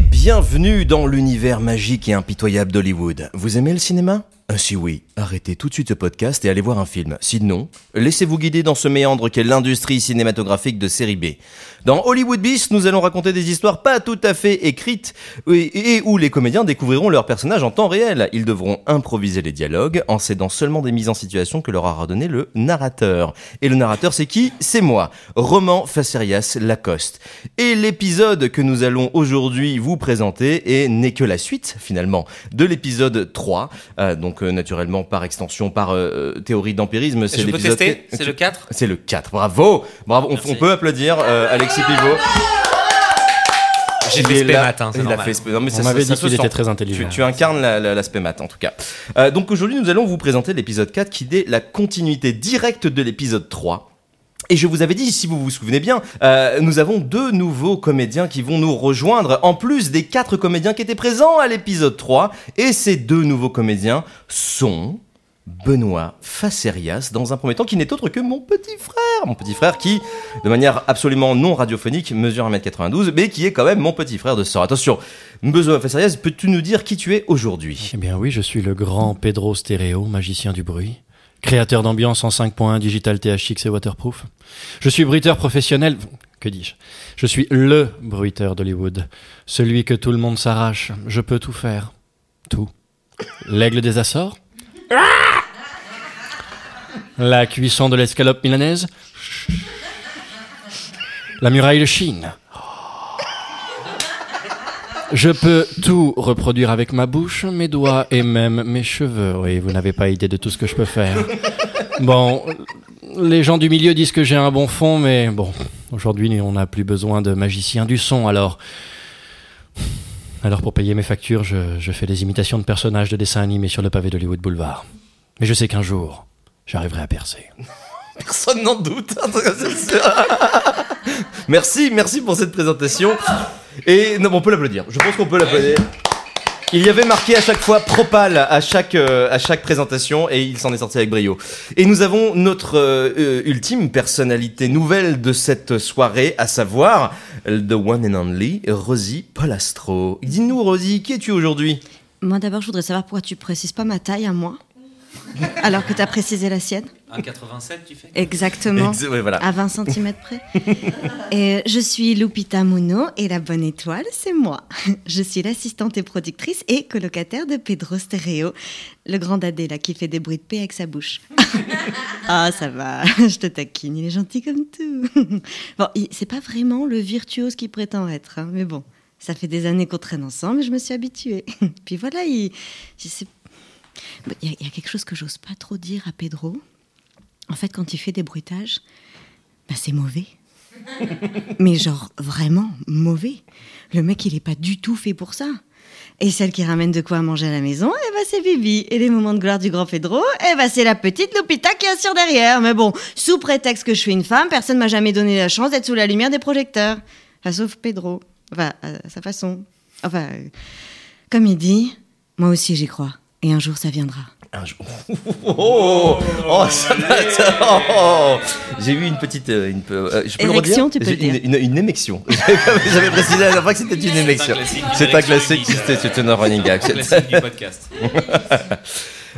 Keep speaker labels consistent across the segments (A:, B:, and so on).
A: bienvenue dans l'univers magique et impitoyable d'Hollywood. Vous aimez le cinéma Ah, Si oui, arrêtez tout de suite ce podcast et allez voir un film. Sinon, laissez-vous guider dans ce méandre qu'est l'industrie cinématographique de série B. Dans Hollywood Beast, nous allons raconter des histoires pas tout à fait écrites et, et où les comédiens découvriront leurs personnages en temps réel. Ils devront improviser les dialogues en cédant seulement des mises en situation que leur aura donné le narrateur. Et le narrateur, c'est qui C'est moi, Roman Facerias Lacoste. Et l'épisode que nous allons aujourd'hui vous présenter et n'est que la suite, finalement, de l'épisode 3. Euh, donc, euh, naturellement, par extension, par euh, théorie d'empirisme, c'est
B: Je peux
A: l'épisode...
B: tester C'est le 4
A: C'est le 4, bravo Bravo, on,
B: Merci.
A: on peut applaudir euh, Alexis Pivot.
B: J'ai
A: Il
B: fait
A: est
B: spé
A: là.
B: matin, c'est
A: Il a
B: normal.
A: fait spé- non, mais
C: On
A: ça-
C: m'avait
A: ça-
C: dit
A: ça se
C: qu'il
A: sent.
C: était très
A: Tu,
C: intelligent.
A: tu incarnes la- la- l'aspect maths en tout cas. Euh, donc aujourd'hui nous allons vous présenter l'épisode 4 qui est la continuité directe de l'épisode 3. Et je vous avais dit, si vous vous souvenez bien, euh, nous avons deux nouveaux comédiens qui vont nous rejoindre, en plus des quatre comédiens qui étaient présents à l'épisode 3. Et ces deux nouveaux comédiens sont Benoît Facerias, dans un premier temps, qui n'est autre que mon petit frère. Mon petit frère qui, de manière absolument non radiophonique, mesure 1m92, mais qui est quand même mon petit frère de sœur. Attention, Benoît Facerias, peux-tu nous dire qui tu es aujourd'hui
C: Eh bien oui, je suis le grand Pedro Stéréo, magicien du bruit, créateur d'ambiance en 5.1 digital THX et waterproof. Je suis bruiteur professionnel, que dis-je Je suis LE bruiteur d'Hollywood, celui que tout le monde s'arrache. Je peux tout faire. Tout. L'aigle des Açores La cuisson de l'escalope milanaise La muraille de Chine Je peux tout reproduire avec ma bouche, mes doigts et même mes cheveux. Oui, vous n'avez pas idée de tout ce que je peux faire. Bon, les gens du milieu disent que j'ai un bon fond, mais bon, aujourd'hui on n'a plus besoin de magiciens du son, alors... Alors pour payer mes factures, je, je fais des imitations de personnages de dessins animés sur le pavé d'Hollywood Boulevard. Mais je sais qu'un jour, j'arriverai à percer.
A: Personne n'en doute. merci, merci pour cette présentation. Et non, mais on peut l'applaudir. Je pense qu'on peut l'applaudir. Il y avait marqué à chaque fois Propal à chaque euh, à chaque présentation et il s'en est sorti avec brio. Et nous avons notre euh, euh, ultime personnalité nouvelle de cette soirée, à savoir the one and only Rosie Palastro. Dis-nous Rosie, qui es-tu aujourd'hui
D: Moi d'abord, je voudrais savoir pourquoi tu précises pas ma taille à moi, alors que tu as précisé la sienne.
B: 1,87 tu fais
D: Exactement.
A: Ex- ouais, voilà.
D: À 20 cm près. et euh, je suis Lupita Muno et la bonne étoile, c'est moi. Je suis l'assistante et productrice et colocataire de Pedro Stereo, le grand dadé là qui fait des bruits de paix avec sa bouche. ah, ça va, je te taquine, il est gentil comme tout. bon, il- c'est pas vraiment le virtuose qu'il prétend être, hein, mais bon, ça fait des années qu'on traîne ensemble et je me suis habituée. Puis voilà, il. je sais- Bon, Il y, a- il y a quelque chose que j'ose pas trop dire à Pedro. En fait, quand il fait des bruitages, bah, c'est mauvais. Mais genre vraiment mauvais. Le mec, il n'est pas du tout fait pour ça. Et celle qui ramène de quoi à manger à la maison, eh ben c'est Bibi. Et les moments de gloire du grand Pedro, eh ben c'est la petite Lupita qui assure derrière. Mais bon, sous prétexte que je suis une femme, personne m'a jamais donné la chance d'être sous la lumière des projecteurs. Enfin, sauf Pedro. Enfin, à sa façon. Enfin, euh, comme il dit, moi aussi j'y crois. Et un jour ça viendra.
A: Un jour. Oh, oh, ça va, ça- oh, oh. J'ai eu une petite. euh, Une, peu- euh, je peux
D: Érection,
A: le redire
D: tu peux le
A: J'ai
D: dire.
A: Une, une, une émection. J'avais précisé la dernière fois que c'était une émection.
B: classique.
A: C'est un classique,
B: Érection
A: c'était c'était un running gag.
B: C'est le classique du podcast.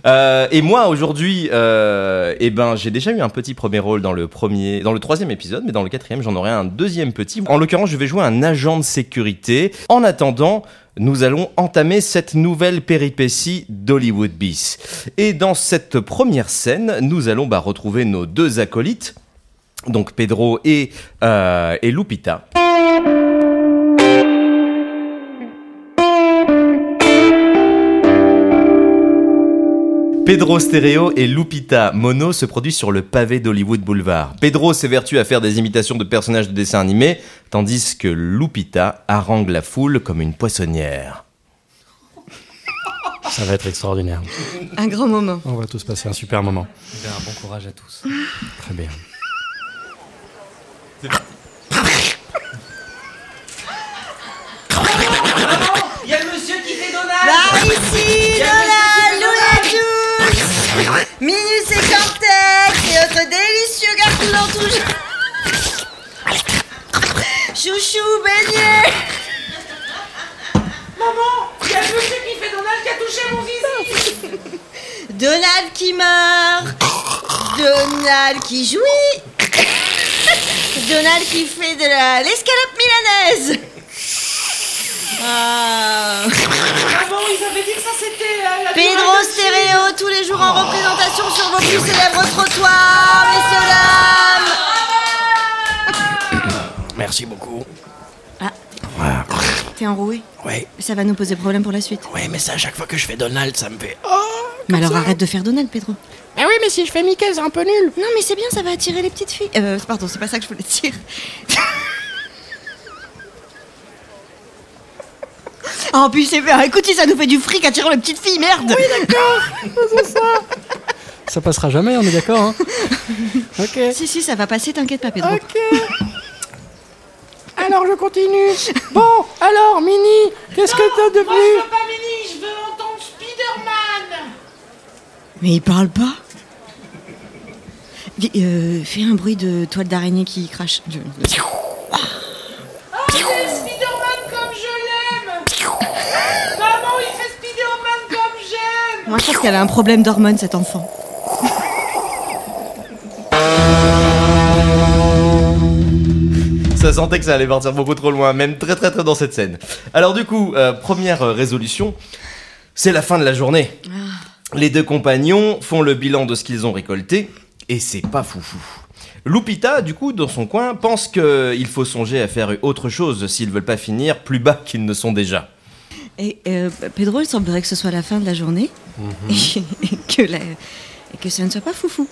A: Euh, et moi aujourd'hui, euh, eh ben, j'ai déjà eu un petit premier rôle dans le premier, dans le troisième épisode, mais dans le quatrième, j'en aurai un deuxième petit. En l'occurrence, je vais jouer un agent de sécurité. En attendant, nous allons entamer cette nouvelle péripétie d'Hollywood Beast. Et dans cette première scène, nous allons bah, retrouver nos deux acolytes, donc Pedro et euh, et Lupita. Pedro Stereo et Lupita Mono se produisent sur le pavé d'Hollywood Boulevard. Pedro s'évertue à faire des imitations de personnages de dessins animés, tandis que Lupita harangue la foule comme une poissonnière.
C: Ça va être extraordinaire.
D: Un grand moment.
C: On va tous passer un super moment.
B: Eh bien, bon courage à tous.
C: Très bien.
B: Il y a le monsieur qui fait Donald
D: Par ici, Lola, Lola Juice, Minus et Cortex et autres délicieux garçons en tout genre. Chouchou, beignet
B: maman Il y a le monsieur qui fait Donald qui a touché mon visage
D: Donald qui meurt Donald qui jouit Donald qui fait de la- l'escalope milanaise Ah.
B: Maman, ils avaient dit que ça c'était euh, la
D: Pedro Stéréo, tous les jours
C: Oh.
D: en représentation sur vos plus célèbres trottoirs, messieurs, dames
C: Merci beaucoup.
D: Ah. T'es enroué
C: Ouais,
D: Ça va nous poser problème pour la suite.
C: ouais, mais ça, à chaque fois que je fais Donald, ça me fait. oh,
D: Mais alors arrête de faire Donald, Pedro.
E: Ah oui, mais si je fais Mickey, c'est un peu nul.
D: Non, mais c'est bien, ça va attirer les petites filles. Euh, pardon, c'est pas ça que je voulais dire. Ah, En plus, c'est bien. Écoute, si ça nous fait du fric attirant les petites filles, merde
C: Ça passera jamais, on est d'accord, hein Ok.
D: Si, si, ça va passer, t'inquiète pas, Pedro.
E: Ok. Alors je continue. Bon, alors Mini, qu'est-ce que t'as
B: Moi je
E: devenu
B: veux pas Mini, je veux entendre Spider-Man
D: Mais il parle pas Vi- euh, Fais un bruit de toile d'araignée qui crache. Je-
B: C'est Spider-Man comme je l'aime Maman, il fait Spider-Man comme j'aime
D: Moi, je pense qu'elle a un problème d'hormones, cette enfant.
A: Ça sentait que ça allait partir beaucoup trop loin, même très très très dans cette scène. Alors du coup, euh, première euh, résolution, c'est la fin de la journée. Les deux compagnons font le bilan de ce qu'ils ont récolté, et c'est pas foufou. Lupita, du coup, dans son coin, pense qu'il faut songer à faire autre chose s'ils veulent pas finir plus bas qu'ils ne sont déjà.
D: Et euh, Pedro, il semblerait que ce soit la fin de la journée.
C: Mhm.
D: et, que la- et que ça ne soit pas foufou.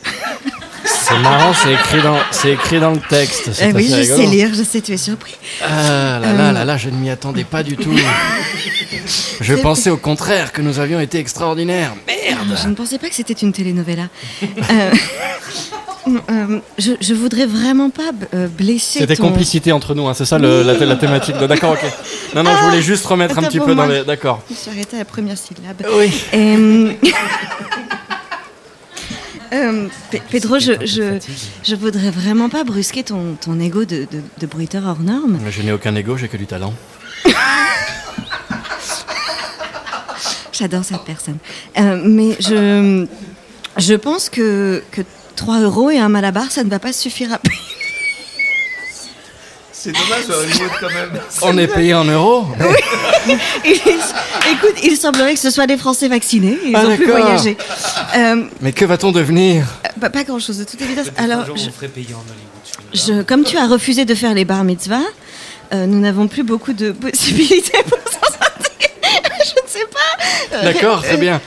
C: C'est marrant, c'est écrit dans, c'est écrit dans le texte. c'est
D: Eh oui,
C: assez
D: je
C: rigolo.
D: sais lire, je sais, tu es surpris.
C: Ah là
D: Euh.
C: là là là, je ne m'y attendais pas du tout. Je
D: C'est-
C: pensais au contraire que nous avions été extraordinaires.
D: Je ne pensais pas que c'était une telenovela. Euh, euh, je, je voudrais vraiment pas b- euh, blesser.
C: C'était
D: ton-
C: complicité entre nous, hein, c'est ça le- la, la thématique. de- D'accord, ok. Non, non, je voulais juste remettre un
D: Attends,
C: petit
D: pour
C: peu dans
D: moi.
C: les. D'accord.
D: Je me suis arrêtée à la première syllabe.
C: Oui.
D: Et, euh, euh, Pe- Pedro, je, je, je voudrais vraiment pas brusquer ton, ton ego de, de, de bruiteur hors norme.
C: Je n'ai aucun ego, j'ai que du talent.
D: J'adore cette personne. Euh, mais je, je pense que, que 3 euros et un malabar, ça ne va pas suffire à.
A: C'est dommage, quand même.
C: On est payé en euros
D: Il- Écoute, il semblerait que ce soit des Français vaccinés. Ils
C: Ah,
D: ont plus
C: d'accord.
D: voyagé. Euh,
C: Mais que va-t-on devenir
D: pas, pas grand chose, de toute évidence. Alors,
B: Bonjour,
D: je,
B: on ferait payer en Hollywood celui-là.
D: je- comme tu as refusé de faire les bar mitzvahs, euh, nous n'avons plus beaucoup de possibilités pour s'en sortir. Je ne sais pas. Euh,
C: D'accord, très bien.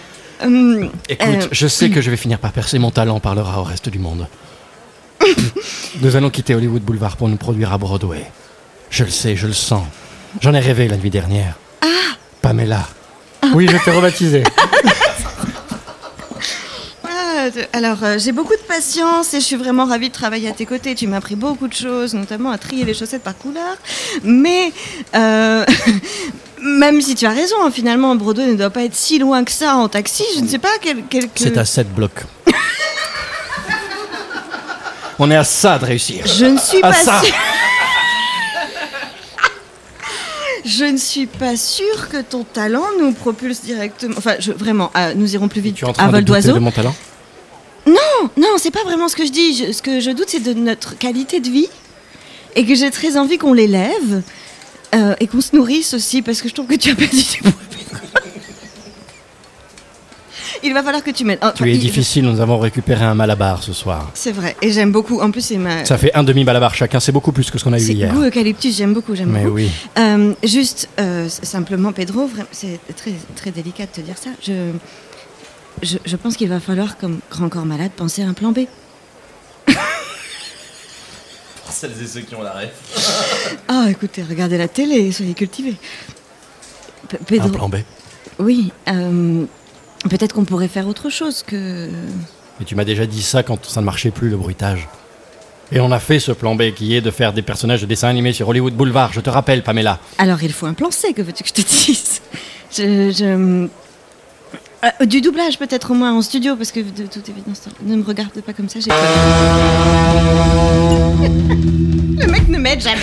D: hum,
C: Écoute,
D: Euh,
C: je sais que je vais finir par percer, mon talent parlera au reste du monde. nous allons quitter Hollywood Boulevard pour nous produire à Broadway. Je le sais, je le sens. J'en ai rêvé la nuit dernière. Pamela. Oui, je t'ai rebaptisé.
D: ah, de- alors, euh, j'ai beaucoup de patience et je suis vraiment ravie de travailler à tes côtés. Tu m'as appris beaucoup de choses, notamment à trier les chaussettes par couleur. Mais. euh, Même si tu as raison, hein, finalement, Bordeaux ne doit pas être si loin que ça en taxi. Je ne sais pas quel. quel que-
C: Mm. C'est à 7 blocs. On est à ça de réussir.
D: Je ne suis
C: À
D: pas
C: Ah, ça.
D: sûre. Je ne suis pas sûre que ton talent nous propulse directement. Enfin, je, vraiment, euh, nous irons plus vite
C: Tu es en train
D: à vol
C: de douter
D: d'oiseau.
C: de mon talent
D: Non, Non, c'est pas vraiment ce que je dis. Je- ce que je doute, c'est de notre qualité de vie et que j'ai très envie qu'on l'élève euh, et qu'on se nourrisse aussi parce que je trouve que tu as perdu tes points. Il va falloir que tu m'aides. Oh, enfin,
C: Tu es
D: il-
C: difficile, nous avons récupéré un malabar ce soir.
D: C'est vrai, et j'aime beaucoup. En plus, c'est ma.
C: Ça fait un demi-malabar chacun, c'est beaucoup plus que ce qu'on a eu
D: Euh. C'est
C: hier.
D: goût eucalyptus, j'aime beaucoup, j'aime
C: Mais
D: beaucoup.
C: oui.
D: Euh, juste, euh, s- simplement, Pedro, vra- c'est très, très délicat de te dire ça. Je, je, je pense qu'il va falloir, comme grand corps malade, penser à un plan B.
A: Pour celles et ceux qui ont la ref.
D: Ah, écoutez, regardez la télé, soyez cultivés. P- Pedro,
C: Un plan B.
D: oui. euh, Peut-être qu'on pourrait faire autre chose que.
C: Mais tu m'as déjà dit ça quand ça ne marchait plus le bruitage. Et on a fait ce plan B qui est de faire des personnages de dessins animés sur Hollywood Boulevard, je te rappelle Pamela.
D: Alors, il faut un plan C, que veux-tu que je te dise Je. je- Ah, du doublage peut-être au moins en studio parce que de toute évidence ne me regarde pas comme ça j'ai peur. Le mec ne m'aide jamais.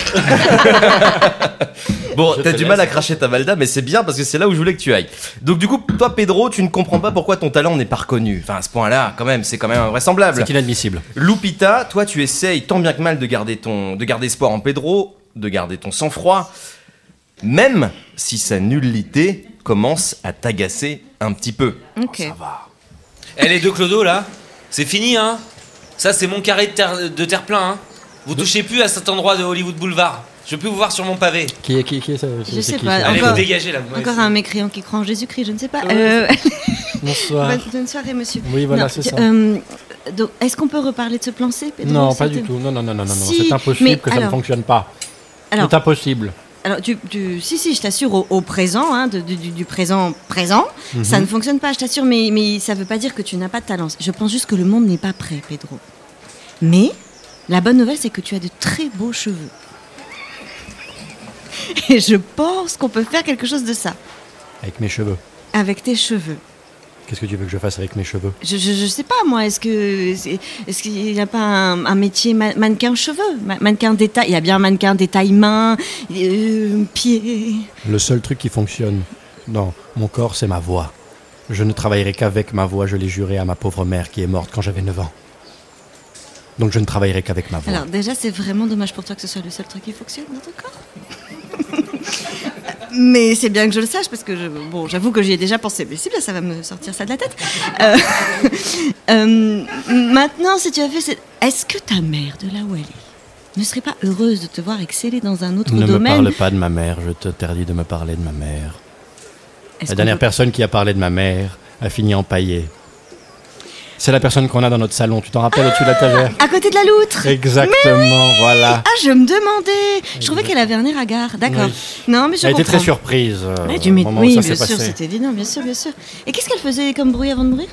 A: Bon,
C: Je
A: t'as
C: te
A: du
C: laisse.
A: mal à cracher ta Valda, mais c'est bien parce que c'est là où je voulais que tu ailles. Donc du coup, toi Pedro, tu ne comprends pas pourquoi ton talent n'est pas reconnu. Enfin, à ce point-là, quand même, c'est quand même invraisemblable.
C: C'est inadmissible.
A: Lupita, toi tu essayes tant bien que mal de garder ton, de garder espoir en Pedro, de garder ton sang-froid, même si sa nullité commence à t'agacer un petit peu.
D: Ok.
F: Eh les deux clodos là, c'est fini hein Ça c'est mon carré de terre, de terre plein hein Vous touchez plus à cet endroit de Hollywood Boulevard. Je peux vous voir sur mon pavé.
C: Qui est qui, qui est ça
D: Je sais pas.
F: Allez
D: Encore-
F: vous dégagez là. vous m'avez
D: Encore
F: saoulé.
D: un mécréant qui croit en Jésus-Christ, je ne sais pas.
C: Ouais.
D: Euh,
C: Bonsoir.
D: bonne soirée, monsieur.
C: Oui, voilà,
D: Non,
C: c'est
D: tu-
C: ça.
D: euh, donc, Est-ce qu'on peut reparler de ce plan C Pedro,
C: Non,
D: s'il
C: pas
D: te
C: du
D: plaît
C: tout. Non, non, non, non, non. non.
D: Si,
C: C'est
D: mais
C: impossible que ça ne
D: alors-
C: fonctionne pas.
D: Alors,
C: C'est impossible.
D: alors tu, tu- si, si, je t'assure, au, au présent, hein, de- du, du- du présent présent, ça ne fonctionne pas, je t'assure, mais, mais ça ne veut pas dire que tu n'as pas de talent. Je pense juste que le monde n'est pas prêt, Pedro. Mais la bonne nouvelle, c'est que tu as de très beaux cheveux. Et je pense qu'on peut faire quelque chose de ça,
C: Avec mes cheveux.
D: avec tes cheveux.
C: Qu'est-ce que tu veux que je fasse avec mes cheveux
D: Je, je, je sais pas, moi, est-ce que est- est-ce qu'il n'y a pas un, un métier ma- mannequin cheveux ma- Mannequin détail Il y a bien un mannequin détail main, euh, pied.
C: Le seul truc qui fonctionne dans mon corps, c'est ma voix. Je ne travaillerai qu'avec ma voix, je l'ai juré à ma pauvre mère qui est morte quand j'avais 9 ans. Donc je ne travaillerai qu'avec ma voix.
D: Alors, déjà, c'est vraiment dommage pour toi que ce soit le seul truc qui fonctionne dans ton corps. mais c'est bien que je le sache, parce que je, bon, j'avoue que j'y ai déjà pensé, mais c'est bien, ça va me sortir ça de la tête. Euh, euh, maintenant, si tu as fait. cette- Est-ce que ta mère de la Wally ne serait pas heureuse de te voir exceller dans un autre
C: ne me
D: domaine
C: parle pas de ma mère, je t'interdis de me parler de ma mère.
D: Est-ce
C: La
D: qu'on
C: dernière
D: peut-
C: personne qui a parlé de ma mère a fini empaillée. C'est la personne qu'on a dans notre salon, tu t'en rappelles au-dessus de la tagère
D: À côté de la loutre
C: Exactement, voilà.
D: Ah, je me demandais Je trouvais qu'elle avait un air hagard, d'accord.
C: Oui.
D: Non, mais je
C: Elle était
D: comprends.
C: très surprise euh,
D: Ouais,
C: au
D: tu m'étonnes.
C: moment où
D: oui,
C: ça
D: bien
C: s'est
D: sûr,
C: passé.
D: c'est évident, bien sûr, bien sûr. Et qu'est-ce qu'elle faisait comme bruit avant de mourir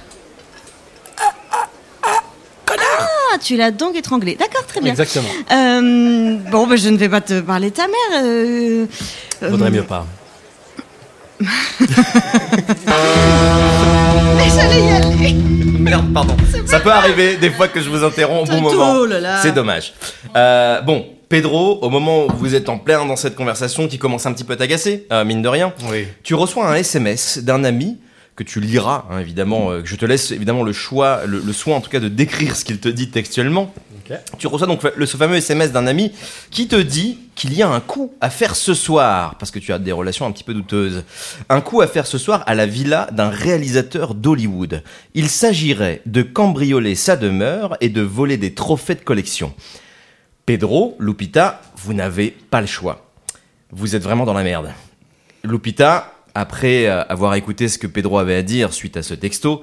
D: Ah, tu l'as donc étranglée. D'accord, très bien.
C: Exactement.
D: Euh, bon, ben, je ne vais pas te parler de ta mère. euh, euh,
C: Vaudrait mieux pas.
D: Mais j'allais y aller.
A: Merde, pardon. Ça peut arriver des fois que je vous interromps au bon
D: Tout, tout,
A: moment.
D: oh là là.
A: C'est dommage. Euh, bon, Pedro, au moment où vous êtes en plein dans cette conversation qui commence un petit peu à t'agacer, euh, mine de rien,
C: Oui.
A: tu reçois un SMS d'un ami que tu liras, hein, évidemment. euh, que je te laisse évidemment le choix, le, le soin en tout cas de décrire ce qu'il te dit textuellement. Tu reçois donc le, ce fameux SMS d'un ami qui te dit qu'il y a un coup à faire ce soir, parce que tu as des relations un petit peu douteuses. Un coup à faire ce soir à la villa d'un réalisateur d'Hollywood. Il s'agirait de cambrioler sa demeure et de voler des trophées de collection. Pedro, Lupita, vous n'avez pas le choix. Vous êtes vraiment dans la merde. Lupita, après euh, avoir écouté ce que Pedro avait à dire suite à ce texto,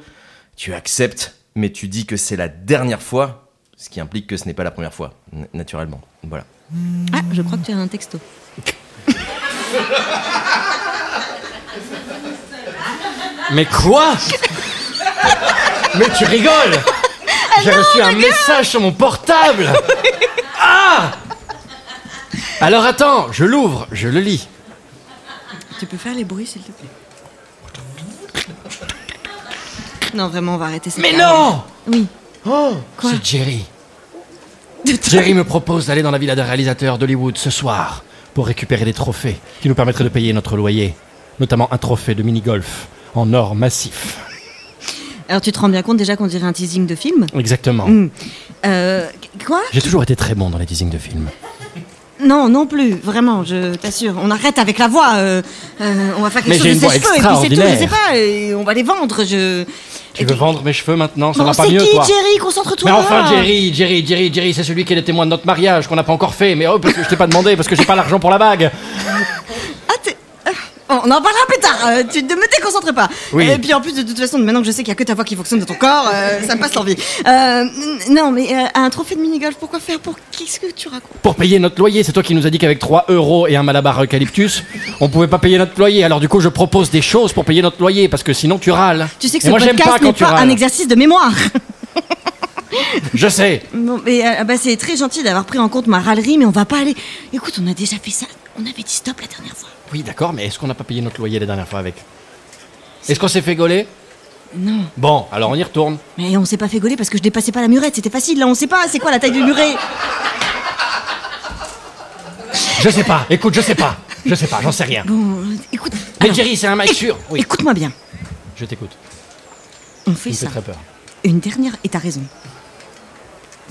A: tu acceptes, mais tu dis que c'est la dernière fois, ce qui implique que ce n'est pas la première fois, n- naturellement. Voilà.
D: Ah, je crois que tu as un texto.
C: Mais quoi Mais tu rigoles J'ai reçu un message sur mon portable Ah Alors attends, je l'ouvre, je le lis.
D: Tu peux faire les bruits, s'il te plaît Non, vraiment, on va arrêter cette
C: Mais
D: parole.
C: non
D: Oui.
C: Oh
D: Quoi
C: C'est Jerry. Jerry me propose d'aller dans la villa d'un réalisateur d'Hollywood ce soir pour récupérer des trophées qui nous permettraient de payer notre loyer, notamment un trophée de mini-golf en or massif.
D: Alors, tu te rends bien compte déjà qu'on dirait un teasing de film
C: Exactement.
D: Hmm. Euh, qu- quoi
C: J'ai toujours été très bon dans les teasings de films.
D: Non, non plus, vraiment, je t'assure. On arrête avec la voix. euh, euh, on va faire quelque
C: Mais
D: chose
C: j'ai
D: de
C: une
D: ses
C: voix
D: cheveux, et puis c'est tout, je sais
C: extraordinaire.
D: pas. Et on va les vendre, je.
C: Tu veux vendre mes cheveux maintenant Ça
D: Bon,
C: va pas
D: c'est
C: mieux,
D: qui,
C: toi
D: Jerry Concentre-toi
C: Mais enfin, Jerry, Jerry, Jerry, Jerry, c'est celui qui est le témoin de notre mariage qu'on n'a pas encore fait. Mais oh, parce que je t'ai pas demandé, parce que j'ai pas l'argent pour la bague.
D: Ah, t'es- euh, On en parlera plus tard, euh, tu ne me déconcentres pas.
C: Oui.
D: Et puis en plus, de toute façon, maintenant que je sais qu'il n'y a que ta voix qui fonctionne dans ton corps, euh, ça me passe l'envie. Euh, n- non, mais euh, un trophée de mini-golf, pourquoi faire Pour Qu'est-ce que tu racontes
C: Pour payer notre loyer, c'est toi qui nous as dit qu'avec 3 euros et un malabar eucalyptus, on pouvait pas payer notre loyer. Alors du coup, je propose des choses pour payer notre loyer, parce que sinon tu râles.
D: Tu sais que
C: Et
D: ce
C: moi, j'aime
D: podcast
C: pas quand
D: n'est
C: tu
D: pas un
C: râles.
D: exercice de mémoire.
C: Je sais.
D: Bon, mais euh, bah, c'est très gentil d'avoir pris en compte ma râlerie, mais on va pas aller. Écoute, on a déjà fait ça. On avait dit stop la dernière fois.
C: Oui, d'accord, mais est-ce qu'on n'a pas payé notre loyer la dernière fois avec Est-ce qu'on s'est fait gauler
D: Non,
C: Bon, alors on y retourne.
D: mais on s'est pas fait gauler parce que je dépassais pas la murette. C'était facile. Là, on sait pas. C'est quoi la taille du muret
C: Je sais pas. Écoute, je sais pas. Je sais pas, j'en sais rien.
D: Bon, euh, écoute.
C: Mais
D: alors,
C: Jerry, c'est un mec
D: éc-
C: sûr. Oui,
D: Écoute-moi bien.
C: je t'écoute.
D: On fait
C: Il me fait
D: ça.
C: très peur.
D: Une dernière, et t'as raison.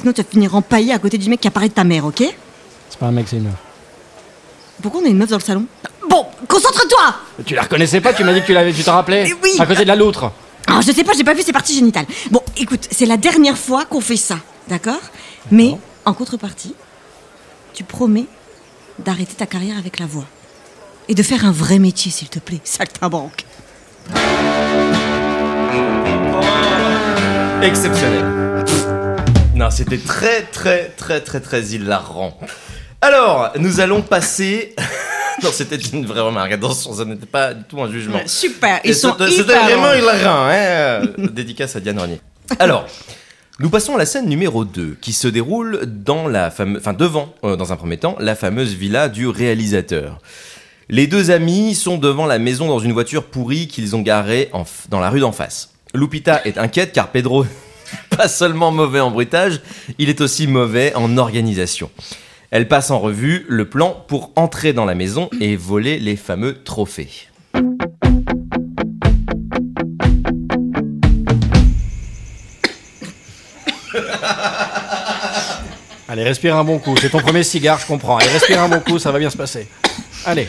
D: Sinon, tu vas finir empaillé à côté du mec qui apparaît de ta mère, ok
C: C'est pas un mec, c'est une meuf.
D: Pourquoi on a une meuf dans le salon Bon, concentre-toi
C: Tu la reconnaissais pas Tu m'as dit que tu l'avais, tu t'en rappelais
D: Mais oui.
C: À côté de la loutre.
D: Ah, je sais pas, j'ai pas vu ses parties génitales. Bon, écoute, c'est la dernière fois qu'on fait ça, d'accord Mais en contrepartie, tu promets d'arrêter ta carrière avec la voix. Et de faire un vrai métier, s'il te plaît, saltimbanque.
A: Exceptionnel. Non, c'était très très très très très hilarant. Alors, nous allons passer. non, c'était une vraie remarque. Attention, ça n'était pas du tout un jugement.
D: Super,
A: Et c'était- C'était vraiment hilarant. Hein euh, Dédicace à Diane Renier. Alors. Nous passons à la scène numéro 2, qui se déroule dans la fame- enfin devant, euh, dans un premier temps, la fameuse villa du réalisateur. Les deux amis sont devant la maison dans une voiture pourrie qu'ils ont garée en f- dans la rue d'en face. Lupita est inquiète car Pedro, n'est pas seulement mauvais en bruitage, il est aussi mauvais en organisation. Elle passe en revue le plan pour entrer dans la maison et voler les fameux trophées.
C: Allez, respire un bon coup. C'est ton premier cigare, je comprends. Allez, respire un bon coup, ça va bien se passer. Allez.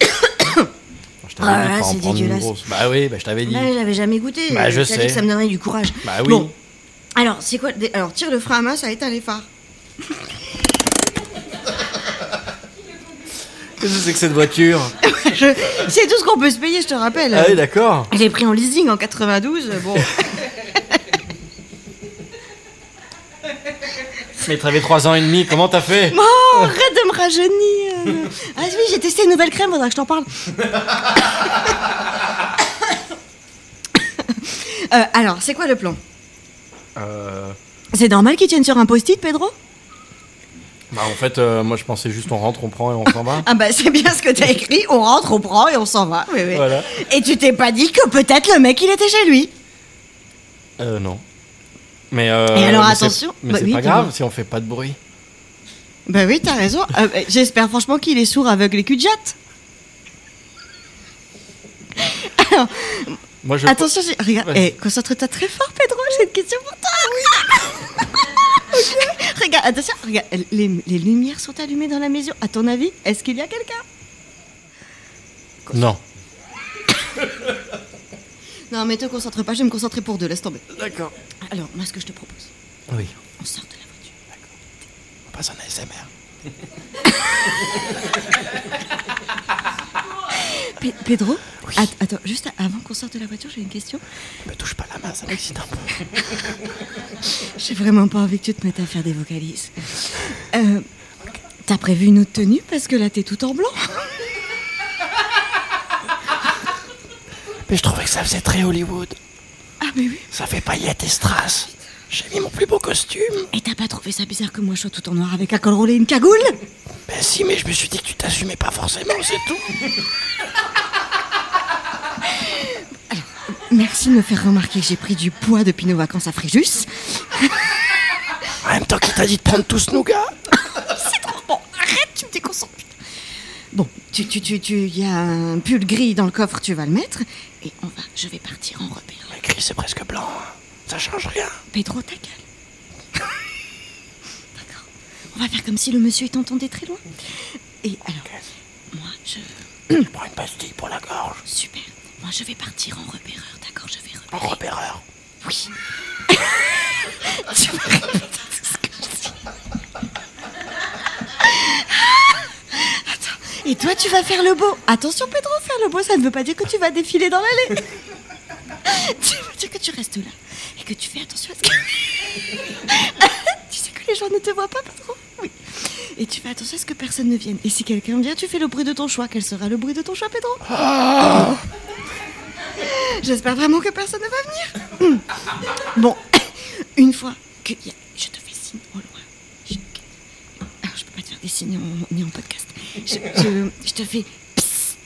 C: Je t'avais
D: Ah
C: dit de
D: là,
C: pas en
D: c'est
C: prendre une
D: dégueulasse.
C: grosse. Bah oui, bah je t'avais dit.
D: j'avais jamais goûté.
C: Bah, je
D: T'as dit
C: sais.
D: que ça me donnerait du courage.
C: Bah oui.
D: Bon, alors, c'est quoi des- Alors, tire le frein à main, ça éteint les phares.
C: Qu'est-ce que c'est que cette voiture
D: Je- C'est tout ce qu'on peut se payer, je te rappelle.
C: Ah oui, d'accord.
D: Je l'ai pris en leasing en 92, bon.
C: Mais t'avais trois ans et demi, comment t'as fait
D: Oh, arrête de me rajeunir Ah oui, j'ai testé une nouvelle crème, faudra que je t'en parle. Euh, alors, c'est quoi le plan
C: euh,
D: C'est normal qu'ils tiennent sur un post-it, Pedro
C: Bah en fait, euh, moi je pensais juste on rentre, on prend et on s'en va.
D: Ah bah c'est bien ce que t'as écrit, on rentre, on prend et on s'en va. Oui, oui.
C: Voilà.
D: Et tu t'es pas dit que peut-être le mec il était chez lui
C: Euh non. Mais euh,
D: Et alors,
C: mais c'est-
D: attention.
C: Mais
D: Bah
C: c'est
D: oui,
C: pas
D: dis-moi.
C: grave si on fait pas de bruit.
D: Bah oui, t'as raison. Euh, bah, J'espère franchement qu'il est sourd avec les cul de jatte.
C: Moi je.
D: Attention, j'ai- regarde,
C: Vas-y.
D: eh, concentre-toi très fort, Pedro, j'ai une question pour toi. Ok, Regarde, attention, regarde, les, les lumières sont allumées dans la maison. À ton avis, est-ce qu'il y a quelqu'un
C: Non.
D: Non, mais te concentre pas, je vais me concentrer pour deux, laisse tomber.
C: D'accord.
D: Alors, moi, ce que je te propose,
C: Oui.
D: on sort de la voiture.
C: On passe en ASMR.
D: Pe- Pedro Att- Attends, juste avant qu'on sorte de la voiture, j'ai une question.
C: Me touche pas la main, ça m'excite un peu.
D: J'ai vraiment pas envie que tu te mettes à faire des vocalises. Euh, T'as prévu une autre tenue parce que là, t'es tout en blanc
C: Mais je trouvais que ça faisait très Hollywood.
D: Ah, mais oui.
C: Ça fait paillettes et strass. J'ai mis mon plus beau costume.
D: Et t'as pas trouvé ça bizarre que moi je sois tout en noir avec un col roulé et une cagoule
C: Ben si, mais je me suis dit que tu t'assumais pas forcément, c'est tout.
D: Merci de me faire remarquer que j'ai pris du poids depuis nos vacances à Fréjus.
C: En même temps qu'il t'a dit de prendre tout ce nougat.
D: C'est trop bon. Arrête, tu me déconcentres. putain. Bon, tu, tu, tu, tu, il y a un pull gris dans le coffre, tu vas le mettre et on va. Je vais partir en repère.
C: Le gris, c'est presque blanc. hein. Ça change rien.
D: Pedro, ta gueule. D'accord. On va faire comme si le monsieur il t'entendait très loin. Et alors, moi je
C: Je prends une pastille pour la gorge.
D: super. Moi je vais partir en repéreur, d'accord Je vais
C: En
D: repérer.
C: repéreur.
D: Oui. tu vas répéter tout ce que je dis. Attends. Et toi, tu vas faire le beau. Attention, Pedro, faire le beau, ça ne veut pas dire que tu vas défiler dans l'allée. tu veux dire que tu restes là et que tu fais attention à ce que. tu sais que les gens ne te voient pas, Pedro Oui. Et tu fais attention à ce que personne ne vienne. Et si quelqu'un vient, tu fais le bruit de ton choix. Quel sera le bruit de ton choix, Pedro J'espère vraiment que personne ne va venir. Bon, une fois que y a- je te fais signe au loin. Je, alors, je peux pas te faire des signes en- ni en podcast. Je, je- je te fais. psst.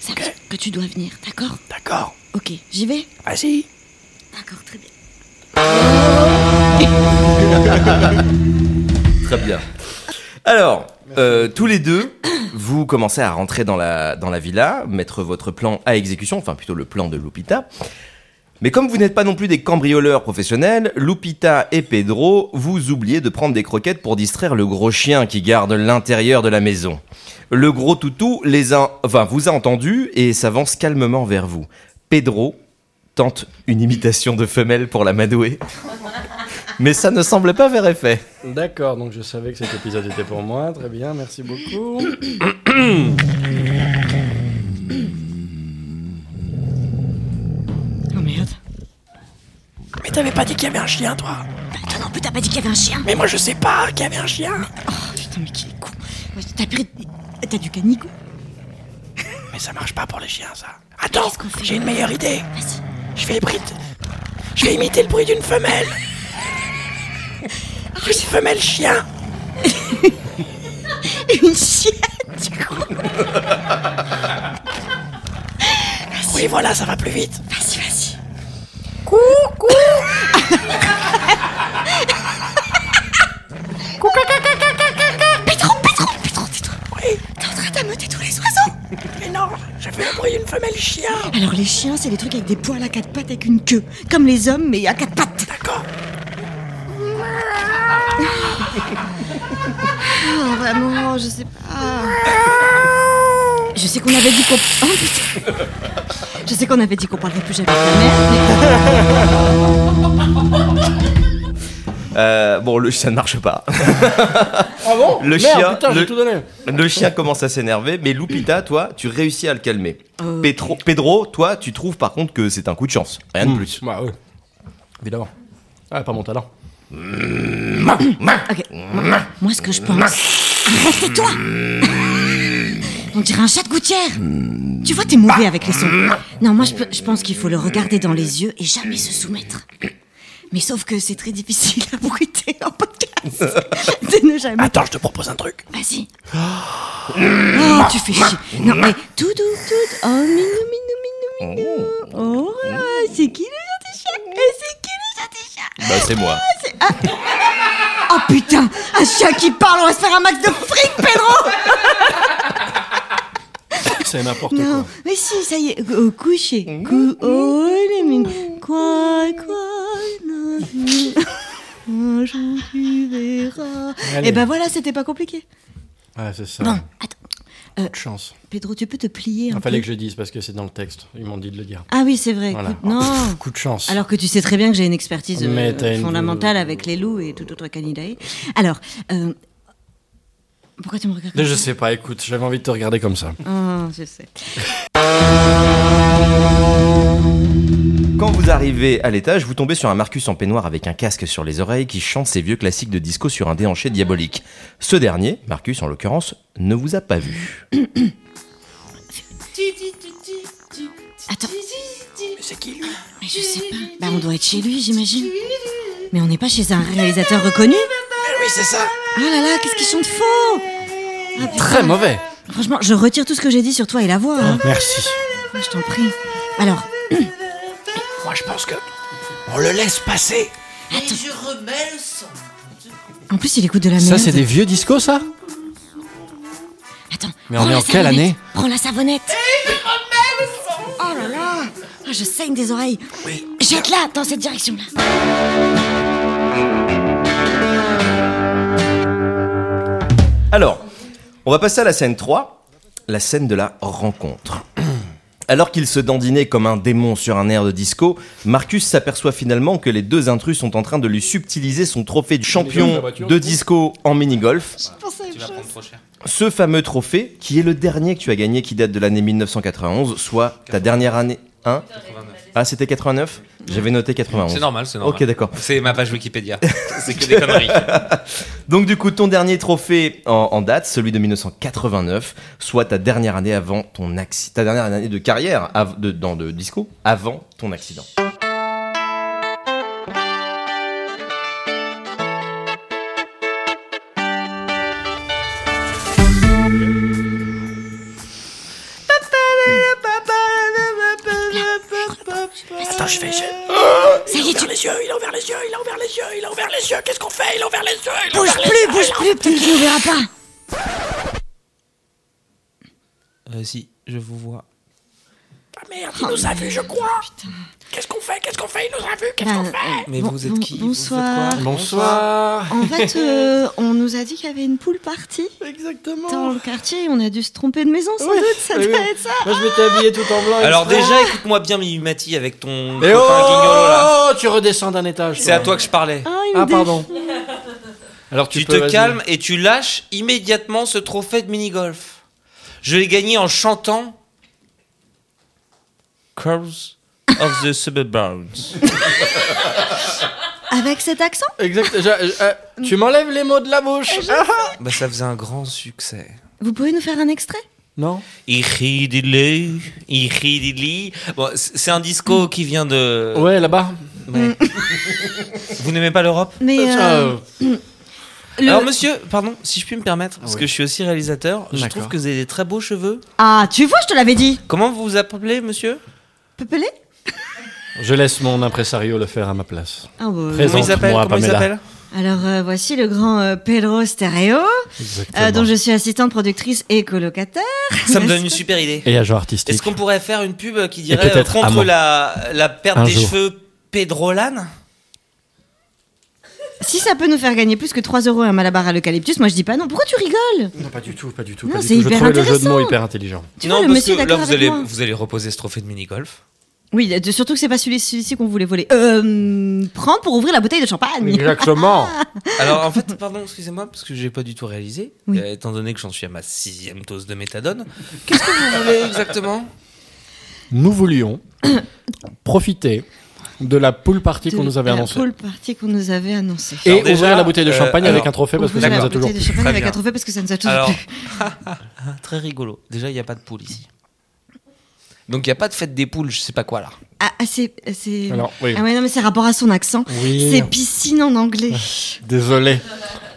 D: Ça veut dire que tu dois venir, d'accord
C: D'accord.
D: Ok, j'y vais
C: Vas-y.
D: D'accord, très bien.
A: Très bien. Alors, Euh, tous les deux, vous commencez à rentrer dans la, dans la villa, mettre votre plan à exécution, enfin plutôt le plan de Lupita. Mais comme vous n'êtes pas non plus des cambrioleurs professionnels, Lupita et Pedro, vous oubliez de prendre des croquettes pour distraire le gros chien qui garde l'intérieur de la maison. Le gros toutou les a, enfin, vous a entendu et s'avance calmement vers vous. Pedro tente une imitation de femelle pour la madouer, mais ça ne semble pas faire effet.
C: D'accord, donc je savais que cet épisode était pour moi. Très bien, merci beaucoup.
D: Oh merde.
E: Mais t'avais pas dit qu'il y avait un chien, toi
D: Toi Bah, non plus, t'as pas dit qu'il y avait un chien
E: Mais moi, je sais pas qu'il y avait un chien
D: Oh putain, mais qu'il est con. Ouais, T'as pris. T'as du canigo
E: Mais ça marche pas pour les chiens, ça. Attends,
D: Qu'est-ce qu'on fait
E: j'ai une meilleure idée.
D: Vas-y.
E: Je vais, bride- je vais imiter le bruit d'une femelle.
D: Ah
E: Une femelle chien.
D: Une chienne, du coup.
E: Oui, voilà, ça va plus vite.
D: Vas-y, vas-y. Coucou Pétron, Pétron, Pétron, tais-toi
E: Oui,
D: T'es en train d'ameuter tous les oiseaux
E: mais non, je fais le bruit d'une femelle chien.
D: Alors les chiens, c'est les trucs avec des poils à quatre pattes avec une queue. Comme les hommes, mais à quatre pattes.
E: D'accord.
D: Oh, vraiment, je sais pas. Je sais qu'on avait dit qu'on... Oh, putain. Je sais qu'on avait dit qu'on parlerait plus jamais de la mère,
A: Euh, bon, le ça ne marche pas.
C: Ah bon
A: Le
C: Merde,
A: chien,
C: putain, j'ai
A: le-
C: tout donné.
A: Le chien commence à s'énerver, mais Lupita, toi, tu réussis à le calmer.
D: Euh.
A: Petro- Pedro, toi, tu trouves par contre que c'est un coup de chance. Rien de plus.
C: Bah oui, évidemment. Ah, pas mon talent.
D: mais... Moi, ce que je pense... Arrête-toi On dirait un chat de gouttière Tu vois, t'es mauvais avec les sons. Non, moi, je, peux- je pense qu'il faut le regarder dans les yeux et jamais se soumettre. Mais sauf que c'est très difficile à bruiter en podcast. De ne jamais...
E: Attends, je te propose un truc.
D: Vas-y. Oh, tu fais chier. Non, mais tout, tout, tout. Oh, minou, minou, minou, minou. Oh, ah, c'est qui le gentil chat Et c'est qui le gentil chat
A: Bah, c'est moi.
D: Ah, Oh putain, un chat qui parle, on va se faire un max de fric, Pedro
C: C'est n'importe
D: Non,
C: quoi.
D: mais si, ça y est, au coucher. Cou oh, les mines. Quoi, quoi, non, un jour tu verras.
C: Allez.
D: Et ben voilà, c'était pas compliqué.
C: Ouais, Ah, c'est ça.
D: Bon, attends,
C: Coup de chance.
D: Pedro, tu peux te plier un
C: Il fallait
D: peu
C: que je dise parce que c'est dans le texte. Ils m'ont dit de le dire.
D: Ah oui, c'est vrai.
C: Voilà.
D: écoute, non.
C: Coup de chance.
D: Alors que tu sais très bien que j'ai une expertise euh,
C: Mais t'as une-
D: fondamentale avec les loups et tout autre canidae. Alors, euh, pourquoi tu me regardes comme
C: Je
D: ça
C: sais pas, écoute, j'avais envie de te regarder comme ça.
D: Ah, je sais.
A: Quand vous arrivez à l'étage, vous tombez sur un Marcus en peignoir avec un casque sur les oreilles qui chante ses vieux classiques de disco sur un déhanché diabolique. Ce dernier, Marcus en l'occurrence, ne vous a pas vu.
D: Attends,
E: Mais c'est qui lui
D: mais je sais pas. Bah, on doit être chez lui, j'imagine. Mais on n'est pas chez un réalisateur reconnu
F: Eh
E: Oui, c'est ça.
D: Oh là là, qu'est-ce qu'ils sont de faux Ah, putain.
C: Très mauvais.
D: Franchement, je retire tout ce que j'ai dit sur toi et la voix. hein.
C: Merci.
D: Ouais, je t'en prie. Alors,
E: Moi, je pense que on le laisse passer.
D: en plus, il écoute de la merde.
C: Ça, c'est des vieux discos, ça
D: Attends.
C: Mais on
D: prends
C: est
D: la
C: en quelle
D: savonnette.
C: année
D: Prends la savonnette.
F: Eh,
D: Oh là là Ah, Je saigne des oreilles. Jette-la dans cette direction-là.
A: Alors, on va passer à la scène 3, la scène de la rencontre. Alors qu'il se dandinait comme un démon sur un air de disco, Marcus s'aperçoit finalement que les deux intrus sont en train de lui subtiliser son trophée de champion de disco en mini-golf.
F: Tu vas prendre trop cher.
A: Ce fameux trophée, qui est le dernier que tu as gagné, qui date de l'année 1991, soit ta dernière année. Hein ah, c'était 89 J'avais noté 91.
F: C'est normal, c'est normal.
A: Ok, d'accord.
F: C'est ma page Wikipédia. c'est que des conneries.
A: Donc, du coup, ton dernier trophée en, en date, celui de 1989, soit ta dernière année avant ton accident. Ta dernière année de carrière av- de- dans le disco, avant ton accident.
E: Attends, je fais. je-
D: Euh, Ça y est,
E: Il a
D: tu
E: ouvert les yeux, il a ouvert les yeux, il a ouvert les yeux, Ah, il a ouvert les yeux. Qu'est-ce qu'on fait Il a ouvert les yeux, il a
D: bouges
E: ouvert les yeux.
D: plus, bouge plus, peut-être qu'il ne verra pas.
F: Euh, si, je vous vois.
E: Ah merde, il nous a vu, je crois. Qu'est-ce qu'on fait Qu'est-ce qu'on fait Il nous a vu. Qu'est-ce qu'on
D: Ben,
E: fait
F: Mais
D: Bon-
F: vous êtes
D: bon-
F: qui Vous faites
D: bonsoir.
F: quoi
C: Bonsoir.
D: En fait, euh, on nous a dit qu'il y avait une poule partie
C: Exactement.
D: dans le quartier. On a dû se tromper de maison, sans
C: Oui,
D: doute. Ça
C: oui,
D: doit
C: oui.
D: être ça.
C: Moi, je m'étais habillé tout en blanc.
F: Alors
C: exprès.
F: déjà, écoute-moi bien, Mimimati, avec ton
A: Eh
C: Mais
F: copain
C: oh,
F: guignolo, là.
C: tu redescends d'un étage.
F: C'est à toi que je parlais.
D: Ah, il me
C: Ah
D: dé-
C: pardon. Alors tu,
F: Tu,
C: peux,
F: te
C: vas-y.
F: calmes et tu lâches immédiatement ce trophée de mini-golf. Je l'ai gagné en chantant Curls of the Suburbans.
D: Avec cet accent
C: Exact. je- je- euh, tu m'enlèves les mots de la bouche. Ah, ah.
F: bah, ça faisait un grand succès.
D: Vous pouvez nous faire un extrait
C: Non.
F: Iridili, iridili. Bon, c- c'est un disco qui vient de.
C: Ouais, là-bas.
F: Ouais. Vous n'aimez pas l'Europe
D: Mais
C: Ça,
D: euh,
C: euh,
D: le-
F: Alors, monsieur, pardon, si je puis me permettre, parce
C: oui.
F: que je suis aussi réalisateur, je
C: D'accord.
F: trouve que vous avez des très beaux cheveux.
D: ah, tu vois, je te l'avais dit.
F: Comment vous vous appelez, monsieur
D: Pepelé
C: Je laisse mon impresario le faire à ma place.
D: Ah
C: Présent.
D: bah,
F: Comment il s'appelle
C: Présente-moi,
F: Comment il
C: Pamela.
F: s'appelle
D: Alors euh, voici le grand euh, Pedro Stereo,
C: Exactement.
D: euh, dont je suis assistante productrice et colocataire.
F: Ça me donne
D: N'est-ce
F: une
D: pas
F: super idée.
C: Et agent artistique.
F: Est-ce qu'on pourrait faire une pub qui dirait euh,
C: peut-être
F: contre
C: amant.
F: la, la perte
C: Un
F: des
C: jour.
F: cheveux Pedro Lane
D: Si ça peut nous faire gagner plus que 3 euros un malabar à l'eucalyptus, moi je dis pas non. Pourquoi tu rigoles
C: Non, pas du tout, pas du tout.
D: Non,
C: pas du
D: c'est
C: tout. Je
D: hyper
C: trouvais le jeu de mots
D: intéressant.
C: hyper intelligent.
D: Tu vois, le monsieur est
F: là,
D: d'accord
F: vous
D: avec
F: allez,
D: moi.
F: vous allez reposer ce trophée de mini-golf.
D: Oui, euh, surtout que c'est pas celui- celui-ci qu'on voulait voler. Euh, prendre pour ouvrir la bouteille de champagne.
C: Exactement.
F: Alors en fait, pardon, excusez-moi, parce que j'ai pas du tout réalisé,
D: Oui.
F: euh, étant donné que j'en suis à ma sixième dose de méthadone. Qu'est-ce que vous voulez exactement
C: Nous voulions profiter de la poule partie
D: De
C: qu'on nous avait
D: la
C: annoncée.
D: pool party qu'on nous avait annoncée.
C: Et
F: Alors déjà,
C: ouvrir la bouteille de
F: euh,
C: champagne
F: alors,
C: avec un trophée parce que ça
D: Ouvrir
C: nous
D: la
C: a toujours
D: bouteille de champagne
F: Très
D: avec
F: bien.
D: un trophée parce que ça nous a toujours
F: Alors,
D: plu.
F: très rigolo. Déjà, il n'y a pas de poule ici. Donc il n'y a pas de fête des poules, je sais pas quoi là.
D: Ah, ah, c'est, c'est-
C: Alors, oui.
D: Ah ouais, non, mais c'est rapport à son accent.
C: Oui.
D: C'est piscine en anglais.
C: Désolé.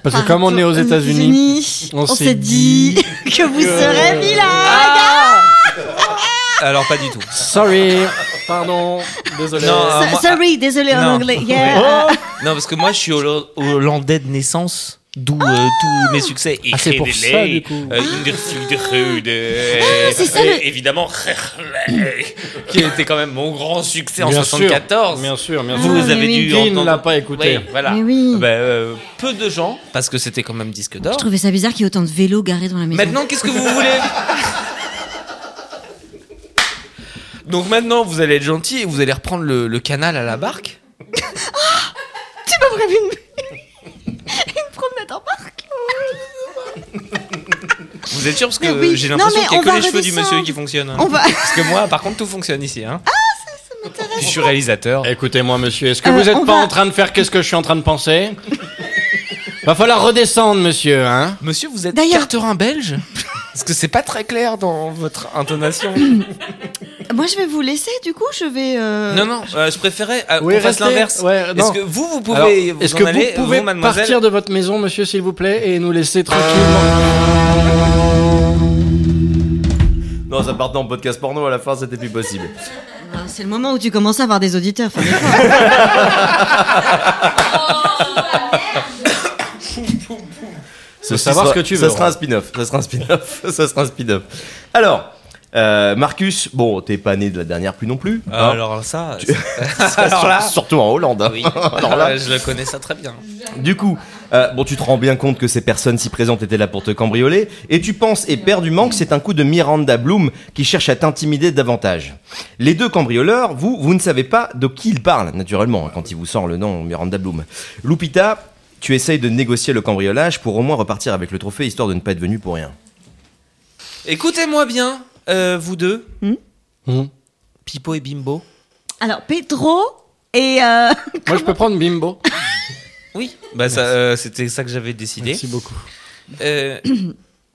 C: Parce que comme on est aux
D: Pardon,
C: États-Unis, on
D: on
C: s'est
D: s'est dit que vous serez
F: Ah,
D: bilingue.
F: Alors pas du tout.
C: sorry, pardon, désolé.
F: Non, euh,
D: So-
F: moi-
D: Sorry, désolé en
F: Non. Oh.
D: anglais. Yeah.
F: Non, parce que moi, je suis holo- hollandais de naissance, d'où euh, tous
D: Oh
F: mes succès.
C: Ah, c'est pour ça, du coup.
F: Euh,
D: c'est ça,
F: et
D: le-
F: Évidemment, qui était quand même mon grand succès en
C: Bien sûr,
F: 74.
C: Bien sûr, bien sûr.
F: Vous
D: Ah,
F: avez
D: mais
F: dû
C: oui. Qui ne
F: entendre-
C: l'a pas écouté
F: Oui, voilà.
D: Mais oui.
F: Ben, euh, peu de gens, parce que c'était quand même disque
D: Je
F: d'or.
D: trouvais ça bizarre qu'il y ait autant de vélos garés dans la maison.
F: Maintenant, qu'est-ce que vous voulez Donc maintenant, vous allez être gentil et vous allez reprendre le, le canal à la barque.
D: tu m'as prévu une... une promenade en parc.
F: Vous êtes sûr parce que
D: Mais oui.
F: j'ai
D: Non,
F: l'impression
D: mais
F: qu'il n'y
D: on
F: a que
D: va
F: les cheveux du
D: redescendre.
F: monsieur qui fonctionnent. hein.
D: On va.
F: Parce que moi, par contre, tout fonctionne ici. Hein. Ah, ça, m'intéresse. Je suis réalisateur.
C: Écoutez-moi, monsieur, est-ce que
D: Euh,
C: vous
D: on
C: n'êtes pas
D: va-
C: en train de faire qu'est-ce que je suis en train de penser Va falloir redescendre, monsieur, hein
F: Monsieur, vous êtes
D: D'ailleurs-
F: carterin belge Parce que c'est pas très clair dans votre intonation.
D: Moi, je vais vous laisser. Du coup, je vais. euh,
F: non, non, euh, je préférais euh,
C: Oui,
F: qu'on fasse
C: restez.
F: l'inverse.
C: Ouais, non.
F: Est-ce que vous, vous
C: Alors,
F: pouvez vous
C: Est-ce
F: en
C: que
F: aller,
C: vous pouvez
F: mademoiselle
C: partir de votre maison, monsieur, s'il vous plaît, et nous laisser tranquillement
F: Euh.
A: Non, ça partait en podcast porno à la fin, c'était plus possible.
D: Ah, C'est le moment où tu commences à avoir des auditeurs. Enfin, des fois.
A: Ce
C: savoir
A: sera-
C: ce que tu
A: Ça
C: veux,
A: sera un
C: Laurent.
A: spin-off. Ça sera un spin-off. ça sera un spin-off. Alors, euh, Marcus, bon, t'es pas né de la dernière pluie non plus. hein.
F: Ah, Alors ça,
A: Sur-
F: alors là.
A: Surtout en Hollande. hein.
F: oui.
A: Alors là.
F: Euh, je le connais ça très bien.
A: Du coup, euh, bon, tu te rends bien compte que ces personnes si présentes étaient là pour te cambrioler, et tu penses éperdument que c'est un coup de Miranda Bloom qui cherche à t'intimider davantage. Les deux cambrioleurs, vous, vous ne savez pas de qui ils parlent, naturellement, hein, quand il vous sort le nom Miranda Bloom. Lupita, tu essayes de négocier le cambriolage pour au moins repartir avec le trophée, histoire de ne pas être venu pour rien.
F: Écoutez-moi bien, euh, vous deux,
C: Hmm.
F: Pipo et Bimbo.
D: Alors, Pedro et. euh,
C: Moi, je peux prendre Bimbo.
F: Oui, bah ça, euh, c'était ça que j'avais décidé.
C: Merci beaucoup.
F: Euh,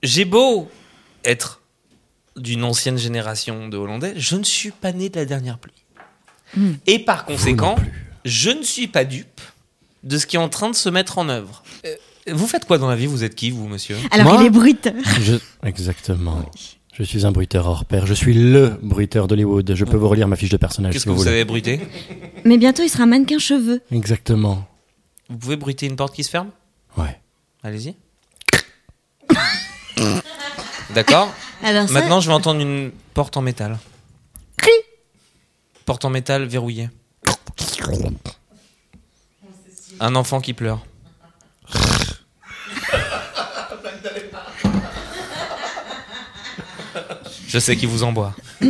F: j'ai beau être d'une ancienne génération de Hollandais, je ne suis pas né de la dernière pluie.
D: Hmm.
F: Et par conséquent, je ne suis pas dupe de ce qui est en train de se mettre en œuvre. Euh, vous faites quoi dans la vie Vous êtes qui, vous, monsieur
D: Alors,
C: Moi
D: il est bruiteur.
C: Je- Exactement. Je suis un bruiteur hors pair. Je suis le bruiteur d'Hollywood. Je peux vous relire ma fiche de personnage
F: Qu'est-ce
C: si
F: que
C: vous
F: vous
C: voulez.
F: savez bruiter
D: Mais bientôt, il sera mannequin cheveux.
C: Exactement.
F: Vous pouvez bruiter une porte qui se ferme
C: Ouais.
F: Allez-y. D'accord
D: Alors Ah ben, ça,
F: Maintenant, je vais entendre une porte en métal. Porte en métal verrouillée. Un enfant qui pleure. Je sais qui vous envoie.
D: Ah,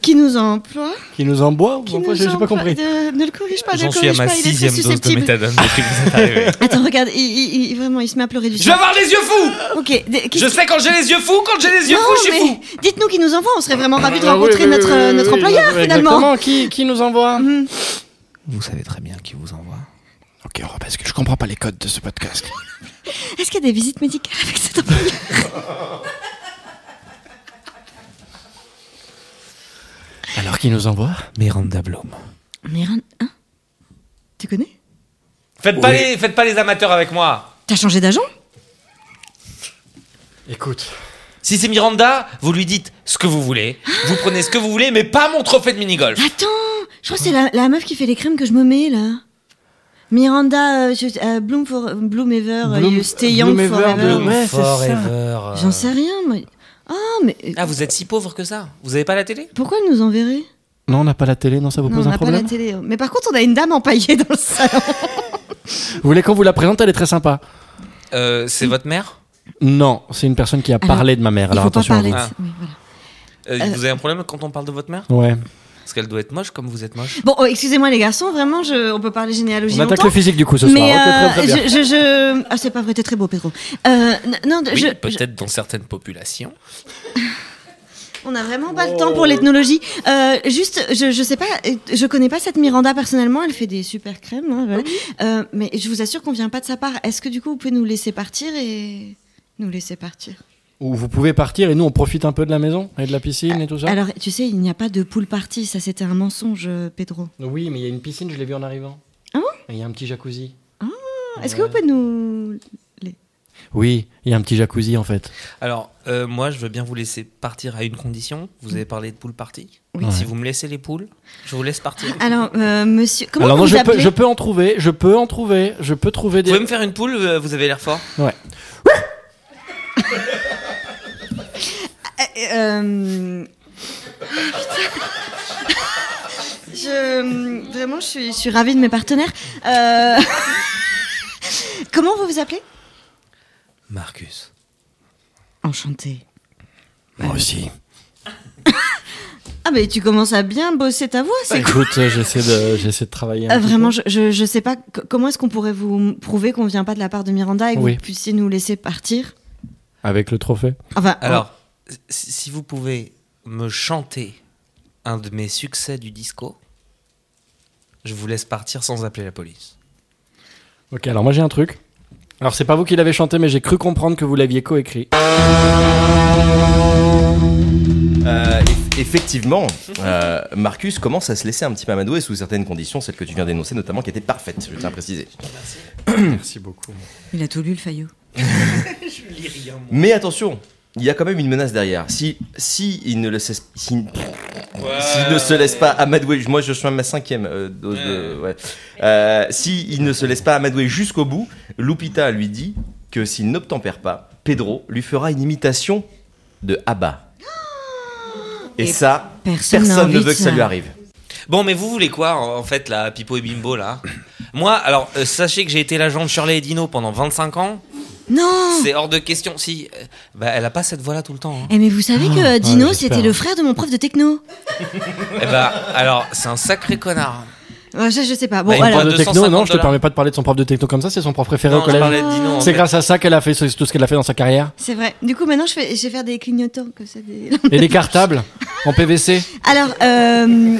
D: qui nous emploie
C: Qui nous emboît ou
D: qui
C: emboît,
D: nous
C: J'ai j'ai pas
D: emploie-
C: compris.
D: de- Ne le corrige pas, ne
F: J'en
D: le
F: suis à
D: corrige
F: ma
D: pas, il est très
F: sixième dose de
D: susceptible.
F: méthadone depuis que vous êtes arrivé.
D: Attends, regarde, il, il- il- vraiment, il se met à pleurer du
F: Je vais
D: sang.
F: avoir les yeux fous
D: Ok, d- qu'est-ce
F: Je sais quand j'ai les yeux fous, quand j'ai les yeux
D: Non,
F: fous, je suis
D: mais
F: fou
D: dites-nous qui nous envoie, on serait vraiment ravis de
C: Ah oui,
D: rencontrer
C: oui,
D: notre, euh,
C: oui, oui,
D: notre
C: oui,
D: employeur
C: exactement.
D: finalement.
C: Qui, qui nous envoie
D: Mhm.
F: Vous savez très bien qui vous envoie.
C: Ok, on parce que je comprends pas les codes de ce podcast.
D: Est-ce qu'il y a des visites médicales avec cet employeur
C: Alors qui nous envoie
F: Miranda Blum.
D: Mais rien- hein Tu connais
F: Faites, pas les, faites pas les amateurs avec moi
D: T'as changé d'agent
C: Écoute.
F: Si c'est Miranda, vous lui dites ce que vous voulez, vous prenez ce que vous voulez, mais pas mon trophée de mini-golf
D: Attends, je crois que c'est la, la meuf qui fait les crèmes que je me mets là. Miranda euh, je- euh, Bloom for euh, Bloom Ever, euh, you Stay Young
C: Bloom Ever,
D: Forever.
C: Bloom- Ouais, c'est ça.
F: Forever.
D: J'en sais rien moi. Ah mais euh,
F: Ah, vous êtes si pauvre que ça Vous avez pas la télé
D: pourquoi elle nous enverrait
C: Non, on n'a pas la télé, non, ça vous
D: Non,
C: pose
D: on
C: un
D: n'a pas la
C: problème
D: télé. Mais par contre, on a une dame empaillée dans le salon.
C: Vous voulez qu'on vous la présente Elle est très sympa.
F: euh, C'est votre mère
C: Non, c'est une personne qui a
D: Alors,
C: parlé de ma mère.
D: Il
C: Alors
D: faut pas
C: attention. hein. à
D: parler.
C: vous.
D: de-
F: Ah.
D: oui, voilà.
F: Euh, Vous avez un problème quand on parle de votre mère
C: Ouais.
F: Parce qu'elle doit être moche comme vous êtes moche.
D: Bon, oh, excusez-moi les garçons, vraiment, je- on peut parler généalogie
C: On attaque
D: longtemps.
C: le physique du coup ce
D: Mais
C: soir. Ok, très, très
D: euh,
C: bien.
D: je, je, je- ah c'est pas vrai, t'es très beau Pedro. Euh, n- non,
F: Oui,
D: je, je-
F: peut-être dans certaines populations.
D: on a vraiment pas le temps pour l'ethnologie. Euh, juste, je, je sais pas, euh, je connais pas cette Miranda personnellement. Elle fait des super crèmes, hein, voilà. Euh, mais je vous assure qu'on vient pas de sa part. Est-ce que du coup vous pouvez nous laisser partir et nous laisser partir
C: Ou vous pouvez partir et nous on profite un peu de la maison et de la piscine et tout ça.
D: Alors tu sais, il n'y a pas de pool party. Ça c'était un mensonge, euh, Pedro.
C: Oui, mais il y a une piscine, je l'ai vue en arrivant.
D: Ah bon
C: Il y a un petit jacuzzi.
D: Est-ce que vous pouvez nous
C: Oui, il y a un petit jacuzzi en fait.
F: Alors, euh, moi, je veux bien vous laisser partir à une condition. Vous avez parlé de poule party.
D: Oui.
F: Si vous me laissez les poules, je vous laisse partir.
D: Alors euh, Monsieur, comment
C: Alors
D: vous
C: non, je
D: vous
C: peux,
D: appelez
C: je peux en trouver, je peux en trouver, je peux trouver
F: Vous
C: des.
F: pouvez me faire une poule euh, Vous avez l'air fort.
C: Ouais.
D: Euh, ah, putain. je, vraiment, je suis, je suis ravie de mes partenaires. Euh, Comment vous vous appelez
F: Marcus.
D: Enchantée.
C: Moi aussi.
D: Ah, mais tu commences à bien bosser ta voix, c'est
C: Écoute, euh, j'essaie de, j'essaie de travailler. Un
D: Euh,
C: petit
D: vraiment,
C: peu.
D: je, je, je sais pas c- comment est-ce qu'on pourrait vous prouver qu'on vient pas de la part de Miranda et que
C: Oui.
D: vous puissiez nous laisser partir.
C: Avec le trophée.
D: Enfin, oh.
F: Alors, si si vous pouvez me chanter un de mes succès du disco, je vous laisse partir sans appeler la police.
C: Ok, alors moi j'ai un truc. Alors c'est pas vous qui l'avez chanté, mais j'ai cru comprendre que vous l'aviez coécrit.
A: Euh, eff- effectivement, euh, Marcus commence à se laisser un petit peu amadouer sous certaines conditions, celles que tu viens d'énoncer notamment, qui étaient parfaites, je tiens à préciser.
C: Merci beaucoup.
D: il a tout lu le faillot.
A: Mais attention, il y a quand même une menace derrière. Si, si il ne le cesse- si- s'il ne se laisse pas amadouer, moi je suis à ma cinquième euh, dose de- ouais. Euh, si il ne se laisse pas amadouer jusqu'au bout, Lupita lui dit que s'il n'obtempère pas, Pedro lui fera une imitation de Abba. Et,
D: Et
A: ça,
D: personne n'a
A: personne
D: envie
A: ne
D: de
A: veut que ça
D: ça.
A: lui arrive.
F: Bon, mais vous voulez quoi, en en fait, là, Pipo et Bimbo, là Moi, alors, euh, sachez que j'ai été l'agent de Shirley et Dino pendant 25 ans.
C: Oh.
D: Non
F: C'est hors de question. Si, euh, bah, elle a pas cette voix-là tout le temps. hein.
D: Eh, mais vous savez que euh, Dino,
C: j'espère.
D: c'était le frère de mon prof de techno.
F: Eh bah, alors, c'est un sacré connard.
D: Ouais, je, je sais pas. Bon,
F: Bah, il me
D: alors.
F: parle
C: Prof de techno, non, je te
F: $250.
C: permets pas de parler de son prof de techno comme ça, c'est son prof préféré au
F: non, je
C: collège.
F: parlais de Dino. en
C: C'est
F: fait.
C: grâce à ça qu'elle a fait ce- tout ce qu'elle a fait dans sa carrière.
D: C'est vrai. Du coup, maintenant, je, fais, je vais faire des clignotants comme ça. Des...
C: Et des cartables en PVC.
D: Alors, euh...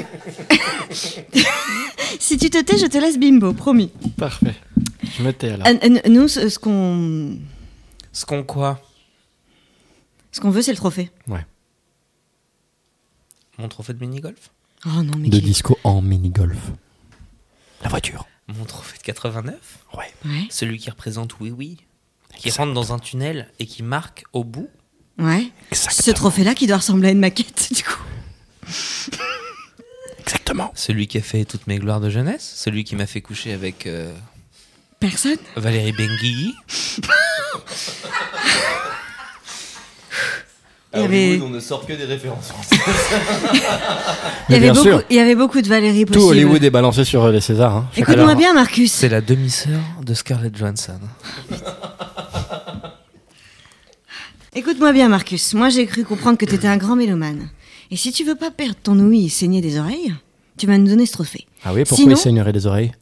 D: si tu te tais, je te laisse bimbo, promis.
C: Parfait. Je me tais alors.
D: Euh, euh, nous, ce ce qu'on
F: Ce qu'on quoi
D: ce qu'on veut, c'est le trophée.
F: Mon trophée de mini-golf
D: Oh non, mais
C: De
D: qui-
C: disco en mini-golf. La voiture.
F: Mon trophée de 89
C: Ouais.
D: Ouais.
F: Celui qui représente Oui Oui. Qui rentre dans un tunnel et qui marque au bout
D: ouais. Ce trophée-là qui doit ressembler à une maquette, du coup.
C: Exactement.
F: Celui qui a fait toutes mes gloires de jeunesse Celui qui m'a fait coucher avec euh,
D: Personne
A: Ah
F: Valérie Benguigui
D: Il y avait,
A: on ne sort que des références
D: il y
C: Mais
D: avait
C: bien
D: beaucoup,
C: sûr,
D: il y avait beaucoup de Valérie
C: tout
D: possible.
C: Hollywood est balancé sur euh, les Césars. hein, chaque
D: Écoute-moi
C: année.
D: bien, Marcus.
F: C'est la demi-sœur de Scarlett Johansson.
D: Écoute-moi bien, Marcus. Moi, j'ai cru comprendre que t'étais un grand mélomane. Et si tu veux pas perdre ton ouïe et saigner des oreilles, tu vas nous donner ce trophée.
C: Ah oui, pourquoi
D: Sinon-
C: il saignerait des oreilles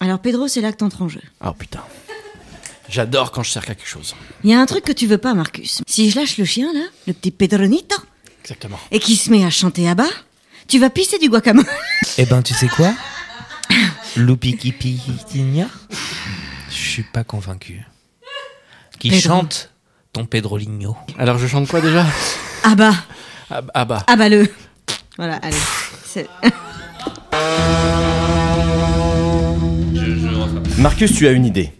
D: Alors, Pedro, c'est là que t'entres en jeu.
C: Oh putain. J'adore quand je sers quelque chose.
D: Il y a un truc que tu veux pas, Marcus. Si je lâche le chien, là, le petit Pedronito,
C: Exactement.
D: et qu'il se met à chanter à bas, tu vas pisser du guacamole.
F: Eh ben, tu sais quoi Loupi Kipitinia Je suis pas convaincu. Qui
D: Pedro.
F: chante ton Pedro Ligno.
C: Alors je chante quoi déjà
D: Ah bah,
C: ah, ah bah.
D: ah bah le. Voilà, allez. C'est-
A: Marcus, tu as une idée.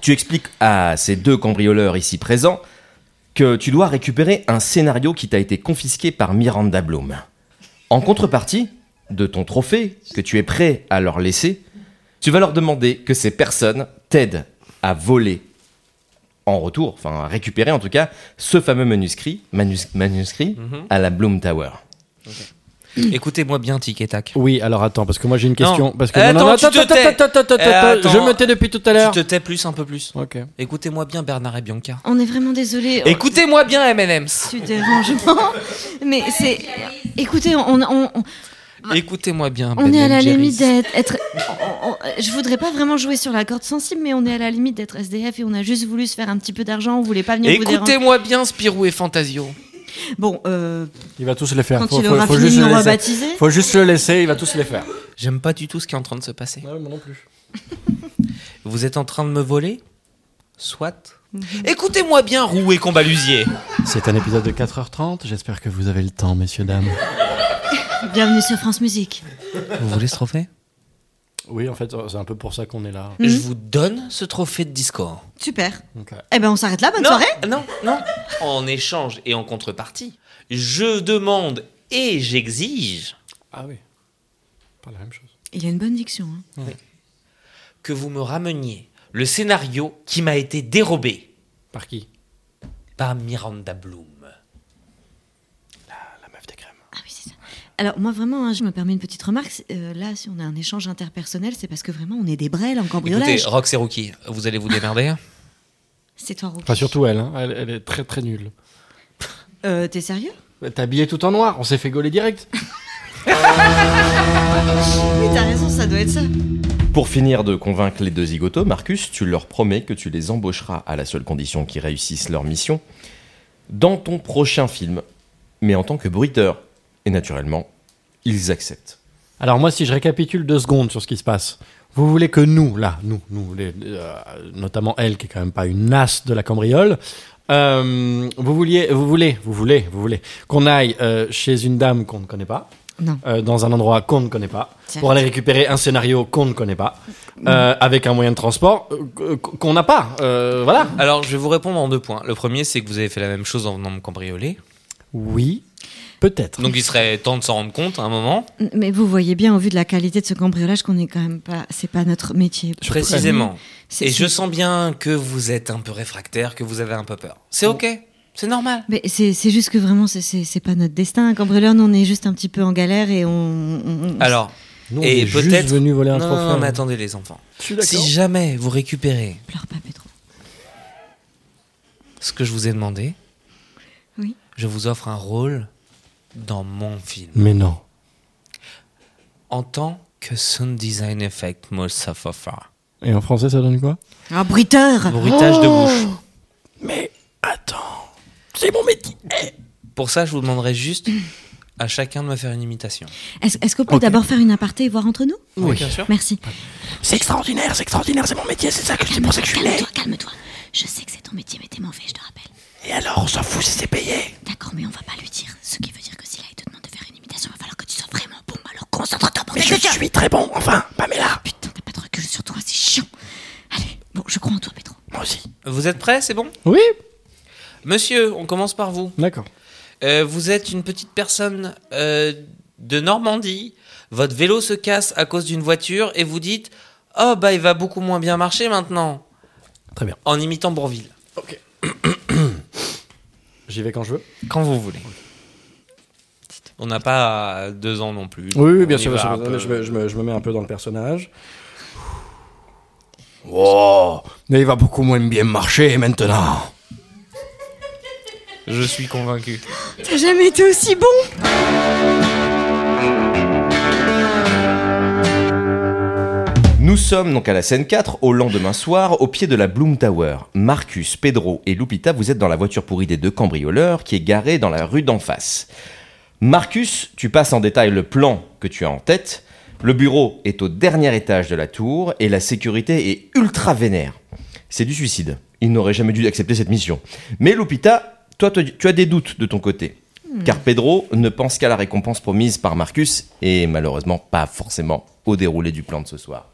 A: Tu expliques à ces deux cambrioleurs ici présents que tu dois récupérer un scénario qui t'a été confisqué par Miranda Bloom. En contrepartie de ton trophée que tu es prêt à leur laisser, tu vas leur demander que ces personnes t'aident à voler en retour, enfin à récupérer en tout cas, ce fameux manuscrit, manus- manuscrit à la Bloom Tower.
F: Écoutez-moi bien, Tic et Tac.
C: Oui, alors attends, parce que moi j'ai une
F: Non. Eh,
C: question. Parce que
F: Attends,
C: non, non,
F: tu te
C: attends,
F: tais.
C: attends, attends, attends,
F: Eh,
C: attends, je
F: attends.
C: me tais depuis tout à
F: Tu
C: l'heure.
F: te tais plus, un peu plus.
C: Ok.
F: Écoutez-moi bien, Bernard et Bianca.
D: On est vraiment désolé.
F: Écoutez-moi bien, M&M's.
D: Tu déranges. Mais c'est. Écoutez, on, on, on,
F: Écoutez-moi bien.
D: on
F: Ben
D: est à la
F: Jerry's.
D: limite d'être. être- on- on- je voudrais pas vraiment jouer sur la corde sensible, mais on est à la limite d'être SDF et on a juste voulu se faire un petit peu d'argent. On voulait pas venir vous déranger.
F: Écoutez-moi bien, Spirou et Fantasio.
D: Bon, euh,
C: Il va tous les faire.
D: quand il aura fini de nous rebaptiser.
C: Faut juste le laisser, il va tous les faire.
F: J'aime pas du tout ce qui est en train de se passer.
C: Non, moi non plus.
F: Vous êtes en train de me voler Soit.
D: Mhm.
F: Écoutez-moi bien, Roux et Combalusier.
C: C'est un épisode de 4h30, j'espère que vous avez le temps, messieurs, dames.
D: Bienvenue sur France Musique.
F: Vous voulez ce trophée
C: Oui, en fait, c'est un peu pour ça qu'on est là.
D: Mhm.
F: Je vous donne ce trophée de Discord.
D: Super.
C: Ok.
D: Eh ben, on s'arrête là. Bonne
F: non,
D: soirée.
F: non, non. En échange et en contrepartie, je demande et j'exige
C: Ah oui. Pas la même chose.
D: Il y a une bonne diction. hein.
F: que vous me rameniez le scénario qui m'a été dérobé
C: Par qui
F: par Miranda Bloom.
C: La meuf des crèmes.
D: Ah oui, c'est ça. Alors, moi, vraiment, hein, je me permets une petite remarque. C'est- euh, là, si on a un échange interpersonnel, c'est parce que vraiment, on est des brels en
F: Écoutez,
D: cambriolage.
F: Rox et Rookie, vous allez vous démerder
D: C'est toi, Roux.
C: Enfin, surtout elle, hein. elle, elle est très très nulle.
D: Euh, T'es sérieux
C: T'es habillée tout en noir, on s'est fait gauler direct.
D: Oui, t'as raison, ça doit être ça.
A: Pour finir de convaincre les deux zigotos, Marcus, tu leur promets que tu les embaucheras à la seule condition qu'ils réussissent leur mission dans ton prochain film, mais en tant que bruiteur. Et naturellement, ils acceptent.
C: Alors moi, si je récapitule deux secondes sur ce qui se passe, vous voulez que nous, là, nous, nous, les- euh, notamment elle, qui est quand même pas une as de la cambriole, euh, vous vouliez, vous voulez, vous voulez, vous voulez qu'on aille euh, chez une dame qu'on ne connaît pas,
D: Non.
C: euh, dans un endroit qu'on ne connaît pas,
D: Certes.
C: pour aller récupérer un scénario qu'on ne connaît pas, euh, avec un moyen de transport euh, qu'on n'a pas, euh, voilà.
F: Alors, je vais vous répondre en deux points. Le premier, c'est que vous avez fait la même chose en venant me cambrioler.
C: Oui, peut-être.
F: Donc, il serait temps de s'en rendre compte à un moment.
D: Mais vous voyez bien, au vu de la qualité de ce cambriolage, qu'on est quand même pas. C'est pas notre métier.
F: Précisément.
D: C'est-
F: Et je
D: c'est-
F: sens bien que vous êtes un peu réfractaire, que vous avez un peu peur. C'est ok, c'est normal.
D: Mais c'est c'est juste que vraiment, c'est- c'est c'est pas notre destin. Un cambrioleur, nous, on est juste un petit peu en galère et on. on- on-
F: Alors,
C: Nous, on
F: et
C: est juste
F: peut-être.
C: venus voler un
F: non, non,
C: trophée.
F: non, mais attendez les enfants.
C: Je suis d'accord.
F: Si jamais vous récupérez
D: Pleure pas, Pedro.
F: ce que je vous ai demandé,
D: Oui.
F: je vous offre un rôle dans mon film
C: Mais non.
F: en tant que sound design effect Moussafafa.
C: Et en français, ça donne quoi
D: Un
C: Ah.
D: bruiteur
F: Bruitage de bouche.
E: Mais attends, c'est mon métier. Eh,
F: Pour ça, je vous demanderai juste à chacun de me faire une imitation.
D: Est-ce est-ce qu'on peut d'abord faire une aparté et voir entre nous
F: Oui, bien sûr.
D: Merci.
E: C'est extraordinaire, c'est extraordinaire, c'est mon métier, c'est ça que c'est pour ça que je suis né.
D: Calme-toi, calme-toi. Je sais que c'est ton métier, mais t'es mauvais, je te rappelle.
E: Et alors, on s'en fout si c'est payé.
D: D'accord, mais on va pas lui dire. Ce qui veut dire que si là, il te demande de faire une imitation, il va falloir que tu sois vraiment bon. Alors concentre-toi, bordel
E: Je
D: de Dieu
E: suis très bon, enfin, Pamela.
D: Putain, t'as pas de recul sur toi, c'est chiant. Allez, bon, je crois en toi, Pedro.
E: Moi aussi.
F: Vous êtes prêts C'est bon
C: Oui,
F: Monsieur, on commence par vous.
C: d'accord.
F: Euh, vous êtes une petite personne euh, de Normandie. Votre vélo se casse à cause d'une voiture et vous dites Oh, bah, il va beaucoup moins bien marcher maintenant.
C: Très bien.
F: En imitant Bourville. Ok.
C: J'y vais quand je veux.
F: Quand vous voulez. On n'a pas euh, deux ans non plus.
C: Oui, oui
F: On
C: bien
F: y
C: sûr.
F: va
C: bien sûr.
F: un
C: Non,
F: peu.
C: mais je, me, je me- je me mets un peu dans le personnage. Mais il va beaucoup moins bien marcher maintenant.
F: Je suis convaincu.
D: T'as jamais été aussi bon
A: Nous sommes donc à la scène 4, au lendemain soir, au pied de la Bloom Tower. Marcus, Pedro et Lupita, vous êtes dans la voiture pourrie des deux cambrioleurs qui est garée dans la rue d'en face. Marcus, tu passes en détail le plan que tu as en tête. Le bureau est au dernier étage de la tour et la sécurité est ultra vénère. C'est du suicide. Il n'aurait jamais dû accepter cette mission. Mais Lupita, toi, te- tu as des doutes de ton côté. Car Pedro ne pense qu'à la récompense promise par Marcus et malheureusement pas forcément au déroulé du plan de ce soir.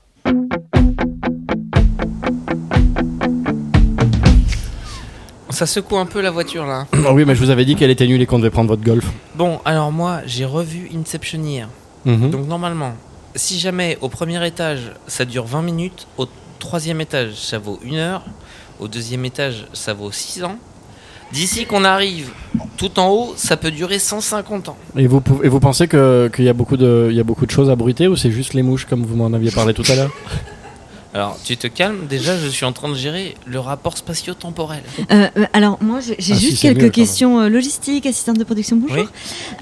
F: Ça secoue un peu la voiture là.
C: Ah oui, mais je vous avais dit qu'elle était nulle et qu'on devait prendre votre golf.
F: Bon, alors moi, j'ai revu Inception hier.
C: Mhm.
F: Donc normalement, si jamais au premier étage ça dure 20 minutes, au troisième étage ça vaut une heure, au deuxième étage ça vaut 6 ans. D'ici qu'on arrive tout en haut, ça peut durer 150 ans.
C: Et vous, pouvez- et vous pensez que- qu'il y, a beaucoup de- il y a beaucoup de choses à bruiter ou c'est juste les mouches comme vous m'en aviez parlé tout à l'heure
F: Alors tu te calmes, déjà je suis en train de gérer le rapport spatio-temporel.
D: Euh, euh, alors moi j'ai j'ai
C: Ah, si,
D: juste
C: c'est mieux,
D: quelques
C: quand même.
D: questions euh, logistiques, assistante de production, bonjour.
F: Oui.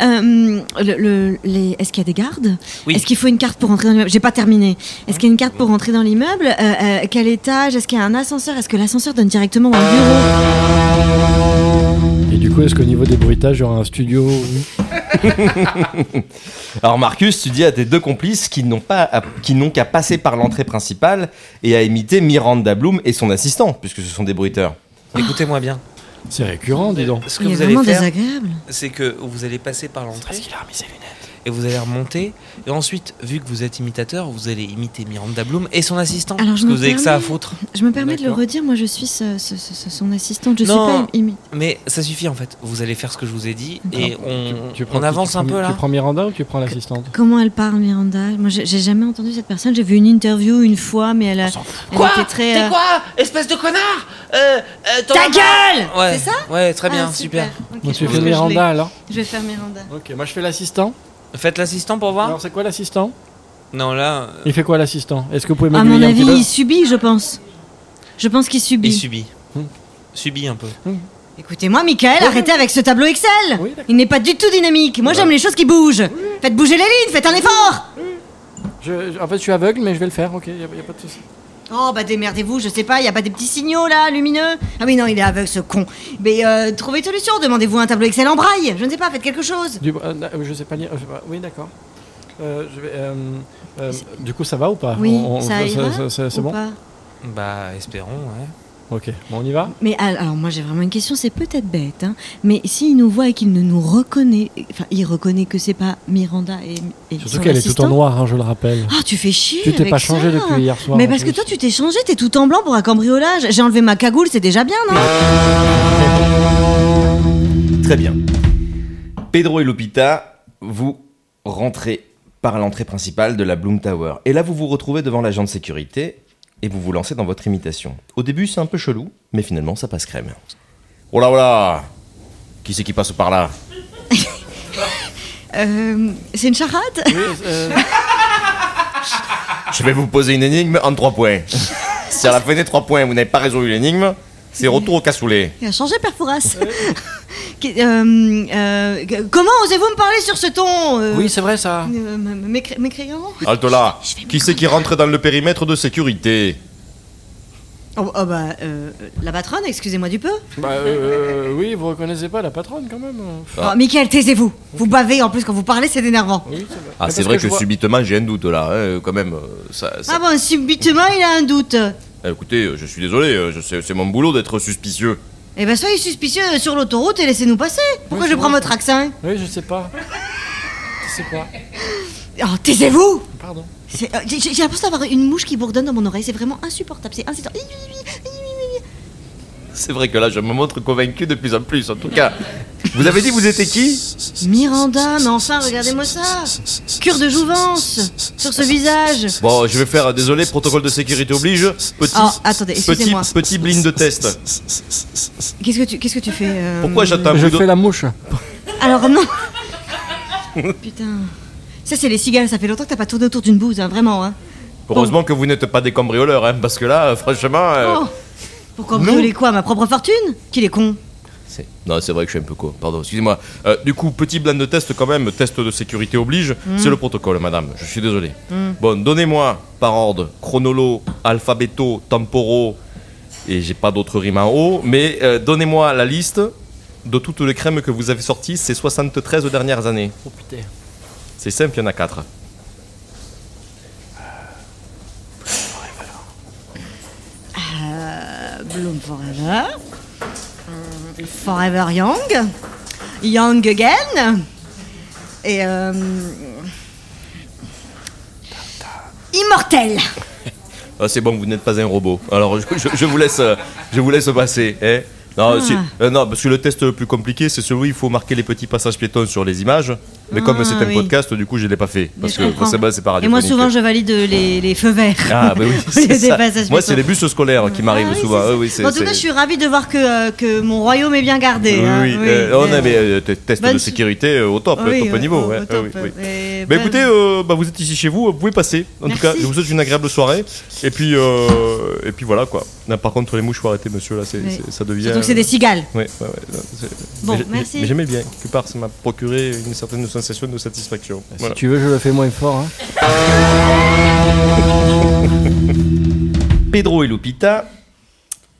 D: Euh, le- le- les- Est-ce qu'il y a des gardes
F: Oui. Hein
D: Est-ce qu'il faut une carte pour entrer dans l'immeuble J'ai pas terminé. Est-ce qu'il y a une carte pour entrer dans l'immeuble Euh, euh, Quel étage Est-ce qu'il y a un ascenseur Est-ce que l'ascenseur donne directement au
F: Euh,
D: bureau
C: Et du coup, est-ce qu'au niveau des bruitages, il y aura un studio
A: Alors Marcus, tu dis à tes deux complices qu'ils n'ont pas à- qui n'ont qu'à passer par l'entrée principale et à imiter Miranda Bloom et son assistant, puisque ce sont des bruiteurs.
F: Écoutez-moi bien.
C: C'est récurrent, dis donc.
F: Ce que
D: Il est
F: vous allez
D: vraiment
F: faire,
D: désagréable.
F: c'est que vous allez passer par l'entrée. Et vous allez remonter. Et ensuite, vu que vous êtes imitateur, vous allez imiter Miranda Bloom et son assistant.
D: Alors, je
F: parce que
D: me
F: vous avez que ça à
D: permets-
F: foutre.
D: Je me permets de le
F: D'accord.
D: redire, moi je suis ce- ce- ce- ce- son assistante, je suis
F: Non.
D: pas imi-
F: Mais ça suffit en fait. Vous allez faire ce que je vous ai dit et on,
C: Tu
F: on
C: prends-
F: avance
C: tu-
F: un
C: tu-
F: peu là.
C: Tu prends Miranda ou tu prends l'assistante
D: Comment elle parle, Miranda Moi j'ai j'ai jamais entendu cette personne, j'ai vu une interview une fois, mais elle, a- elle
F: Quoi
D: était très...
F: T'es
D: euh,
F: quoi Espèce de connard euh, euh, t'en
D: Ta
F: as marre
D: gueule
F: Ouais.
D: C'est ça
F: Ouais, très bien,
D: Ah,
F: super.
D: Ok,
C: Moi,
D: je
C: tu
D: pense
C: fais
D: que je l'ai.
C: Miranda alors
D: Je vais faire Miranda.
C: Ok, moi je fais l'assistant.
F: Faites l'assistant pour voir
C: Alors, c'est quoi l'assistant
F: Non, là, euh,
C: Il fait quoi l'assistant Est-ce que vous pouvez
D: À mon
C: m'aiguiller un
D: avis,
C: petit peu
D: il subit, je pense. Je pense qu'il
F: il
D: subit.
F: subit.
C: Hmm.
F: Subit un peu.
D: Écoutez-moi, Michael, arrêtez avec ce tableau Excel.
C: Oui, d'accord.
D: il n'est pas du tout dynamique. Moi, j'aime les choses qui bougent. Faites bouger les lignes, faites un effort.
C: Je- je- En fait, je suis aveugle, mais je vais le faire, ok, il a, y a pas de souci.
D: Oh bah démerdez-vous, je sais pas, y a pas des petits signaux là, lumineux Ah oui non, il est aveugle ce con. Mais euh, trouvez une solution, demandez-vous un tableau Excel en braille, je ne sais pas, faites quelque chose.
C: Du- euh, na- je sais pas lire. je sais pas- oui, d'accord. Euh, je vais, euh, euh, du coup, ça va ou pas
D: Oui,
C: Ah, On- on-
D: ça ira
C: ça- ça- C'est
D: ou
C: bon
D: pas
F: Bah, espérons, ouais.
C: Ok, bon, on y va
D: Mais al- alors moi j'ai vraiment une question, c'est peut-être bête, hein, mais s'il nous voit et qu'il ne nous reconnaît, enfin il reconnaît que c'est pas Miranda et, et
C: Surtout
D: son
C: qu'elle est tout en
D: assistant.
C: noir, hein, je le rappelle.
D: Ah, tu fais chier.
C: Tu t'es
D: avec
C: pas changé
D: ça.
C: depuis hier soir,
D: Mais
C: en
D: parce que
C: plus.
D: toi, tu t'es changé, t'es tout en blanc pour un cambriolage. J'ai enlevé ma cagoule, c'est déjà bien, non
A: Très bien. Pedro et Lupita, vous rentrez par l'entrée principale de la Bloom Tower. Et là, vous vous retrouvez devant l'agent de sécurité et vous vous lancez dans votre imitation. Au début, c'est un peu chelou, mais finalement, ça passe crème. Oh là oh là Qui c'est qui passe par là
D: Euh, C'est une charade
A: Je vais vous poser une énigme en trois points. si à la fin des trois points, vous n'avez pas résolu l'énigme, c'est retour au cassoulet.
D: Il a changé, Perforas. Qui- euh, euh, que- comment osez-vous me parler sur ce ton euh,
C: c'est vrai ça.
D: euh, m- m- mécré- Mécréant
A: Halte là Qui c'est qui rentre dans le périmètre de sécurité Ah,
D: oh, oh, bah, euh, la patronne, excusez-moi du peu.
C: Bah, euh, oui, vous reconnaissez pas la patronne quand même. hein.
A: Ah.
D: Oh, Michael, taisez-vous. Vous bavez, en plus, quand vous parlez, c'est énervant.
C: Oui, c'est
A: Ah,
C: Mais
A: c'est
C: parce
A: vrai que,
C: que je vois-
A: subitement, j'ai un doute là, hein, quand même. euh, Ça, ça-
D: Ah bon, subitement, il a un doute.
A: Eh, écoutez, euh, je suis désolé, euh, je- c'est c'est mon boulot d'être suspicieux.
D: Eh ben, soyez suspicieux sur l'autoroute et laissez-nous passer.
C: Oui,
D: Pourquoi je
C: c'est
D: prends
C: vrai.
D: votre accent
C: Oui, je sais pas. Je sais pas.
D: Oh, taisez-vous
C: Pardon.
D: C'est- euh, J'ai j'ai- j'ai l'impression d'avoir une mouche qui bourdonne dans mon oreille, c'est vraiment insupportable, c'est insupportable. Hi, hi, hi, hi, hi, hi, hi.
A: C'est vrai que là, je me montre convaincu de plus en plus, en tout cas.
G: Vous avez dit vous étiez qui
D: Miranda, mais enfin, regardez-moi ça Cure de jouvence Sur ce visage
G: Bon, je vais faire, euh, désolé, protocole de sécurité oblige. Petit,
D: Oh, attendez,
G: petit,
D: excusez-moi.
G: petit blind de test.
D: Qu'est-ce que tu, qu'est-ce que tu fais euh,
G: Pourquoi j'attends
C: Je
G: vous de-
C: fais la mouche.
D: Alors non Putain. Ça, c'est les cigales, ça fait longtemps que t'as pas tourné autour d'une bouse, hein, vraiment. Hein.
G: Heureusement que vous n'êtes pas des cambrioleurs, hein, parce que là, euh, franchement. euh,
D: Oh Pourquoi me voler quoi Ma propre fortune Qu'il est con
G: c'est- Non, c'est vrai que je suis un peu con, pardon, excusez-moi. Euh, du coup, petit blind de test quand même, test de sécurité oblige. C'est le protocole, madame, je suis désolé. Bon, donnez-moi par ordre chronolo, alphabéto, temporo, et j'ai pas d'autres rimes en haut, mais euh, donnez-moi la liste de toutes les crèmes que vous avez sorties ces 73 dernières années.
C: Oh putain.
G: C'est simple, il y en a 4.
D: Euh, Bloom Forever. Euh, Forever Young. Young Again. Et. Euh... Immortel
G: Ah, c'est bon, vous n'êtes pas un robot. Alors, je, je- je vous, laisse, euh, je vous laisse passer. hein. non,
D: Ah.
G: si- euh, non, parce que le test le plus compliqué, c'est celui où il faut marquer les petits passages piétons sur les images. Mais comme
D: Ah,
G: c'est un
D: oui.
G: podcast, du coup, je ne l'ai pas fait. Parce
D: Je
G: que
D: comprends.
G: forcément, c'est pas
D: Et moi,
G: radiophonique.
D: souvent, je valide les, les feux verts.
G: Ah, bah oui,
D: Au
G: c'est
D: lieu des
G: ça.
D: passages
G: Moi, c'est les
D: piétons.
G: bus scolaires qui m'arrivent
D: Ah oui,
G: souvent.
D: c'est ça.
G: Ah oui, c'est-
D: en tout cas,
G: c'est-
D: je suis ravie de voir que, euh, que mon royaume est bien gardé.
G: Oui,
D: hein.
G: oui, euh, on
D: euh,
G: avait euh, t- test de
D: bonne-
G: sécurité euh, au top,
D: oui,
G: top
D: au-
G: niveau.
D: au-
G: ouais.
D: au
G: Ah
D: top,
G: oui, oui.
D: euh, et
G: Bah
D: bonne-
G: écoutez, euh, bah, vous êtes ici chez vous, vous pouvez passer. En
D: Merci.
G: tout cas, je vous souhaite une agréable soirée. Et puis, euh, et puis voilà quoi. Là, par contre, les mouches, faut arrêter, monsieur. Là, c'est-
D: Oui.
G: c'est- ça devient. euh,
D: Surtout que c'est des cigales.
G: Ouais, ouais, ouais, non, c'est-
D: Bon,
G: mais j'ai-
D: merci.
G: Mais j'aimais bien. Quelque part, ça m'a procuré une certaine sensation de satisfaction. Voilà.
C: Si tu veux, je le fais moins fort. Hein.
G: Pedro et Lupita,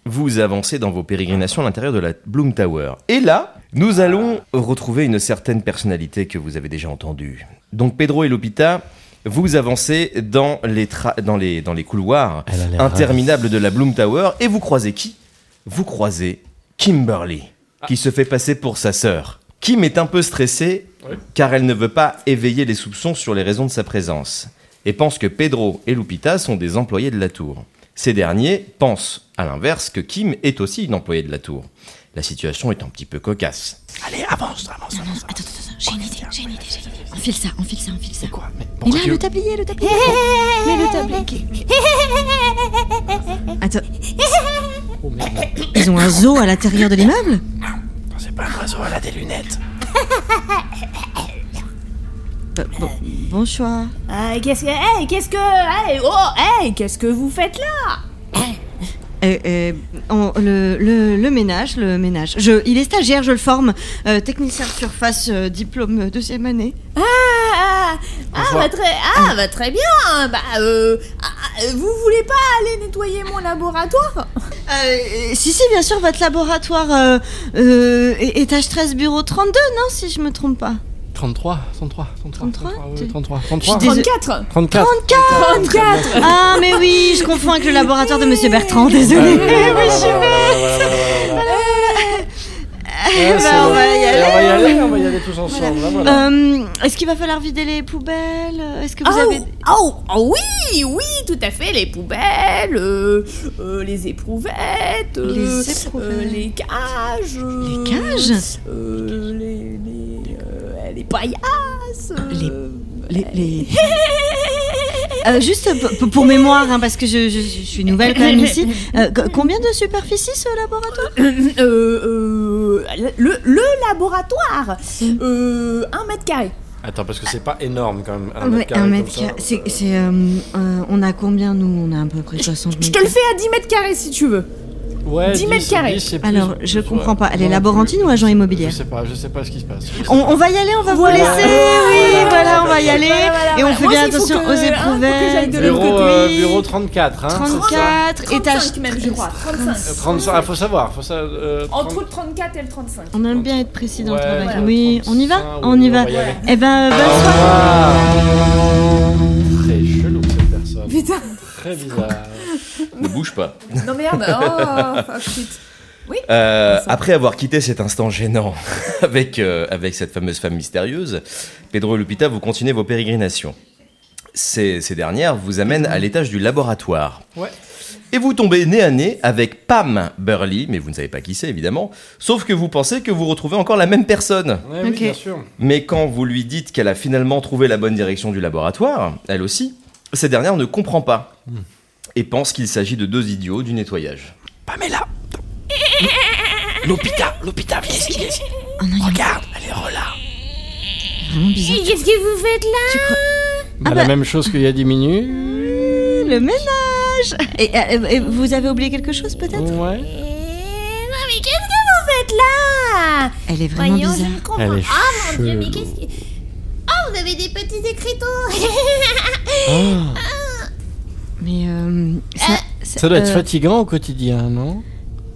G: vous avancez dans vos pérégrinations à l'intérieur de la Bloom Tower. Et là, nous allons retrouver une certaine personnalité que vous avez déjà entendue. Donc Pedro et Lupita, vous avancez dans les, tra- dans les, dans les couloirs
C: Elle a l'air
G: interminables de la Bloom Tower et vous croisez qui Vous croisez Kimberly, qui se fait passer pour sa sœur. Kim est un peu stressée car elle ne veut pas éveiller les soupçons sur les raisons de sa présence et pense que Pedro et Lupita sont des employés de la tour. Ces derniers pensent, à l'inverse, que Kim est aussi une employée de la tour. La situation est un petit peu cocasse.
A: Allez, avance, avance, avance.
E: Attends, attends, attends, j'ai une idée, j'ai une idée, j'ai une idée. On file ça, on file ça, on file ça.
A: Quoi Mais
E: Mais
A: pourquoi
E: là,
A: tu
E: le
A: veux-
E: tablier, le tablier. Mais le tablier.
D: Attends.
C: Oh,
D: Ils ont un zoo à l'intérieur de l'immeuble
A: Non, C'est pas un oiseau, elle a des lunettes.
D: Bah, bon, Bonsoir.
B: Euh, qu'est-ce que. Hey, qu'est-ce que. Hey, oh, hey, qu'est-ce que vous faites là
D: Euh, euh, on- le, le- le ménage, le ménage. Je, il est stagiaire, je le forme. Euh, technicien de surface, euh, diplôme euh, deuxième année.
B: Ah, ah, ah, bah très, ah, bah très bien Bah, euh. ah, ah, vous voulez pas aller nettoyer mon laboratoire
D: Euh, si, si, bien sûr, votre laboratoire, euh, euh, é- étage 13, bureau 32, non, si je me trompe pas.
C: 33, 33, 33,
D: 33,
C: 33,
D: tu-
C: ouais, 33,
D: Je suis
C: 33,
D: désolée.
B: 34
C: 34.
B: 34
D: Ah, mais oui, je confonds avec le laboratoire de Monsieur Bertrand, désolé. oui, je
C: Eh,
D: bah,
C: c'est
D: on
C: bon.
D: va y
C: Eh,
D: aller.
C: on va y aller, on va y aller tous ensemble. là, voilà.
D: Euh, Est-ce qu'il va falloir vider les poubelles Est-ce que vous
B: Oh,
D: avez.
B: oh, oh, oui, oui, tout à fait, les poubelles, euh, euh, les éprouvettes, euh,
D: Les éprouvettes.
B: euh, les cages, euh,
D: Les cages
B: euh, les, les, euh, les paillasses,
D: Les-
B: euh,
D: Les. les- Euh, juste p- p- pour mémoire, hein, parce que je, je- je suis nouvelle quand même ici. Euh, co- combien de superficie ce laboratoire
B: euh, euh, le, le laboratoire,
D: Mm.
B: euh, un mètre carré.
C: Attends, parce que c'est pas énorme quand même. Un
D: Ouais,
C: mètre carré
D: un
C: comme
D: mètre
C: ça,
D: carré.
C: euh,
D: C'est, c'est, euh, euh, on a combien nous On a à peu près 60
B: Je
D: mètres
B: te le fais à 10 mètres carrés si tu veux.
C: ouais,
B: 10 mètres carrés.
C: 10, c'est plus-
D: Alors, je
C: plus,
D: comprends
C: ouais.
D: pas. Elle est
C: Non,
D: laborantine
C: plus.
D: ou agent immobilière
C: Je sais pas, je sais pas ce qui se passe.
D: on, on va y aller, on va
B: Voilà.
D: vous laisser. Oui, Oh, voilà, on va y aller.
B: Voilà, voilà,
D: Et on
B: voilà.
D: fait
B: Moi
D: bien
B: aussi, il faut
D: attention
B: que- hein,
D: aux
B: faut que j'aille
D: éprouvettes.
B: de l'autre
C: Bureau,
B: côté.
C: euh, bureau 34, hein. c'est ça
D: 34, étage
B: 35 même, je crois.
A: Euh,
B: 35.
C: 35, ah, faut savoir, faut ça. euh, 30
B: Entre le 34 et le 35.
D: On aime bien être précis dans le
C: Ouais,
D: travail.
C: voilà,
D: Oui, on y
C: 35,
D: va On y va.
C: y aller.
D: Eh ben, bonne soirée.
C: Ah. Très chelou cette personne.
B: Putain.
C: Très bizarre.
G: Ne bouge pas.
B: Non merde. Oh, oh, shit.
G: Euh,
B: Ça.
G: après avoir quitté cet instant gênant avec, euh, avec cette fameuse femme mystérieuse, Pedro et Lupita, vous continuez vos pérégrinations. Ces, ces dernières vous amènent à l'étage du laboratoire.
C: Ouais.
A: Et vous tombez nez à nez avec Pam Burley, mais vous ne savez pas qui c'est évidemment, sauf que vous pensez que vous retrouvez encore la même personne.
D: oui, Ok. bien
C: sûr.
A: Mais quand vous lui dites qu'elle a finalement trouvé la bonne direction du laboratoire, elle aussi, cette dernière ne comprend pas
G: Hmm.
A: et pense qu'il s'agit de deux idiots du nettoyage.
E: Pamela. Lupita, Lupita, viens ici, viens ici.
H: Oh non, il y a
E: Regarde, elle est relâche.
H: vraiment bizarre.
I: Qu'est-ce que vous faites là
D: Ah bah.
C: La même chose qu'il y a 10 minutes.
D: Le ménage et, euh, et vous avez oublié quelque chose peut-être
C: Ouais.
I: Non mais qu'est-ce que vous faites là
D: Elle est vraiment
I: Voyons, je
D: bizarre.
I: ne comprends
C: Elle est
I: Ah mon dieu, mais
C: chelou.
I: qu'est-ce que... Oh, vous avez des petits écriteaux
C: Ah.
D: Mais euh, ça,
I: Ah,
D: ça-
C: Ça doit être
D: euh,
C: fatigant au quotidien, non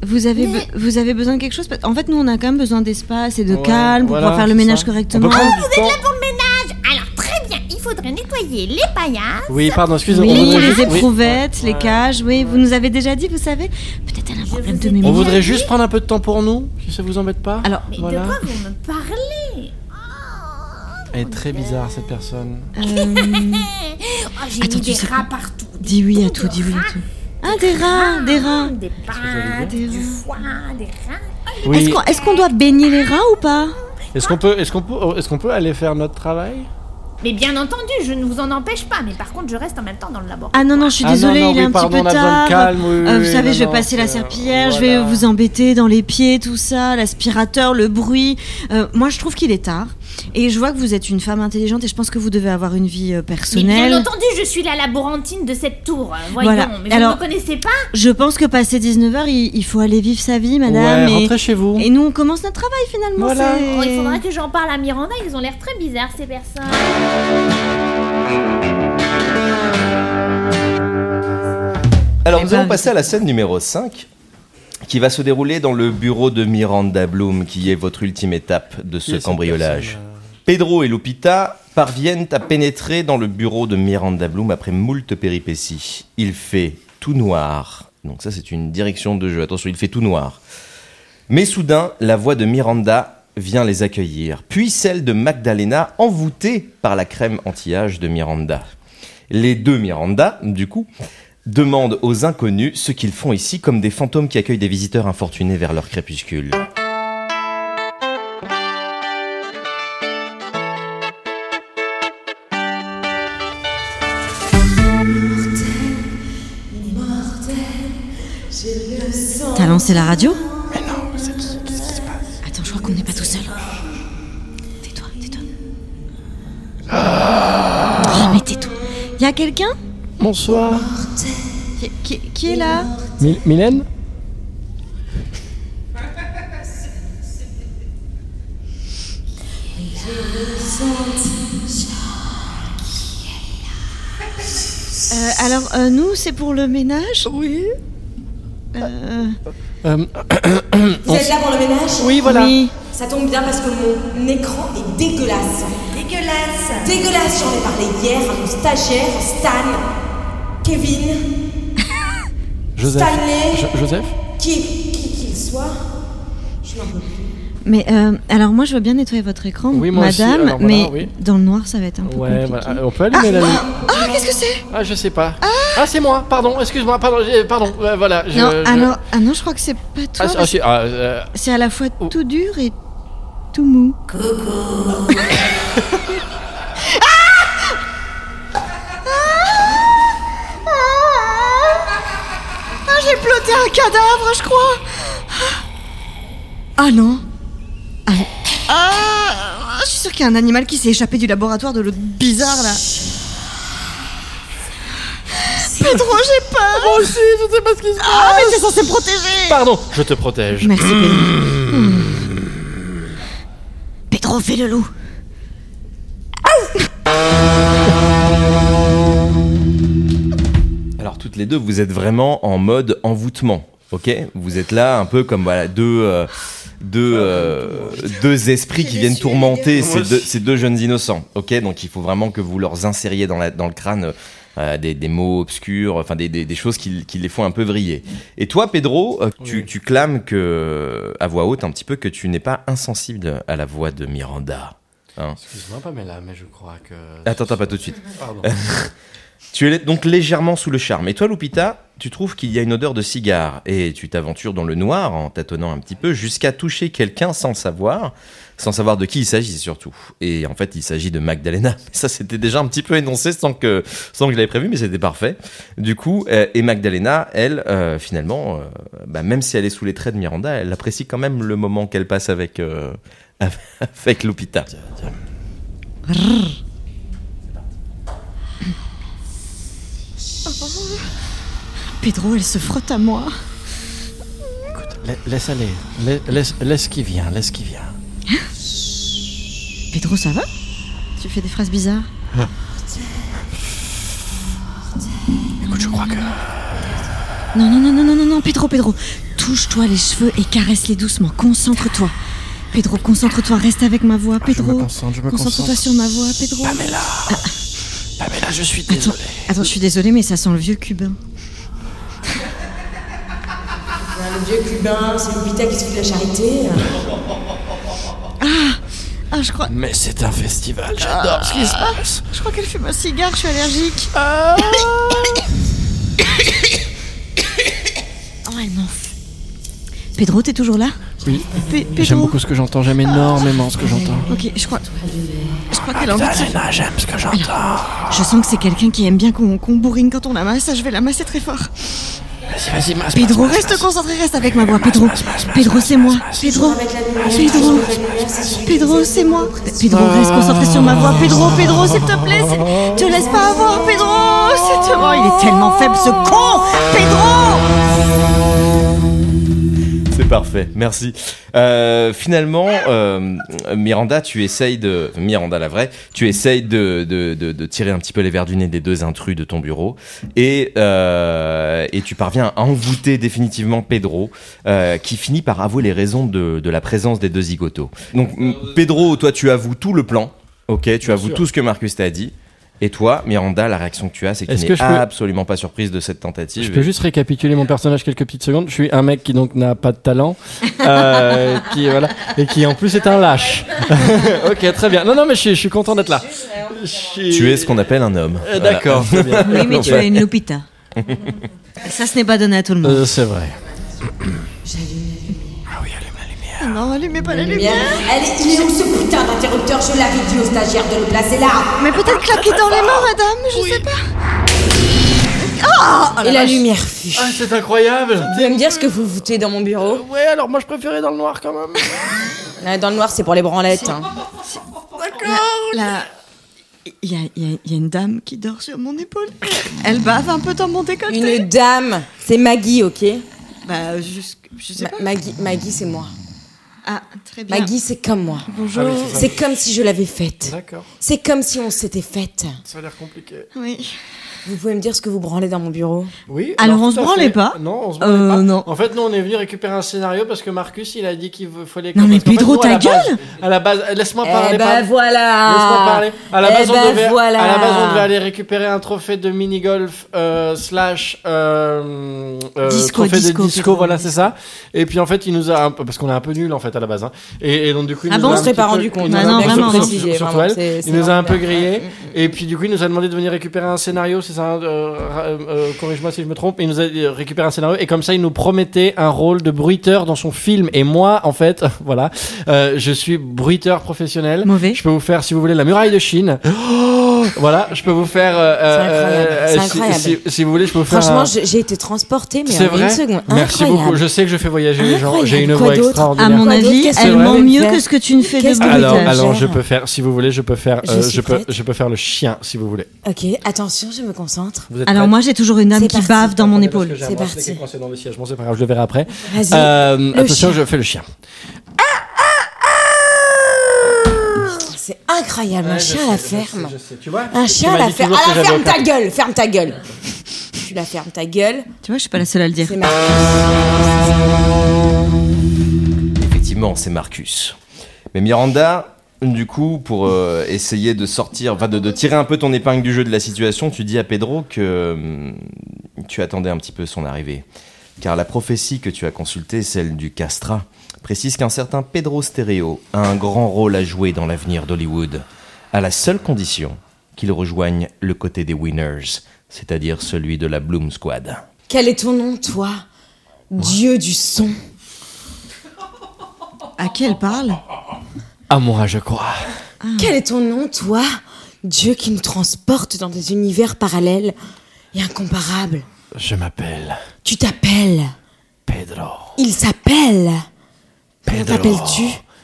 D: Vous avez, be- vous avez besoin de quelque chose En fait, nous, on a quand même besoin d'espace et de
C: Ouais,
D: calme pour
C: voilà,
D: pouvoir faire le
C: c'est
D: ménage
C: ça.
D: correctement. Ah,
C: On peut prendre du temps.
I: Alors très bien, il faudrait nettoyer les paillasses.
C: Oui, pardon, excusez-moi.
D: Oui,
C: on voudrait
D: les
C: juste- oui.
D: éprouvettes, les
C: Ouais.
D: cages, oui, vous nous avez déjà dit, vous savez. Peut-être elle a un problème de mémoire.
C: On voudrait juste prendre un peu de temps pour nous, si ça vous embête pas.
D: Alors,
I: Mais
C: Voilà.
I: de quoi vous me parlez Oh,
C: Elle est très bizarre cette personne.
D: euh,
I: Oh, j'ai
D: Attends,
I: mis
D: tu
I: des
D: sais
I: rats
D: quoi
I: partout. des
D: dis oui à
I: bouts
D: tout,
I: de
D: dis oui à
I: rats,
D: tout. Ah, des rats, des rats.
I: Des pains,
D: Des
I: du
D: rats.
I: foie, des rats.
D: Est-ce qu'on est-ce qu'on doit baigner les rats ou pas
C: Est-ce qu'on peut, est-ce qu'on peut, est-ce qu'on peut aller faire notre travail
I: Mais bien entendu, je ne vous en empêche pas, mais par contre, je reste en même temps dans le laboratoire.
D: Ah non, non, je suis
C: Ah non,
D: désolée,
C: non,
D: il
C: oui,
D: est un
C: pardon,
D: petit
C: on a
D: peu
C: besoin
D: tard.
C: de calme, oui,
D: Euh,
C: oui,
D: vous savez,
C: non,
D: je vais
C: non,
D: passer la
C: c'est- euh,
D: serpillière, je
C: voilà.
D: vais vous embêter dans les pieds, tout ça, l'aspirateur, le bruit. Euh, moi, je trouve qu'il est tard. Et je vois que vous êtes une femme intelligente et je pense que vous devez avoir une vie euh,
I: Mais
D: personnelle.
I: bien entendu, je suis la laborantine de cette tour. euh, Voyons,
D: Voilà.
I: mais vous
D: Alors-
I: ne me connaissez pas
D: Je pense que passé 19h, il, il faut aller vivre sa vie, madame.
C: Ouais,
D: et-
C: rentrez chez vous.
D: et, nous, on commence notre travail finalement.
C: Voilà.
D: c'est-
I: Oh, Il faudra que j'en parle à Miranda, ils ont l'air très bizarres ces personnes.
A: Alors
D: Eh
A: nous
D: ben,
A: allons passer à la scène numéro 5 qui va se dérouler dans le bureau de Miranda Bloom qui est votre ultime étape de
C: Qui
A: ce
C: est cette
A: cambriolage.
C: personne, euh
A: Pedro et Lupita parviennent à pénétrer dans le bureau de Miranda Bloom après moult péripéties. Il fait tout noir. Donc ça c'est une direction de jeu. Attention, il fait tout noir. Mais soudain, la voix de Miranda vient les accueillir, puis celle de Magdalena envoûtée par la crème anti-âge de Miranda. Les deux Miranda, du coup, demandent aux inconnus ce qu'ils font ici comme des fantômes qui accueillent des visiteurs infortunés vers leur crépuscule.
D: T'as lancé la radio
H: Attends, je crois qu'on n'est pas tout seul. Tais-toi, tais-toi.
C: Ah.
H: Oh, mais tais-toi.
D: Y a quelqu'un
C: Bonsoir.
D: qui, qui- qui est là
C: Mi- Mylène
D: Euh, Alors euh, nous, c'est pour le ménage.
C: Oui.
D: Euh,
C: Euh,
J: Vous êtes là pour le ménage
C: oui, voilà.
D: Oui.
J: Ça tombe bien parce que mon écran est dégueulasse. Dégueulasse Dégueulasse, j'en ai parlé hier à mon stagiaire, Stan, Kevin,
C: Joseph.
J: Stanley.
C: Jo- Joseph
J: qui qui qu'il soit. Je n'en peux plus.
D: Mais euh, alors moi, je veux bien nettoyer votre écran,
C: Oui, moi aussi,
D: madame.
C: alors voilà,
D: mais
C: oui.
D: dans le noir, ça va être un peu
C: Ouais,
D: compliqué.
C: voilà. Euh, on peut allumer la lumière.
D: Ah, qu'est-ce que c'est
C: Ah, je sais pas. Ah, c'est moi. Pardon, excuse-moi. Pardon, j'ai- pardon. euh, voilà. je-
D: Non,
C: je-
D: alors, ah non, je crois que c'est pas
C: Ah,
D: toi.
C: c'est- ah,
D: parce que
C: c'est- ah, euh,
D: c'est à la fois tout dur et tout mou. Ah, j'ai ploté un cadavre, je crois. Ah non. Ah, ah, je suis sûre qu'il y a un animal qui s'est échappé du laboratoire de l'autre bizarre là. Pedro, j'ai peur. Moi aussi, je sais pas ce qui se passe. Ah, mais t'es censé me protéger.
C: Pardon, je te protège.
D: Merci, Pedro. Pedro, fais le loup.
A: Alors toutes les deux, vous êtes vraiment en mode envoûtement, ok Vous êtes là un peu comme voilà deux euh, deux
C: Ah,
A: euh, deux esprits qui viennent tourmenter ces deux, ces deux jeunes innocents, ok Donc il faut vraiment que vous leur insériez dans la dans le crâne euh, des, des mots obscurs, enfin des, des, des choses qui, qui les font un peu vriller. Et toi, Pedro, euh, tu, tu clames que à voix haute un petit peu que tu n'es pas insensible à la voix de Miranda. hein.
C: Excuse-moi, Pamela, mais je crois que.
A: Attends, attends, pas tout de suite.
C: Pardon.
A: Tu es donc légèrement sous le charme. Et toi, Lupita, tu trouves qu'il y a une odeur de cigare et tu t'aventures dans le noir en tâtonnant un petit peu jusqu'à toucher quelqu'un sans le savoir, sans savoir de qui il s'agit surtout. Et en fait, il s'agit de Magdalena. Ça, c'était déjà un petit peu énoncé sans que, sans que je l'avais prévu, mais c'était parfait. Du coup, euh, et Magdalena, elle, euh, finalement, euh, bah, même si elle est sous les traits de Miranda, elle apprécie quand même le moment qu'elle passe avec, euh, avec Lupita.
D: Pedro, elle se frotte à moi.
C: Écoute, la- laisse aller. Lai- Laisse, laisse qui vient, laisse qui vient.
D: Pedro, ça va Tu fais des phrases bizarres.
C: Ah. Écoute, je crois que.
D: Non, non, non, non, non, non, non, Pedro, Pedro. Touche-toi les cheveux et caresse-les doucement. Concentre-toi. Pedro, concentre-toi. Reste avec ma voix,
C: Ah, Je
D: Pedro.
C: me concentre, je me
D: Concentre-toi
C: concentre.
D: sur ma voix, Pedro. Ah,
C: Pamela Pamela, je suis désolé.
D: Attends, je suis désolée, mais ça sent le vieux cubain.
J: Hein, le vieux cubain, c'est Lupita qui se fout de la charité.
D: Ah, je crois, Ah,
C: Mais c'est un festival, j'adore ce qui se passe. Ah.
D: je crois qu'elle fume un cigare. Je suis allergique. oh, elle m'enf... Pedro, t'es toujours là
C: Oui,
D: Pe- Pedro.
C: j'aime beaucoup ce que j'entends, j'aime énormément ce que j'entends.
D: Ok, je crois. Je crois qu'elle a envie de se-
E: Magdalena, j'aime ce que j'entends.
D: Je sens que c'est quelqu'un qui aime bien qu'on qu'on bourrine quand on la masse. Je vais la masser très fort.
E: Vas-y, vas-y, masse.
D: Pedro, reste concentré, reste avec ma voix. Pedro, Pedro, c'est moi. Pedro, Pedro, Pedro, c'est moi. Pedro, reste concentré sur ma voix. Pedro, Pedro, s'il te plaît, c'est- te laisse pas avoir. Pedro, s'il te plaît. Il est tellement faible, ce con. Pedro.
A: C'est parfait, merci. Euh, finalement, euh, Miranda, tu essayes de... Miranda la vraie, tu essayes de, de, de, de tirer un petit peu les verres du nez des deux intrus de ton bureau et, euh, et tu parviens à envoûter définitivement Pedro euh, qui finit par avouer les raisons de, de la présence des deux zigotos. Donc m- Pedro, toi tu avoues tout le plan, ok, tu avoues
C: sûr.
A: tout ce que Marcus t'a dit. Et toi, Miranda, la réaction que tu as, c'est que
C: Est-ce
A: tu
C: que
A: n'es
C: je peux-
A: absolument pas surprise de cette tentative.
C: Je peux
A: Et-
C: juste récapituler mon personnage quelques petites secondes. Je suis un mec qui donc n'a pas de talent, euh, qui voilà, et qui en plus est un lâche. ok, très bien. Non, non, mais je, suis- je suis content d'être là. Je
D: euh,
C: suis-
A: Tu es ce qu'on appelle un homme.
C: Euh,
A: Voilà.
C: D'accord. très bien.
D: Oui, mais tu as une Lupita. Ça, ce n'est pas donné à tout le monde.
C: Euh, c'est vrai.
D: Non, allumez pas la
J: Bien.
D: lumière.
J: Elle est, il est où ce putain d'interrupteur Je l'avais dit au stagiaire de le placer là.
D: Mais peut-être claquer dans les mains, madame. Je sais pas.
J: Et Oh la lumière fuit.
C: Ah, c'est incroyable.
J: Vous pouvez me dire ce que vous foutez dans mon bureau
C: Ouais, alors moi je préférais dans le noir quand même.
J: Ouais, Dans le noir, c'est pour les branlettes. hein.
D: Là, il y a, il y a- il y a une dame qui dort sur mon épaule. Elle bave un peu dans mon décolleté.
J: Une dame, c'est Maggie, ok
D: Bah, jusqu'- je sais
J: Ma-
D: pas.
J: Maggie, Maggie c'est moi.
D: Ah, très bien.
J: Maggie, c'est comme moi.
D: bonjour.
J: C'est comme si je l'avais faite.
C: D'accord.
J: C'est comme si on s'était faite.
C: Ça a l'air compliqué.
D: Ah Oui.
J: Vous pouvez me dire ce que vous branlez dans mon bureau
C: Oui.
D: Alors, on
C: tout
D: se
C: à
D: branlait
C: fait.
D: pas
C: Non, on se
D: Euh,
C: branlait pas.
D: non.
C: En fait, nous on est venu récupérer un scénario parce que Marcus il a dit qu'il fallait.
D: Non, mais
C: parce qu'en fait,
D: Pedro,
C: nous, à
D: ta
C: la base-
D: gueule
C: À la base, laisse-moi
J: Eh
C: parler.
J: ben
C: pardon.
J: voilà
C: Laisse-moi parler. À la,
J: Eh
C: base, on
J: ben
C: devait,
J: voilà.
C: à la base, on devait aller récérer un trophée de mini-golf euh, slash euh, euh,
D: Disco,
C: trophée
D: disco,
C: de disco,
D: plutôt.
C: voilà, c'est ça. Et puis en fait, il nous a. un peu- Parce qu'on est un peu nul en fait à la base. hein. Et, et donc, du coup, il
D: Ah
C: nous
D: bon,
C: a
D: on
C: un
D: se
J: serait
C: petit
J: pas
C: peu-
J: rendu compte,
C: il nous a
D: hein,
C: un
D: non,
C: petit peu
D: vraiment.
C: précisé,
J: Précisé,
C: surtout
J: vraiment,
C: elle.
J: c'est- c'est
C: Il nous a un peu
J: vraiment bien.
C: grillé. Et puis du coup, il nous a demandé de venir récupérer un scénario, c'est ça euh, euh, euh, Corrige-moi si je me trompe. Il nous a euh, récupéré un scénario et comme ça, il nous promettait un rôle de bruiteur dans son film. Et moi, en fait, voilà, euh, je suis bruiteur professionnel.
D: Mauvais.
C: Je peux vous faire, si vous voulez, la muraille de Chine. voilà, je peux vous faire. euh, euh,
J: incroyable, c'est
C: euh, si-
J: incroyable.
C: Si, si vous voulez, je peux vous faire.
J: Franchement,
C: un-
J: j'ai j'ai été transportée, mais
C: c'est
J: en
C: vrai.
J: une seconde.
C: Merci
J: Incroyable.
C: beaucoup. Je sais que je fais voyager les gens.
J: Incroyable.
C: J'ai une
J: Quoi
C: voix
J: d'autre
D: À
C: extraordinaire.
D: mon
J: Quoi d'autre,
D: avis,
J: qu'est-ce
D: elle
C: que
D: ment
J: vous
D: mieux
J: voulez
D: que ce que tu ne fais de
J: Qu'est-ce que vous
C: Alors,
J: Bruitage.
C: alors, je peux faire. Si vous voulez, je peux faire.
J: Je
C: euh,
J: suis
C: je peux,
J: prête.
C: je peux faire le chien, si vous voulez.
J: Ok, attention, je me concentre.
C: Vous êtes
D: Alors
C: prête
D: moi, j'ai toujours une âme
J: C'est
D: qui
J: parti.
D: bave dans mon
C: Attendez, parce
D: épaule.
C: que j'ai un
J: C'est
C: bracelet
J: parti.
C: qui est coincé dans le siège. Bon, c'est pas grave, je le verrai après.
J: Vas-y.
C: Euh, attention,
J: chien.
C: je fais le chien.
J: C'est incroyable, un chien à la ferme.
C: Tu vois
J: Un chien à la ferme. À la ferme ta gueule, ferme ta gueule. Tu la fermes ta gueule.
D: Tu vois, je suis pas la seule à le dire.
J: C'est ma.
A: Effectivement, c'est Marcus. Mais Miranda, du coup, pour euh, essayer de sortir, enfin de, de tirer un peu ton épingle du jeu de la situation, tu dis à Pedro que hum, tu attendais un petit peu son arrivée. car la prophétie que tu as consultée, celle du Castra, précise qu'un certain Pedro Stéréo a un grand rôle à jouer dans l'avenir d'Hollywood, à la seule condition qu'il rejoigne le côté des winners, c'est-à-dire celui de la Bloom Squad.
J: Quel est ton nom, toi Dieu du son.
D: À qui elle parle
C: Amora, je crois. Mm.
J: Quel est ton nom, toi Dieu qui nous transporte dans des univers parallèles et incomparables.
C: Je m'appelle
J: Tu t'appelles.
C: Pedro.
J: Il s'appelle. Comment
C: Pedro.
J: t'appelles-tu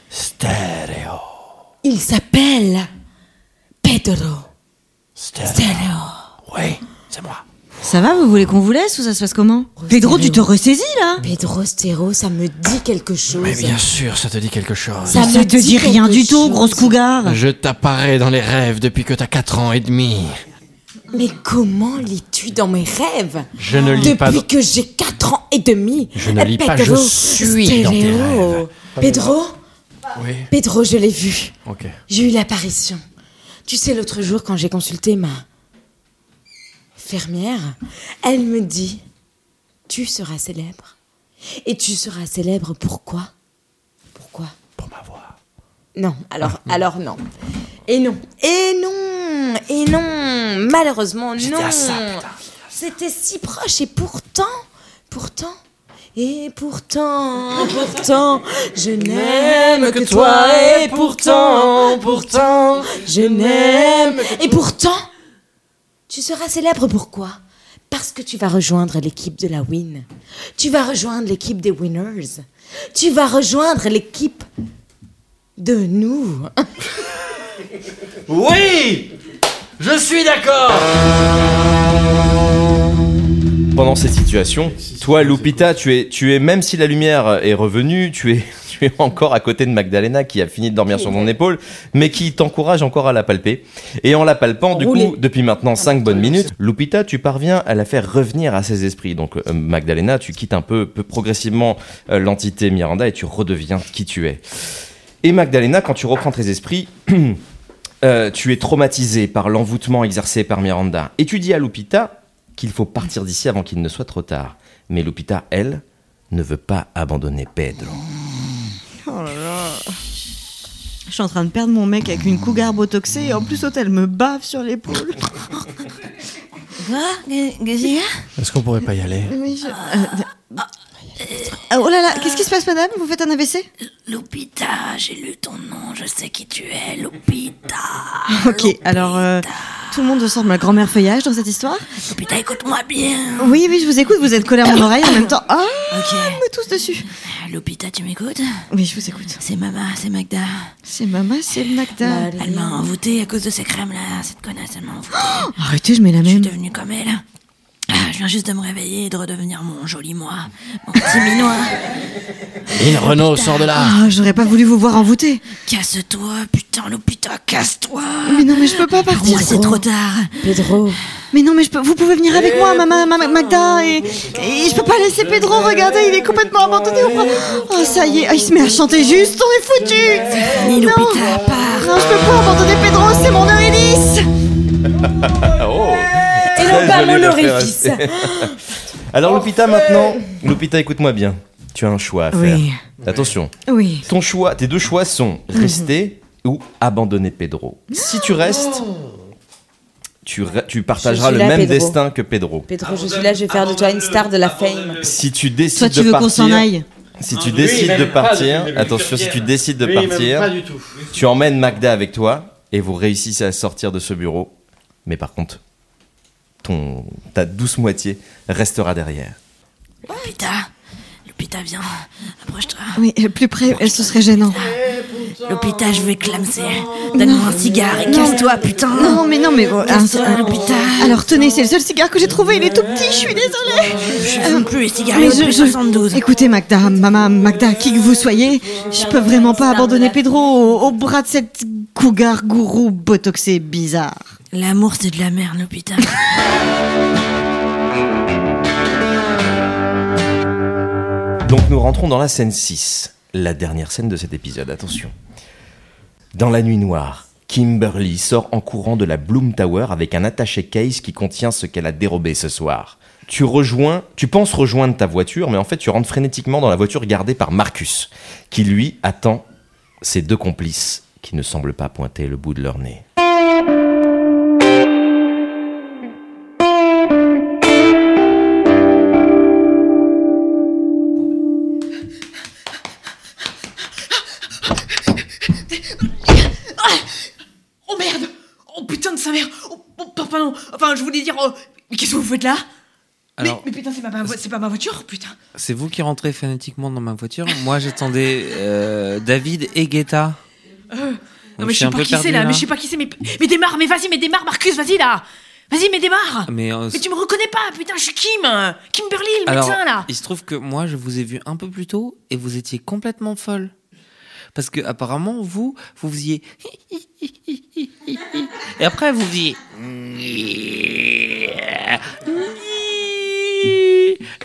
C: Stéréo.
J: Il s'appelle. Pedro.
C: Stéréo.
J: Stéréo.
C: Oui, c'est moi.
D: Ça va, vous voulez qu'on vous laisse ou ça se passe comment
J: Oh,
D: Pedro, tu te ressaisis là
J: Pedro Stéro, ça me dit quelque chose.
C: Mais Eh bien sûr, ça te dit quelque chose.
J: Ça
D: Ça
J: me
D: te
J: dit
D: dit rien
J: quelque
D: du tout,
J: chose.
D: grosse cougar
C: Je t'apparais dans les rêves depuis que t'as 4 ans et demi.
J: Mais comment lis-tu dans mes rêves
C: Je ne lis
J: Depuis
C: pas. dans-
J: que j'ai 4 ans et demi.
C: Je ne lis pas,
J: Pedro
C: je suis dans tes
J: Stéréo.
C: rêves.
J: Pedro
C: Oui,
J: Pedro, je l'ai vu.
C: ok.
J: J'ai eu l'apparition. Tu sais, l'autre jour, quand j'ai consulté ma fermière, elle me dit Tu seras célèbre. Et tu seras célèbre pourquoi Pourquoi
C: Pour ma voix.
J: Non, alors, alors non. Et non, et non, et non, malheureusement, non. C'était si proche et pourtant, pourtant, et pourtant, pourtant, je n'aime que toi Ah, et pourtant, pourtant, je n'aime et pourtant, tu seras célèbre pourquoi Parce que tu vas rejoindre l'équipe de la Win. Tu vas rejoindre l'équipe des Winners. Tu vas rejoindre l'équipe de nous.
C: Oui Je suis d'accord
A: Pendant cette situation, toi, Lupita, tu es, tu es, même si la lumière est revenue, tu es, tu es encore à côté de Magdalena qui a fini de dormir sur ton épaule, mais qui t'encourage encore à la palper. Et en la palpant, du
J: Rouler.
A: coup, depuis maintenant 5 bonnes minutes, Lupita, tu parviens à la faire revenir à ses esprits. Donc, euh, Magdalena, tu quittes un peu, peu progressivement euh, l'entité Miranda et tu redeviens qui tu es. Et Magdalena, quand tu reprends tes esprits, euh, tu es traumatisé par l'envoûtement exercé par Miranda. Et tu dis à Lupita qu'il faut partir d'ici avant qu'il ne soit trop tard. Mais Lupita, elle, ne veut pas abandonner Pedro.
D: Je suis en train de perdre mon mec avec une cougar botoxée et en plus l'autre elle me bave sur l'épaule.
C: Est-ce qu'on pourrait pas y aller
D: Oui, je- euh, euh, Oh là là, qu'est-ce qui se passe madame Vous faites un AVC
H: Lupita, j'ai lu ton nom, je sais qui tu es, Lupita.
D: Ok, alors euh, tout le monde ressemble à grand-mère feuillage dans cette histoire.
H: Lupita, écoute-moi bien.
D: Oui, oui, je vous écoute, vous êtes collé à mon oreille en même temps. Ah, on est tous dessus.
H: Euh, Lupita, tu m'écoutes
D: Oui, je vous écoute.
H: C'est Mama, c'est Magda.
D: C'est Mama, c'est Magda.
H: Elle m'a envoûtée à cause de ces crèmes-là, cette connasse, elle m'a envoûtée.
D: Arrêtez, je mets la
H: Je suis
D: même.
H: devenue comme elle. Ah, Je viens juste de me réveiller et de redevenir mon joli moi, mon petit minois.
C: Il Renault sort de là
D: Ah, j'aurais pas voulu vous voir envoûté.
H: Casse-toi, putain, Lupita, casse-toi.
D: Mais non, mais je peux pas
H: Pour
D: partir.
H: moi, c'est trop tard.
J: Pedro,
D: Mais non, mais je peux... vous pouvez venir avec moi, Mama, Mama- Magda, et... et je peux pas laisser Pedro, regardez, il est complètement abandonné. au bras. Oh, ça y est, ah, il se met à chanter juste, on est foutu.
H: Ni
D: Non,
H: Lupita, part.
D: non, je peux pas abandonner Pedro, c'est mon Eurydice.
J: et non pas mon orifice.
A: Alors Lupita, maintenant, Lupita, écoute-moi bien. Tu as un choix à faire.
D: Oui. Mhm.
A: Attention.
D: Oui.
A: Ton choix, tes deux choix sont rester ou abandonner Pedro. Si tu restes,
D: Oh.
A: tu, re- tu partageras
J: suis
A: le
J: là,
A: même
J: Pedro.
A: destin que Pedro.
J: Pedro, je suis là, je vais faire de toi une star de la fame.
A: Si tu décides
D: Toi, tu
A: de
D: veux qu'on
A: partir,
D: s'en aille.
A: si
C: Ah,
A: tu décides de partir, attention, si tu décides de partir,
C: du tout.
A: Tu emmènes Magda avec toi et vous réussissez à sortir de ce bureau. Mais par contre, ton, ta douce moitié restera derrière.
H: Lupita, Lupita, viens, approche-toi.
D: Oui, et plus près, euh, ce serait gênant.
H: Lupita, je vais clamser. Donne-moi un cigare et casse-toi, putain.
D: Non, mais non, mais bon, un- un- Alors tenez, c'est le seul cigare que j'ai trouvé, il est tout petit, je suis désolée. Euh,
H: Je fume plus les cigares
D: Mais
H: depuis 72.
D: Écoutez, Magda, Mama, Magda, qui que vous soyez, je peux vraiment pas abandonner Pedro au, au bras de cette cougar gourou botoxée bizarre.
H: L'amour, c'est de la merde, Lupita.
A: Donc nous rentrons dans la scène 6, la dernière scène de cet épisode, attention. Dans la nuit noire, Kimberly sort en courant de la Bloom Tower avec un attaché case qui contient ce qu'elle a dérobé ce soir. tu rejoins, tu penses rejoindre ta voiture, mais en fait, tu rentres frénétiquement dans la voiture gardée par Marcus, qui lui attend ses deux complices qui ne semblent pas pointer le bout de leur nez.
B: Oh merde Oh putain de sa mère Oh, oh, pardon Enfin, je voulais dire... oh, mais qu'est-ce que vous faites là mais,
F: Alors,
B: mais putain, c'est pas, ma, c'est pas ma voiture, putain
F: c'est vous qui rentrez fanatiquement dans ma voiture. Moi, j'attendais euh, David et Guetta.
B: Euh, Non
F: Donc,
B: mais je sais
F: un
B: pas
F: peu
B: qui c'est
F: perdu,
B: là, mais je sais pas qui c'est, mais... Mais démarre, mais vas-y, mais démarre, Marcus, vas-y là Vas-y, mais démarre
F: Mais, euh,
B: Mais tu me reconnais pas, putain, je suis Kim hein. Kimberly, le
F: Alors,
B: médecin là
F: il se trouve que moi, je vous ai vu un peu plus tôt et vous étiez complètement folle. Parce que apparemment, vous, vous faisiez... Et après, vous faisiez...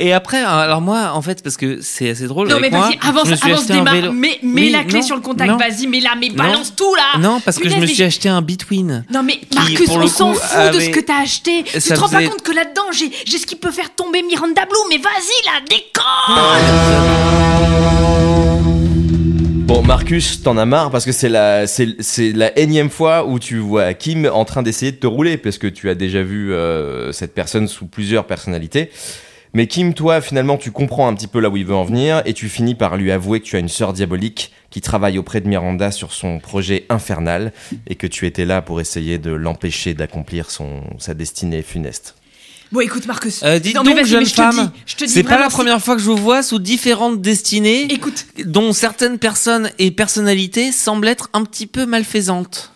F: Et après, alors moi, en fait, parce que c'est assez drôle.
B: Non mais
F: avec moi,
B: vas-y, avance,
F: je me suis
B: avance,
F: acheté un
B: démarre,
F: vélo.
B: mets, mets
F: Oui,
B: la clé
F: non,
B: sur le contact,
F: non.
B: vas-y, mais là, mais
F: Non.
B: balance tout là
F: Non, parce que je
B: Punaise,
F: me
B: mais
F: suis acheté un Between.
B: Non mais
F: qui,
B: Marcus,
F: pour le
B: on s'en
F: coup,
B: fout de ce
F: avait-
B: que t'as acheté. Tu
F: Ça
B: te rends
F: faisait-
B: pas compte que là-dedans j'ai j'ai ce qui peut faire tomber Miranda Blue. Mais vas-y là, déconne.
A: Bon, Marcus, t'en as marre parce que c'est la, c'est, c'est la énième fois où tu vois Kim en train d'essayer de te rouler parce que tu as déjà vu euh, cette personne sous plusieurs personnalités. Mais Kim, toi, finalement, tu comprends un petit peu là où il veut en venir et tu finis par lui avouer que tu as une sœur diabolique qui travaille auprès de Miranda sur son projet infernal et que tu étais là pour essayer de l'empêcher d'accomplir son, sa destinée funeste.
B: Bon écoute Marcus.
F: Euh, dites
B: Non, mais
F: donc,
B: vas-y,
F: jeune
B: mais je te dis,
F: femme,
B: je te dis
F: c'est pas
B: vraiment,
F: la première fois que je vous vois sous différentes destinées,
B: Écoute,
F: dont certaines personnes et personnalités semblent être un petit peu malfaisantes.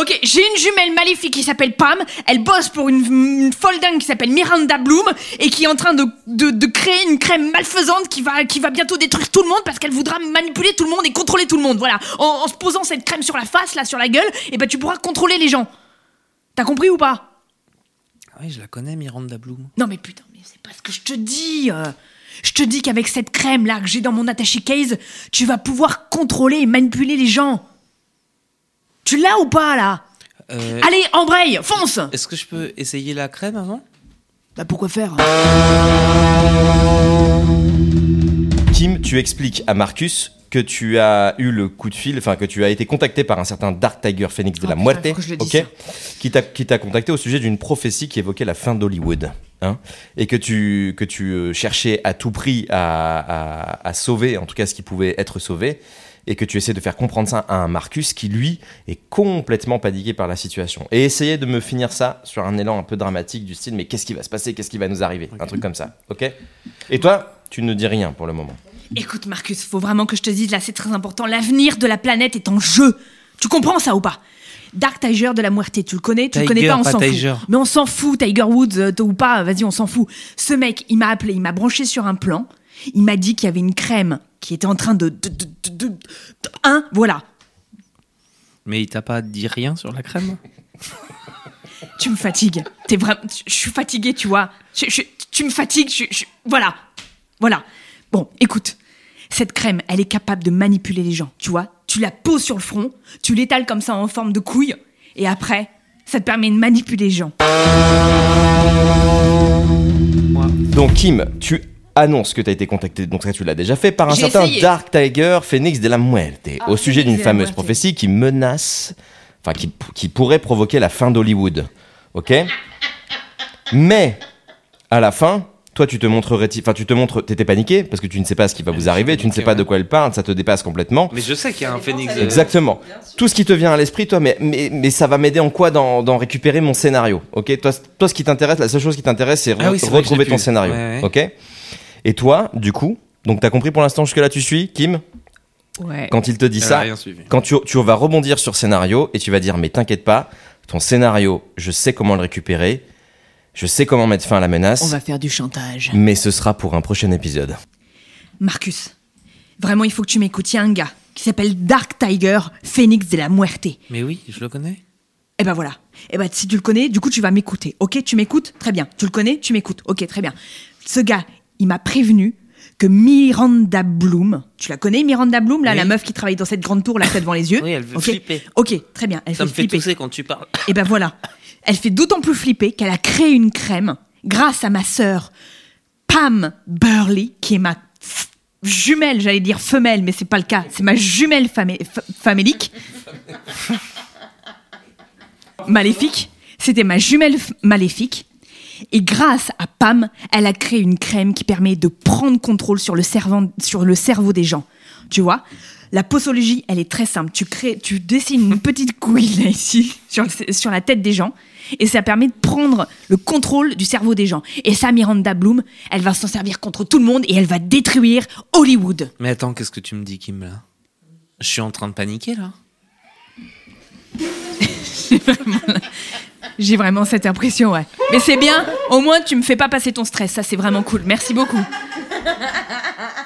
B: ok, j'ai une jumelle maléfique qui s'appelle Pam. Elle bosse pour une, une folle dingue qui s'appelle Miranda Bloom et qui est en train de, de, de créer une crème malfaisante qui va, qui va bientôt détruire tout le monde parce qu'elle voudra manipuler tout le monde et contrôler tout le monde. Voilà, en, en se posant cette crème sur la face, là, sur la gueule, et ben tu pourras contrôler les gens. T'as compris ou pas
F: Ah oui, je la connais, Miranda Bloom.
B: Non mais putain, mais c'est pas ce que je te dis. euh. Je te dis qu'avec cette crème là que j'ai dans mon attaché case, tu vas pouvoir contrôler et manipuler les gens. Tu l'as ou pas là
F: Euh,
B: Allez, embraye, fonce
F: Est-ce que je peux essayer la crème avant
B: Bah pourquoi faire
A: Kim, tu expliques à Marcus que tu as eu le coup de fil, enfin que tu as été contacté par un certain Dark Tiger Phoenix de
B: Oh
A: la
B: putain,
A: Muerte,
B: faut que je le dise,
A: ok, qui t'a qui t'a contacté au sujet d'une prophétie qui évoquait la fin d'Hollywood, hein, et que tu que tu euh, cherchais à tout prix à, à- à sauver, en tout cas ce qui pouvait être sauvé, et que tu essaies de faire comprendre ça à un Marcus qui lui est complètement paniqué par la situation, et essayez de me finir ça sur un élan un peu dramatique du style mais qu'est-ce qui va se passer, qu'est-ce qui va nous arriver, un truc comme ça, ok Et toi, tu ne dis rien pour le moment.
B: Écoute Marcus, faut vraiment que je te dise là, c'est très important, l'avenir de la planète est en jeu. Tu comprends ça ou pas Dark Tiger de la Muerte, tu le connais, tu le connais
F: Tiger,
B: pas, on
F: pas
B: s'en
F: Tiger.
B: fout. Mais on s'en fout, Tiger Woods euh, ou pas, vas-y, on s'en fout. Ce mec, il m'a appelé, il m'a branché sur un plan, il m'a dit qu'il y avait une crème qui était en train de... de, de, de- de- de- hein, voilà.
F: Mais il t'a pas dit rien sur la crème
B: Tu me fatigues. T'es vraiment. Je suis fatiguée, tu vois. Je- je- tu me fatigues. je- je- Voilà. Voilà. Bon, écoute. Cette crème, elle est capable de manipuler les gens, tu vois. Tu la poses sur le front, tu l'étales comme ça en forme de couille, et après, ça te permet de manipuler les gens.
A: Donc Kim, tu annonces que tu as été contacté, donc ça tu l'as déjà fait, par un
J: J'ai
A: certain
J: essayé.
A: Dark Tiger Phoenix de la Muerte, au sujet d'une
B: Ah, de la
A: fameuse
B: Muerte.
A: prophétie qui menace, enfin qui, qui pourrait provoquer la fin d'Hollywood. Ok Mais, à la fin, toi tu te montrerais, enfin tu te montres, t'étais paniqué, parce que tu ne sais pas ce qui va vous arriver, tu ne sais pas de quoi elle parle, ça te dépasse complètement.
F: Mais je sais qu'il y a un phénix. euh,
A: Exactement. Tout ce qui te vient à l'esprit, toi, mais, mais, mais ça va m'aider en quoi dans, dans récupérer mon scénario, ok toi, c- toi, ce qui t'intéresse, la seule chose qui t'intéresse, c'est, re-
F: Ah oui, c'est vrai,
A: retrouver
F: je l'ai
A: ton
F: plus.
A: scénario,
F: Ouais, ouais.
A: ok Et toi, du coup, donc t'as compris pour l'instant jusque-là, tu suis, Kim
B: Ouais.
A: Quand il te dit
F: elle a
A: ça,
F: rien suivi.
A: quand tu, tu vas rebondir sur scénario et tu vas dire, mais t'inquiète pas, ton scénario, je sais comment le récupérer, je sais comment mettre fin à la menace,
B: faire du chantage.
A: mais ce sera pour un prochain épisode.
B: Marcus, vraiment, il faut que tu m'écoutes. Il y a un gars qui s'appelle Dark Tiger Phoenix de la Muerte.
F: Mais oui, je le connais.
B: Eh ben voilà. Eh ben si tu le connais, du coup tu vas m'écouter. Ok, tu m'écoutes Très bien. Tu le connais Tu m'écoutes. Ok, très bien. Ce gars, il m'a prévenu que Miranda Bloom, tu la connais Miranda Bloom, là,
F: Oui.
B: la meuf qui travaille dans cette grande tour là que t'as devant les yeux.
F: Oui, elle veut
B: Ok.
F: flipper.
B: Ok, très bien. Elle
F: Ça
B: fait
F: me fait
B: flipper.
F: tousser quand tu parles.
B: Eh ben voilà. Elle fait d'autant plus flipper qu'elle a créé une crème grâce à ma sœur Pam Burley, qui est ma f- jumelle, j'allais dire femelle, mais c'est pas le cas, c'est ma jumelle famé- f- famélique. maléfique. C'était ma jumelle f- maléfique. Et grâce à Pam, elle a créé une crème qui permet de prendre contrôle sur le, cerveau, sur le cerveau des gens. Tu vois La posologie, elle est très simple. Tu, crées, tu dessines une petite couille là, ici, sur, le- sur la tête des gens, et ça permet de prendre le contrôle du cerveau des gens. Et ça, Miranda Bloom, elle va s'en servir contre tout le monde et elle va détruire Hollywood.
F: Mais attends, qu'est-ce que tu me dis, Kim, là Je suis en train de paniquer, là
B: J'ai vraiment cette impression, ouais. Mais c'est bien, au moins tu me fais pas passer ton stress, ça c'est vraiment cool. Merci beaucoup.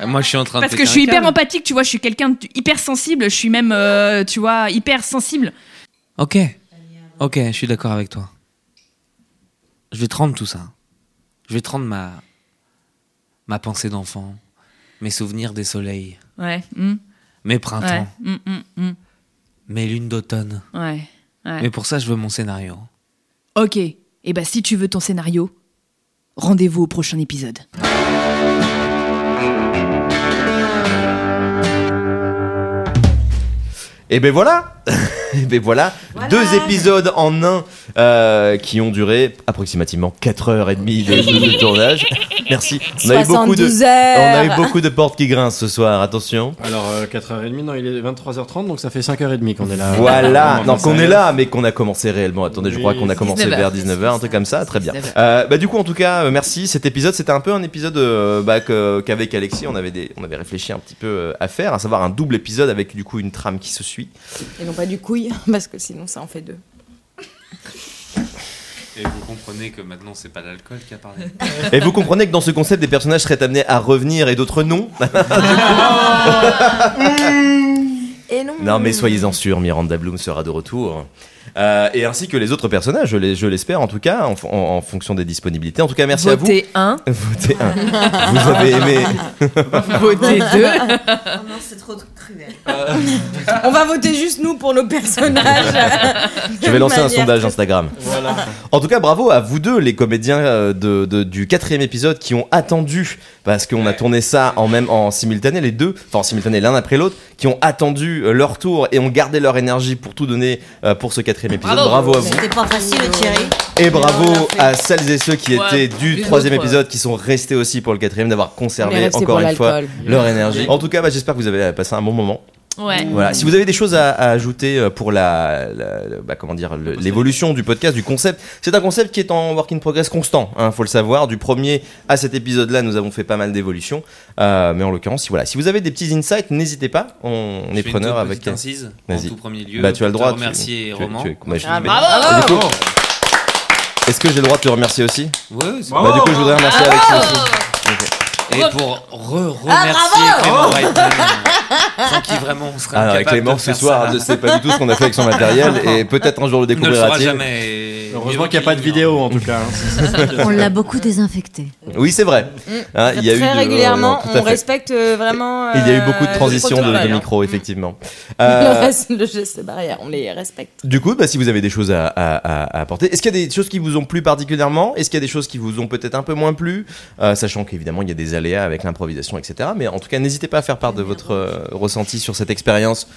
F: Euh, Moi, je suis en train
B: Parce
F: de
B: que je
F: péter
B: suis
F: un
B: hyper
F: câble.
B: empathique, tu vois, je suis quelqu'un de- hyper sensible, je suis même, euh, tu vois, hyper sensible.
F: Ok. Ok, je suis d'accord avec toi. Je vais te rendre tout ça. Je vais te rendre ma, ma pensée d'enfant, mes souvenirs des soleils,
B: Ouais, hmm,
F: mes
B: ouais,
F: printemps,
B: hmm, hmm, hmm,
F: mes lunes d'automne.
B: ouais, ouais.
F: Mais pour ça, je veux mon scénario.
B: Ok, et bah si tu veux ton scénario, rendez-vous au prochain épisode.
A: Et ben voilà Et ben voilà, Deux épisodes en un euh, qui ont duré approximativement 4h30 de, de tournage. Merci. On a eu beaucoup de,
J: 72
A: on a eu
J: heures.
A: beaucoup de portes qui grincent ce soir, attention.
C: Alors,
G: euh,
C: 4h30, non, il est 23h30, donc ça fait 5h30 qu'on est là.
A: Voilà, non qu'on est là, mais qu'on a commencé réellement. Attendez, je
C: Oui,
A: crois qu'on a commencé
B: 19h.
A: vers 19h, un truc comme ça, très bien.
B: 19h.
A: Euh, bah du coup, en tout cas, euh, merci. Cet épisode, c'était un peu un épisode euh, bah, que- qu'avec Alexis, on avait des, on avait réfléchi un petit peu euh, à faire, à savoir un double épisode avec du coup une trame qui se suit.
J: Et non pas du couille, parce que sinon ça en fait deux.
F: Et vous comprenez que maintenant, c'est pas l'alcool qui a parlé.
A: Et vous comprenez que dans ce concept, des personnages seraient amenés à revenir et d'autres non.
J: Et non.
A: Non, mais soyez-en sûrs, Miranda Bloom sera de retour. Euh, et ainsi que les autres personnages, je les- je l'espère en tout cas, en, fon- en- en fonction des disponibilités. En tout cas, merci
B: Votez 1,
A: à vous. Votez un. Vous avez aimé.
B: votez 2.
H: non, c'est trop cruel.
A: Euh.
J: On va voter juste nous pour nos personnages.
A: Je vais lancer un
J: Manière
A: sondage Instagram. En tout cas, bravo à vous deux, les comédiens euh, de, de- du quatrième épisode qui ont attendu, parce qu'on a tourné ça en même en simultané, les deux, enfin en simultané l'un après l'autre, qui ont attendu euh, leur tour et ont gardé leur énergie pour tout donner euh, pour ce quatrième épisode. Bravo, à vous.
H: C'était pas facile, Thierry.
A: Et bravo à celles et ceux qui
B: Ouais,
A: étaient du
B: les
A: troisième
B: autres, ouais.
A: épisode qui sont restés aussi pour le quatrième d'avoir
J: Les
A: conservé
J: rêves, c'est
A: encore
J: pour
A: une fois
J: l'alcool.
A: leur énergie. En tout cas, bah, j'espère que vous avez passé un bon moment.
B: Ouais.
A: Voilà. Si vous avez des choses à, à ajouter euh, pour la, la- la- bah, comment dire le- l'évolution du podcast, du concept, c'est un concept qui est en work in progress constant. Hein, faut le savoir. Du premier à cet épisode-là, nous avons fait pas mal d'évolutions. Euh, mais en l'occurrence, si voilà, si vous avez des petits insights, n'hésitez pas. On, on est preneur avec. euh,
F: incise, en
A: Vas-y.
F: tout premier lieu.
A: Bah, tu as le
F: pour
A: droit.
F: te Ah,
A: tu-
F: remercier,
A: tu-
F: Roman.
A: tu- bah, je- mais-
B: Bravo
A: du coup, Est-ce que j'ai le droit de te remercier aussi
F: Ouais, ouais, c'est-
A: Bah, du coup, je voudrais remercier Alexis aussi.
F: Et pour re-remercier Clément Reitman, sans qui vraiment on serait
A: Alors,
F: incapable
A: Clément,
F: de
A: ce
F: faire
A: soir,
F: ça,
A: je sais pas du tout ce qu'on a fait avec son matériel et peut-être un jour le
F: ne le saura
A: découvrira-t-il.
F: jamais. et-
C: Heureusement qu'il n'y a pas de vidéo en tout cas.
H: On l'a beaucoup désinfecté.
A: Oui, c'est vrai. Hein, il y a eu
J: Très
A: du-
J: régulièrement,
A: tout à
J: on
A: fait.
J: respecte euh, vraiment.
A: Il y a eu
J: euh,
A: beaucoup de
J: le
A: transitions de,
J: protocole,
A: de
J: hein.
A: micro, effectivement.
J: Le
A: Euh,
J: reste, le geste barrière, on les respecte.
A: du coup, bah, si vous avez des choses à, à- à- à apporter, est-ce qu'il y a des choses qui vous ont plu particulièrement Est-ce qu'il y a des choses qui vous ont peut-être un peu moins plu Euh, Sachant qu'évidemment, il y a des aléas avec l'improvisation, etc. Mais en tout cas, n'hésitez pas à faire part de votre euh, ressenti sur cette expérience.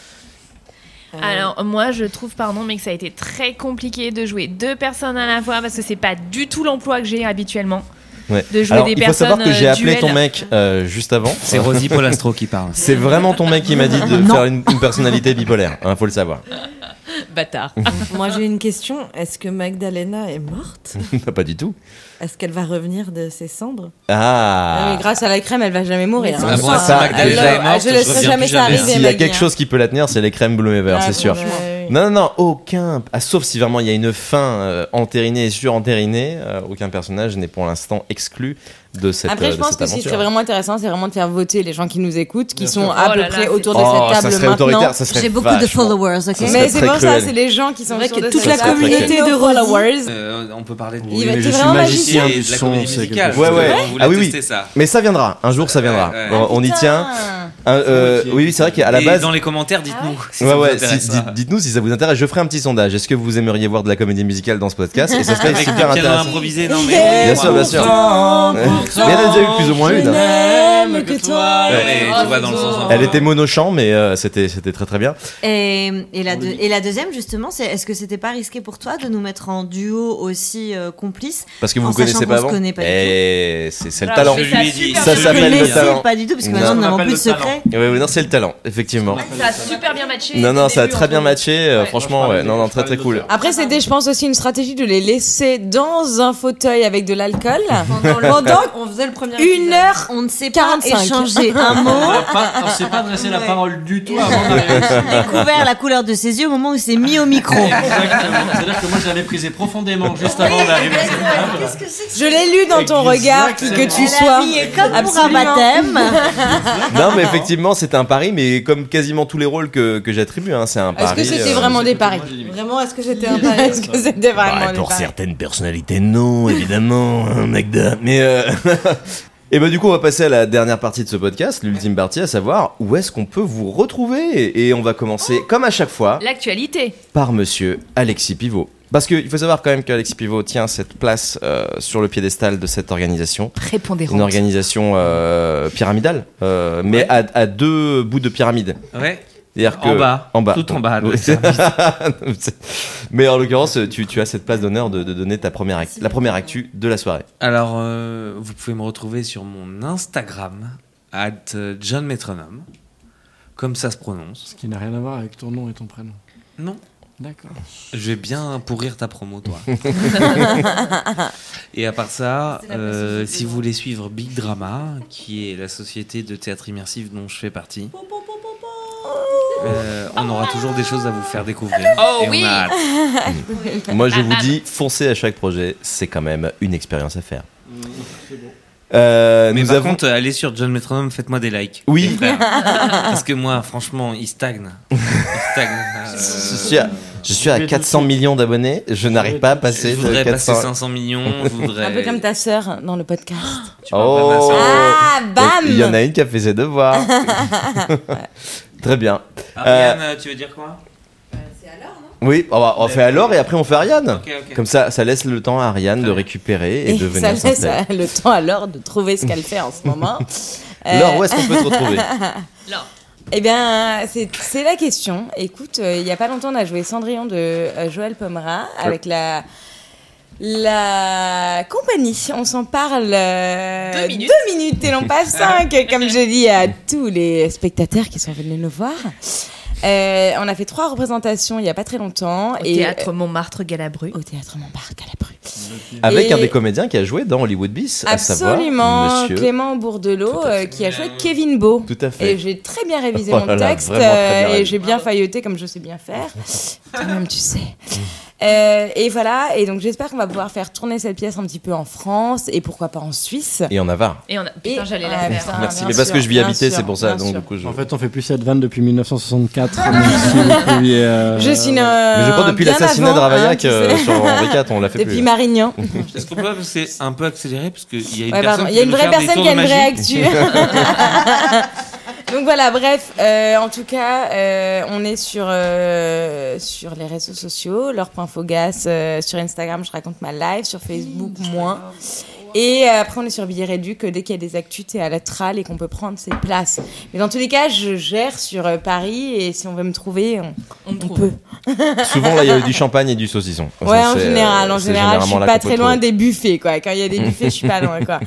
B: Euh.
K: Alors moi je trouve pardon mais que ça a été très compliqué de jouer deux personnes à la fois parce que c'est pas du tout l'emploi que j'ai habituellement.
A: Ouais.
K: De jouer
A: Alors,
K: des
A: il faut savoir que
K: personnes,
A: j'ai
K: euh,
A: appelé ton
K: duel.
A: mec euh, juste avant.
F: C'est Rosie Polastro qui parle.
A: C'est vraiment ton mec qui m'a dit de
H: Non.
A: faire une, une personnalité bipolaire, hein, faut le savoir.
B: Bâtard.
L: Moi j'ai une question. Est-ce que Magdalena est morte
A: pas du tout.
L: Est-ce qu'elle va revenir de ses cendres
A: Ah.
J: Mais grâce à la crème, elle va jamais mourir.
A: Mais
J: hein.
A: c'est Ah bon, ça,
J: Ah,
A: Magdalena
J: alors,
A: est
F: morte,
J: Je
F: je
J: laisserai
F: reviens
J: jamais
F: plus
J: ça
F: jamais.
J: arriver.
A: S'il y a
J: Maggie,
A: quelque
J: hein.
A: chose qui peut la tenir, c'est les crèmes Bleu et Vert,
J: Ah,
A: c'est sûr. Non, non, non, aucun. Ah, sauf si vraiment il y a une fin euh, entérinée et sur-entérinée, euh, aucun personnage n'est pour l'instant exclu
F: de cette
J: Après, je
F: euh, de
J: pense
F: cette
J: que ce qui
F: aventure.
J: serait vraiment intéressant, c'est vraiment de faire voter les gens qui nous écoutent, qui
F: Bien
J: sont
F: sûr.
J: à
F: Oh
J: peu
F: là là,
J: près
F: c'est-
J: autour
F: Oh,
J: de
F: ça
J: cette table
F: serait autoritaire,
J: maintenant.
F: ça serait J'ai beaucoup de vachement-
J: followers,
F: ok. ça serait
J: Mais c'est
F: très
J: pour ça,
F: cruel.
J: c'est les gens qui sont
F: vrai
J: autour
F: que
J: de
F: toute
J: cette
F: la
J: table.
F: communauté
J: Nos
F: de
J: followers.
F: Euh, on peut parler de
J: Il va-
C: mais
J: t'es
C: je suis
J: vraiment
C: magicien
F: magicien.
C: du
F: La
C: son,
F: comédie
C: c'est quelque
F: musicale,
C: chose.
F: Ouais,
C: de-
F: ouais.
C: Vous voulez
F: Ah
A: oui,
F: tester
A: oui.
F: ça.
A: Mais ça viendra. Un jour, ça viendra.
J: Ah,
F: ouais.
A: On- on y tient. Un, euh, oui, oui, c'est vrai qu'à la
F: Et
A: base.
F: dans les commentaires, dites-nous. si
A: Ouais,
F: ça vous
A: ouais,
F: intéresse. Ah,
A: si- dites- dites-nous si ça vous intéresse. Je ferai un petit sondage. Est-ce que vous aimeriez voir de la comédie musicale dans ce podcast Et ça serait
F: Avec
A: super
F: du piano
A: intéressant.
F: improvisé, non, mais-
A: Bien sûr, bien sûr.
F: Pourtant,
A: Ouais. Mais il y en a déjà eu plus ou moins une.
F: Ouais, tout va dans le sens
A: Elle était monochant, mais euh, c'était c'était très très bien.
D: Et, et la, deux- et la deuxième, justement, c'est est-ce que c'était pas risqué pour toi de nous mettre en duo aussi euh, complice
A: Parce que vous
D: en
A: vous connaissez
D: sachant
A: pas
D: qu'on
A: avant.
D: se connaît pas du
A: Et c'est c'est le
F: Ah,
D: Alors,
A: talent.
D: je lui ai dit.
A: Ça
D: Je
A: s'appelle le
D: connaissais
A: talent.
D: pas du tout, parce que
A: Non.
D: maintenant, nous n'avons plus de secret.
A: Oui, Eh oui, non, c'est le talent, effectivement.
K: Ça a super bien matché.
A: Non, non,
K: au
A: ça a
K: début,
A: très bien
K: entre
A: matché. euh, Franchement, ouais. Non, non, très très cool.
J: Après, c'était, je pense, aussi une stratégie de les laisser dans un fauteuil avec de l'alcool
A: Pendant le-
J: pendant
D: On faisait le premier
J: une heure,
D: on ne sait
J: pas
D: échanger
J: Ah
D: un mot.
G: On va pas- on s'est pas adressé la parole du tout avant
D: J'ai
G: de
D: découvert la couleur de ses yeux au moment où il s'est mis au micro.
G: Exactement. C'est-à-dire que moi, je l'avais prisé profondément juste avant d'arriver.
J: Je l'ai lu dans ton regard qui que tu sois.
D: comme pour un
J: Absolument.
D: baptême.
A: Non, mais effectivement, c'était un pari, mais comme quasiment tous les rôles que, que j'attribue, hein, c'est un
J: Est-ce
A: pari.
J: que c'était
A: euh,
J: vraiment des paris
L: Vraiment, est-ce que c'était un pari
J: Est-ce que c'était vraiment
A: Ouais,
J: des
A: Bah, pour
J: paris
A: certaines personnalités, non, évidemment, hein, Magda. Mais. euh, Et bah du coup on va passer à la dernière partie de ce podcast, l'ultime partie, à savoir où est-ce qu'on peut vous retrouver. Et on va commencer, comme à chaque fois,
K: L'actualité.
A: par monsieur Alexis Pivot. Parce qu'il faut savoir quand même qu'Alexis Pivot tient cette place euh, sur le piédestal de cette organisation.
K: Prépondérante.
A: Une organisation euh, pyramidale, euh, mais à, à deux bouts de pyramide.
F: Ouais.
A: C'est-à-dire que,
F: En bas. Tout en bas de la
A: mais en l'occurrence, tu, tu as cette place d'honneur de, de donner ta première act- la première actu de la soirée.
F: Alors, euh, vous pouvez me retrouver sur mon Instagram, at euh, John Metronome, comme ça se prononce.
G: Ce qui n'a rien à voir avec ton nom et ton prénom.
F: Non.
G: D'accord.
F: Je vais bien pourrir ta promo, toi. et à part ça, euh, si vous voulez suivre Big Drama, qui est la société de théâtre immersif dont je fais partie, euh, on aura toujours des choses à vous faire découvrir.
K: Oh
F: Et on
K: oui.
F: a hâte.
A: Moi, je vous dis, foncez à chaque projet, c'est quand même une expérience à faire.
F: Mm,
A: Euh,
F: Mais
A: nous
F: par
A: avons-
F: contre, euh, allez sur John Metronome, faites-moi des likes.
A: Oui.
F: les frères. Parce que moi, franchement, il stagne. Il stagne. Euh,
A: Je suis à, je suis à 400 millions d'abonnés, je n'arrive pas à passer
F: Je voudrais
A: de 400...
F: passer 500 millions, je voudrais-
J: Un peu comme ta sœur dans le podcast.
A: Oh
J: Ah, bam
A: Il y en a une qui a fait ses devoirs. Très bien. Euh,
F: Ariane, tu veux dire quoi
A: Oui, on, va- on fait alors et après on fait Ariane.
F: Ok, ok.
A: Ah. Comme ça, ça laisse le temps à Ariane de récupérer et, de
J: ça
A: venir
J: laisse
A: s'installer.
J: euh, le temps à Laure de trouver ce qu'elle fait en ce moment.
F: euh,
A: Laure, où est-ce qu'on peut te retrouver
J: Eh bien, c'est c'est la question. Écoute, euh, il n'y a pas longtemps, on a joué Cendrillon de euh, Joël Pomera avec la, la compagnie. On s'en parle euh, deux minutes, et non pas cinq, comme je dis à tous les spectateurs qui sont venus nous voir. Euh, on a fait trois représentations il n'y a pas très longtemps.
K: Au théâtre Montmartre-Galabru.
J: Au théâtre Montmartre-Galabru.
A: Avec
J: Et-
A: un des comédiens qui a joué dans Hollywood Bis, à
J: Absolument,
A: savoir Monsieur.
J: Clément Bourdelot euh, qui a joué Kevin Beau.
A: Tout à fait.
J: Et j'ai très bien révisé
A: Oh
J: mon
A: là là,
J: texte
A: vraiment très bien
J: euh,
A: révisé.
J: et j'ai bien failloté comme je sais bien faire. Toi-même, tu sais.
K: Mm.
J: Euh, et voilà, et donc j'espère qu'on va pouvoir faire tourner cette pièce un petit peu en France et pourquoi pas en Suisse.
A: Et en Navarre.
K: Et on a... Putain, j'allais
J: Ah,
K: la faire.
J: putain,
A: Merci,
J: bien
A: mais parce
J: sûr,
A: que je vis
J: bien
A: habiter,
J: sûr,
A: c'est pour ça.
J: bien
A: donc,
J: sûr. Euh,
A: du coup, je...
G: En fait, on fait plus cette vanne depuis 1964. même si vous pouviez, euh,
J: Je suis une, euh,
A: Mais je crois depuis
J: bien
A: l'assassinat
J: avant,
A: de Ravaillac
J: hein, tu
A: euh,
J: sais.
A: sur Henri IV, on l'a fait
J: Depuis
A: plus.
J: Marignan.
F: Est-ce qu'on peut avancer un peu accélérer Parce qu'il y a une
J: Ouais, pardon,
F: personne qui
J: il y a
F: veut
J: une
F: nous
J: vraie
F: faire des
J: personne
F: tours
J: qui a
F: de
J: une vraie actu.
F: magie.
J: Donc voilà, bref, euh, en tout cas, euh, on est sur, euh, sur les réseaux sociaux, leur.fogas, euh, sur Instagram, je raconte ma live, sur Facebook, moins. Et euh, après, on est sur Billet Réduc, euh, dès qu'il y a des actus, t'es à la tralle et qu'on peut prendre ses places. Mais dans tous les cas, je gère sur euh, Paris et si on veut me trouver, on, on peut.
A: hein. Souvent, là, il y a eu du champagne et du saucisson. Ça,
J: Ouais, en
A: c'est, euh,
J: général, en
A: c'est
J: général, je suis
A: généralement là
J: pas
A: qu'on peut
J: très loin
A: trouver.
J: des buffets, quoi. Quand il y a des buffets, je suis pas loin, quoi.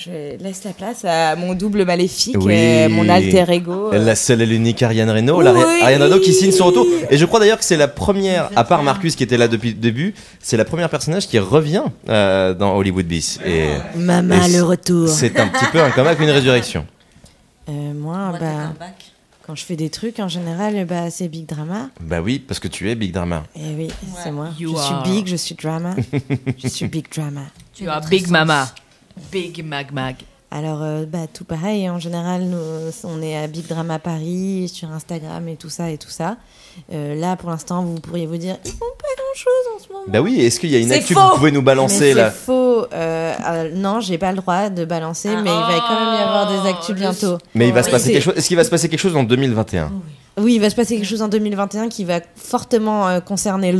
J: Je laisse la place à mon double maléfique, euh, mon alter ego. euh.
A: La seule et l'unique Ariane Reno. la-
J: Oui.
A: Ariane Reno qui signe son retour. Et je crois d'ailleurs que c'est la première, à part Marcus qui était là depuis le début, c'est la première personnage qui revient euh, dans Hollywood Bis. Et,
J: Maman,
A: et
J: le
A: c'est-
J: retour.
A: C'est un petit peu un comeback, une résurrection.
L: Euh, moi, bah, quand je fais des trucs, en général, bah, c'est big drama.
A: Bah oui, parce que tu es Big Drama.
J: Eh
L: Et oui, c'est moi.
K: You
L: je
K: are-
L: suis big, je suis drama. je suis big drama.
K: Tu as Big Mama.
B: Big Mag Mag.
J: Alors, euh, bah, tout pareil, en général, nous, on est à Big Drama Paris, sur Instagram et tout ça et tout ça. Euh, là, pour l'instant, vous pourriez vous dire, ils font pas grand-chose en ce moment.
A: Bah oui, est-ce qu'il y a une
J: C'est
A: actu que
J: faux
A: vous pouvez nous
J: Mais
A: balancer là
J: C'est faux. Euh, euh, non, j'ai pas le droit de balancer,
M: Ah,
J: mais il va quand même y avoir
M: oh,
J: des actus bientôt.
A: Mais il va se passer
J: C'est-
A: quelque chose. Est-ce qu'il va se passer quelque chose en 2021
J: Oui, il va se passer quelque chose en 2021 qui va fortement euh, concerner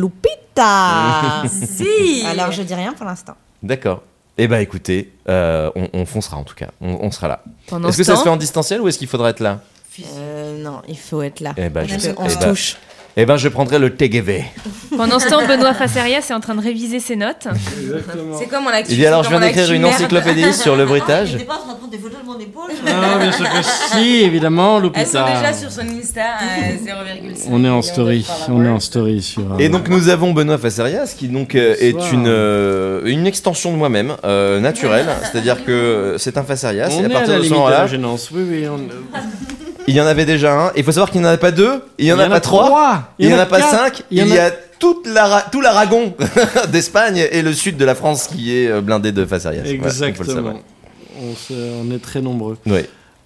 M: Ah,
J: Lupita.
A: Si.
J: Alors, je dis rien pour l'instant.
A: D'accord. Eh ben écoutez, euh, on, on foncera en tout cas, on, on sera là.
J: Pendant
A: Est-ce
J: ce
A: que ça se
J: temps-
A: fait en distanciel ou est-ce qu'il faudra être là
J: Euh, non, il faut être là.
A: Eh ben, je-
J: Parce qu'on
A: eh
J: se
A: ben-
J: touche.
A: Eh ben je prendrai le TGV.
B: Pendant ce temps, Benoît Faceria est en train de réviser ses notes.
M: C'est comme mon actu.
A: Eh bien alors
M: c'est
A: je
M: comme
A: viens
M: mon
A: d'écrire
M: actu
A: une
M: merde.
A: encyclopédie sur le bruitage.
M: pas en train de prendre des photos de mon épaule
N: Ah, bien sûr que si, évidemment, Lupita.
M: Elles sont déjà sur son Insta euh, à 0,5.
C: On est en story, on est en story sur. euh,
A: Et donc nous avons Benoît Facerias qui donc euh, est
C: Bonsoir.
A: une, euh, une extension de moi-même euh, naturelle, c'est-à-dire que euh, c'est un Facerias
C: on
A: et à
C: est à
A: partir
C: la
A: de ce
C: limite euh, de la
A: moment-là,
C: gênance. Oui, oui. on-
A: il y en avait déjà un, il faut savoir qu'il n'y en a pas deux, il n'y en, a pas trois, il n'y en a pas
C: quatre,
A: cinq,
C: il y en
A: il y
C: a-
A: a toute l'Ara- tout l'Aragon d'Espagne et le sud de la France qui est euh, blindé de Facerias. Voilà, il faut le savoir.
C: Exactement. On, se- on est très nombreux.
A: Oui.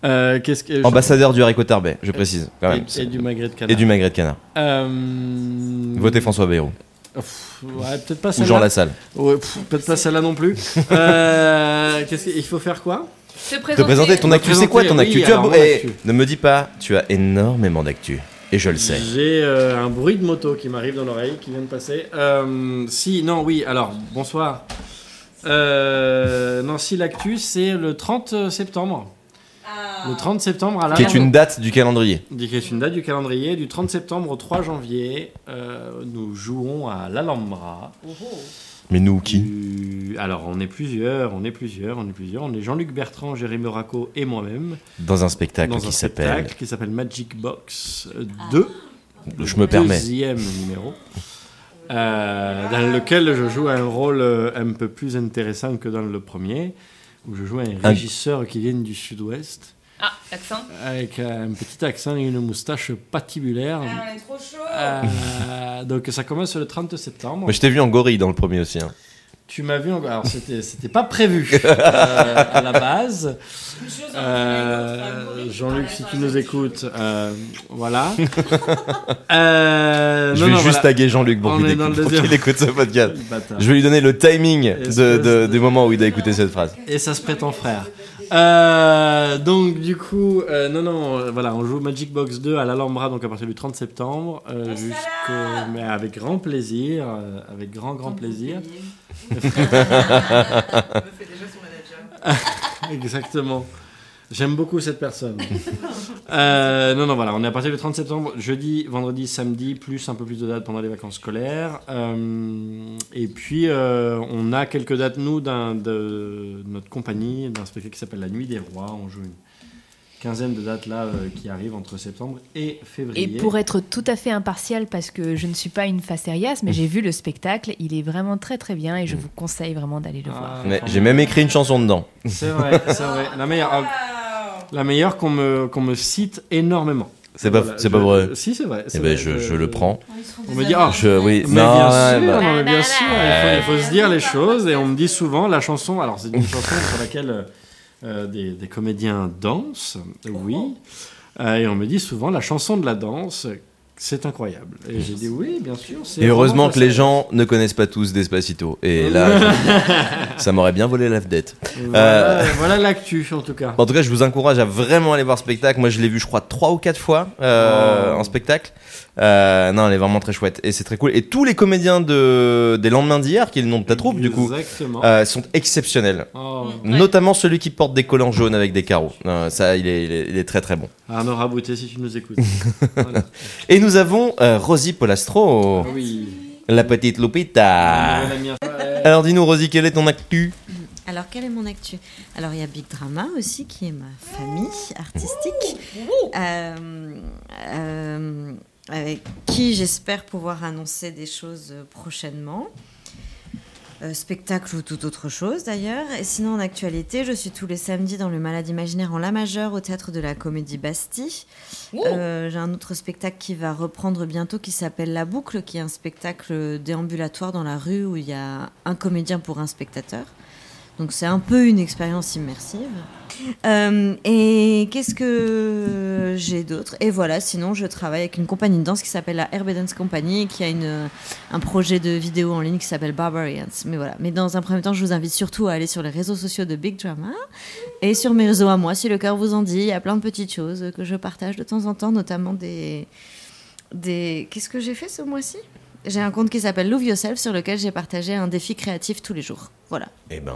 C: Euh, Qu'est-ce que
A: Ambassadeur du haricot tarbais, je précise quand même.
C: Et, et du magret de canard.
A: Et du magret de canard.
C: Euh,
A: Votez François Bayrou.
C: Pff, ouais, peut-être pas
A: Ou
C: celle-là.
A: Jean Lassalle.
C: Ouais, pff, peut-être pas celle-là non plus. Euh, qu'est-ce qu'il- il faut faire quoi
B: Se
A: Te présenter ton
C: Me
A: actu, c'est quoi ton
C: présenter,
A: actu
C: oui,
A: Tu as
C: alors,
A: beau-
C: mon
A: Eh,
C: actu.
A: Ne me dis pas, tu as énormément d'actu. Et je le sais.
C: J'ai euh, un bruit de moto qui m'arrive dans l'oreille, qui vient de passer. Euh, si, non, oui, alors, bonsoir. Euh, non, si, l'actu, c'est le 30 septembre. Le 30 septembre à la...
A: Qui est une date du calendrier.
C: Dit qu'il est une date du calendrier. Du 30 septembre au 3 janvier, euh, nous jouons à l'Alhambra.
A: Mais nous, qui
C: Du- Alors, on est plusieurs, on est plusieurs, on est plusieurs. On est Jean-Luc Bertrand, Jérémy Moraco et moi-même.
A: Dans un spectacle
C: Dans
A: qui
C: un
A: s'appelle-
C: spectacle qui s'appelle Magic Box 2.
A: Je me permets.
C: Deuxième numéro. euh, dans lequel je joue un rôle euh, un peu plus intéressant que dans le premier, où je joue un
A: Un-
C: régisseur qui vient du sud-ouest.
B: Ah, accent
C: Avec euh, un petit accent et une moustache patibulaire.
B: Ah, on est trop chaud.
C: Euh, Donc ça commence le 30 septembre.
A: Mais je t'ai vu en gorille dans le premier aussi. hein.
C: Tu m'as vu en... Alors c'était c'était pas prévu euh, à la base. Euh, Jean-Luc, si tu nous écoutes, euh, voilà. Euh,
A: je
C: non,
A: vais
C: non,
A: juste
C: voilà.
A: taguer Jean-Luc pour
C: On
A: qu'il
C: est dans
A: écoute,
C: le
A: pour qu'il
C: deuxième.
A: écoute ce podcast.
C: Le bâtard.
A: Je vais lui donner le timing de- de-
C: Espèce
A: du moment où il a écouté cette phrase.
C: Et ça se prétend frère. Euh, donc du coup, euh, non, non, euh, voilà, on joue Magic Box 2 à l'Alhambra donc à partir du 30 septembre, euh, jusqu'au- mais avec grand plaisir, euh, avec grand grand plaisir. Exactement. J'aime beaucoup cette personne. Euh, non, non, voilà, on est à partir du 30 septembre, jeudi, vendredi, samedi, plus un peu plus de dates pendant les vacances scolaires. Euh, et puis, euh, on a quelques dates, nous, d'un- de notre compagnie, d'un spectacle qui s'appelle La Nuit des Rois. On joue une quinzaine de dates là euh, qui arrivent entre septembre et
B: Et
C: février.
B: pour être tout à fait impartial, parce que je ne suis pas une facérias,
A: Mm.
B: mais j'ai vu le spectacle, il est vraiment très très bien et je vous conseille vraiment d'aller le voir.
A: Mais J'ai même écrit une chanson dedans.
C: Ah, C'est vrai, c'est vrai. La meilleure, euh, la meilleure qu'on me, qu'on me cite énormément.
A: C'est pas,
C: Voilà,
A: c'est pas
C: je-
A: vrai.
C: Si, c'est vrai. c'est
A: Eh ben,
C: vrai,
A: je, je le prends.
C: On me dit, ah,
A: Je- oui.
C: mais
A: Non,
C: bien
A: ouais,
C: sûr,
A: bah.
C: non, mais bien sûr, il, faut, il faut se dire les choses. Et on me dit souvent, la chanson, alors c'est une chanson sur laquelle euh, des, des comédiens dansent, oui. Euh, et on me dit souvent, la chanson de la danse, c'est incroyable. Et j'ai dit, oui, bien sûr. c'est
A: Et heureusement
C: vraiment
A: que les
C: facile.
A: gens ne connaissent pas tous Despacito. Et là, je- ça m'aurait bien volé la vedette.
C: Voilà
A: Euh,
C: voilà l'actu, en tout cas.
A: En tout cas, je vous encourage à vraiment aller voir le spectacle. Moi, je l'ai vu, je crois, trois ou quatre fois euh,
C: Oh.
A: en spectacle. Euh, non, elle est vraiment très chouette et c'est très cool. Et tous les comédiens de des lendemains d'hier, qui est le nom de ta troupe, du coup,
C: Exactement.
A: euh, sont exceptionnels.
C: Oh.
A: Notamment celui qui porte des collants jaunes avec des carreaux. Euh, ça, il est, il est- il est très très bon.
C: Arnaud Rabouté, si tu nous écoutes.
A: Et nous avons euh, Rosie Polastro,
C: Ah Oui.
A: la petite Lupita.
C: Ah, mon ami.
A: Alors, dis-nous, Rosie, quelle est ton actu
D: Alors, quel est mon actu Alors, il y a Big Drama aussi, qui est ma famille artistique, euh, euh, avec qui j'espère pouvoir annoncer des choses euh, prochainement. Euh, spectacle ou toute autre chose d'ailleurs. Et sinon, en actualité, je suis tous les samedis dans le Malade Imaginaire en La Majeure au théâtre de la Comédie Bastille. Euh, J'ai un autre spectacle qui va reprendre bientôt qui s'appelle La Boucle, qui est un spectacle déambulatoire dans la rue où il y a un comédien pour un spectateur. Donc c'est un peu une expérience immersive. Euh, et qu'est-ce que j'ai d'autre Et voilà, sinon je travaille avec une compagnie de danse qui s'appelle la Herbe Dance Company, qui a une, un projet de vidéo en ligne qui s'appelle Barbarians. Mais voilà, mais dans un premier temps, je vous invite surtout à aller sur les réseaux sociaux de Big Drama et sur mes réseaux à moi, si le cœur vous en dit. Il y a plein de petites choses que je partage de temps en temps, notamment des... des... Qu'est-ce que j'ai fait ce mois-ci j'ai un compte qui s'appelle Love Yourself sur lequel j'ai partagé un défi créatif tous les jours. Voilà.
A: Eh ben,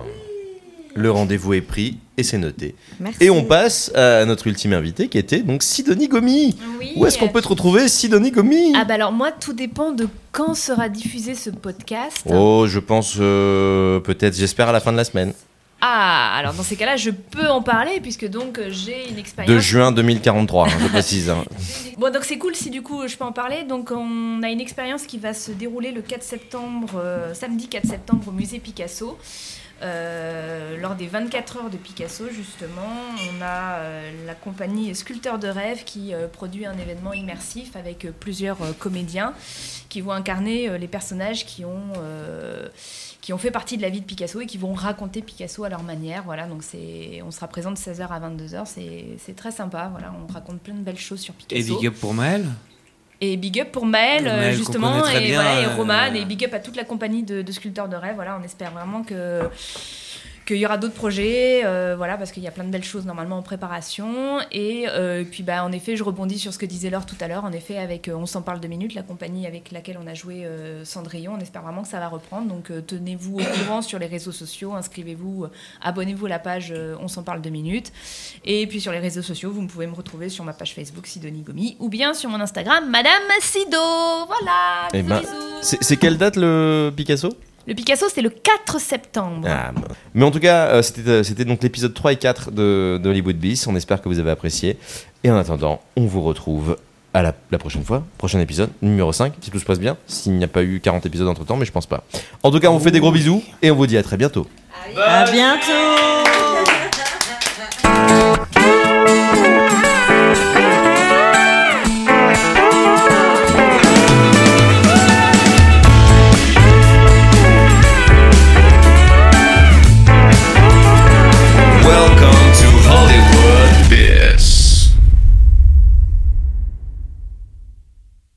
A: le rendez-vous est pris et c'est noté.
D: Merci.
A: Et on passe euh, à notre ultime invité qui était donc Sidonie Gomi.
B: Oui.
A: Où est-ce qu'on peut te retrouver, Sidonie Gomi
B: Ah bah alors moi, tout dépend de quand sera diffusé ce podcast.
A: Oh, je pense euh, peut-être, j'espère à la fin de la semaine.
B: Ah, alors dans ces cas-là, je peux en parler puisque donc euh, j'ai une expérience.
A: De juin 2043, hein, je précise. hein.
B: Bon, donc c'est cool si du coup je peux en parler. Donc on a une expérience qui va se dérouler le 4 septembre, euh, samedi 4 septembre au musée Picasso. Euh, lors des 24 heures de Picasso, justement, on a euh, la compagnie Sculpteur de rêve qui euh, produit un événement immersif avec euh, plusieurs euh, comédiens qui vont incarner euh, les personnages qui ont, euh, qui ont fait partie de la vie de Picasso et qui vont raconter Picasso à leur manière. Voilà, donc c'est, on sera présent de 16h à 22h, c'est, c'est très sympa. Voilà, on raconte plein de belles choses sur Picasso.
F: Et big up pour Maël
B: Et big up pour Maël, euh,
F: Maël, qu'on connaît
B: justement,
F: très
B: et,
F: bien,
B: voilà, et
F: euh,
B: Roman, et big up à toute la compagnie de, de sculpteurs de rêve. Voilà, on espère vraiment que qu'il y aura d'autres projets, euh, voilà, parce qu'il y a plein de belles choses normalement en préparation. Et euh, puis, bah, en effet, je rebondis sur ce que disait Laure tout à l'heure. En effet, avec euh, On s'en parle deux minutes, la compagnie avec laquelle on a joué euh, Cendrillon, on espère vraiment que ça va reprendre. Donc, euh, tenez-vous au courant sur les réseaux sociaux, inscrivez-vous, euh, abonnez-vous à la page euh, On s'en parle deux minutes. Et puis, sur les réseaux sociaux, vous pouvez me retrouver sur ma page Facebook, Sidonie Gomi, ou bien sur mon Instagram, Madame Sido. Voilà.
A: Eh ben, c'est c'est quelle date le Picasso
B: Le Picasso, c'est le 4 septembre.
A: Ah, bon. mais en tout cas, euh, c'était euh, c'était donc l'épisode 3 et 4 de, de Hollywood Beast. On espère que vous avez apprécié. Et en attendant, on vous retrouve à la, la prochaine fois, prochain épisode, numéro 5, si tout se passe bien, s'il n'y a pas eu 40 épisodes entre temps, mais je pense pas. En tout cas, on vous fait des gros bisous et on vous dit à très bientôt.
D: À bientôt.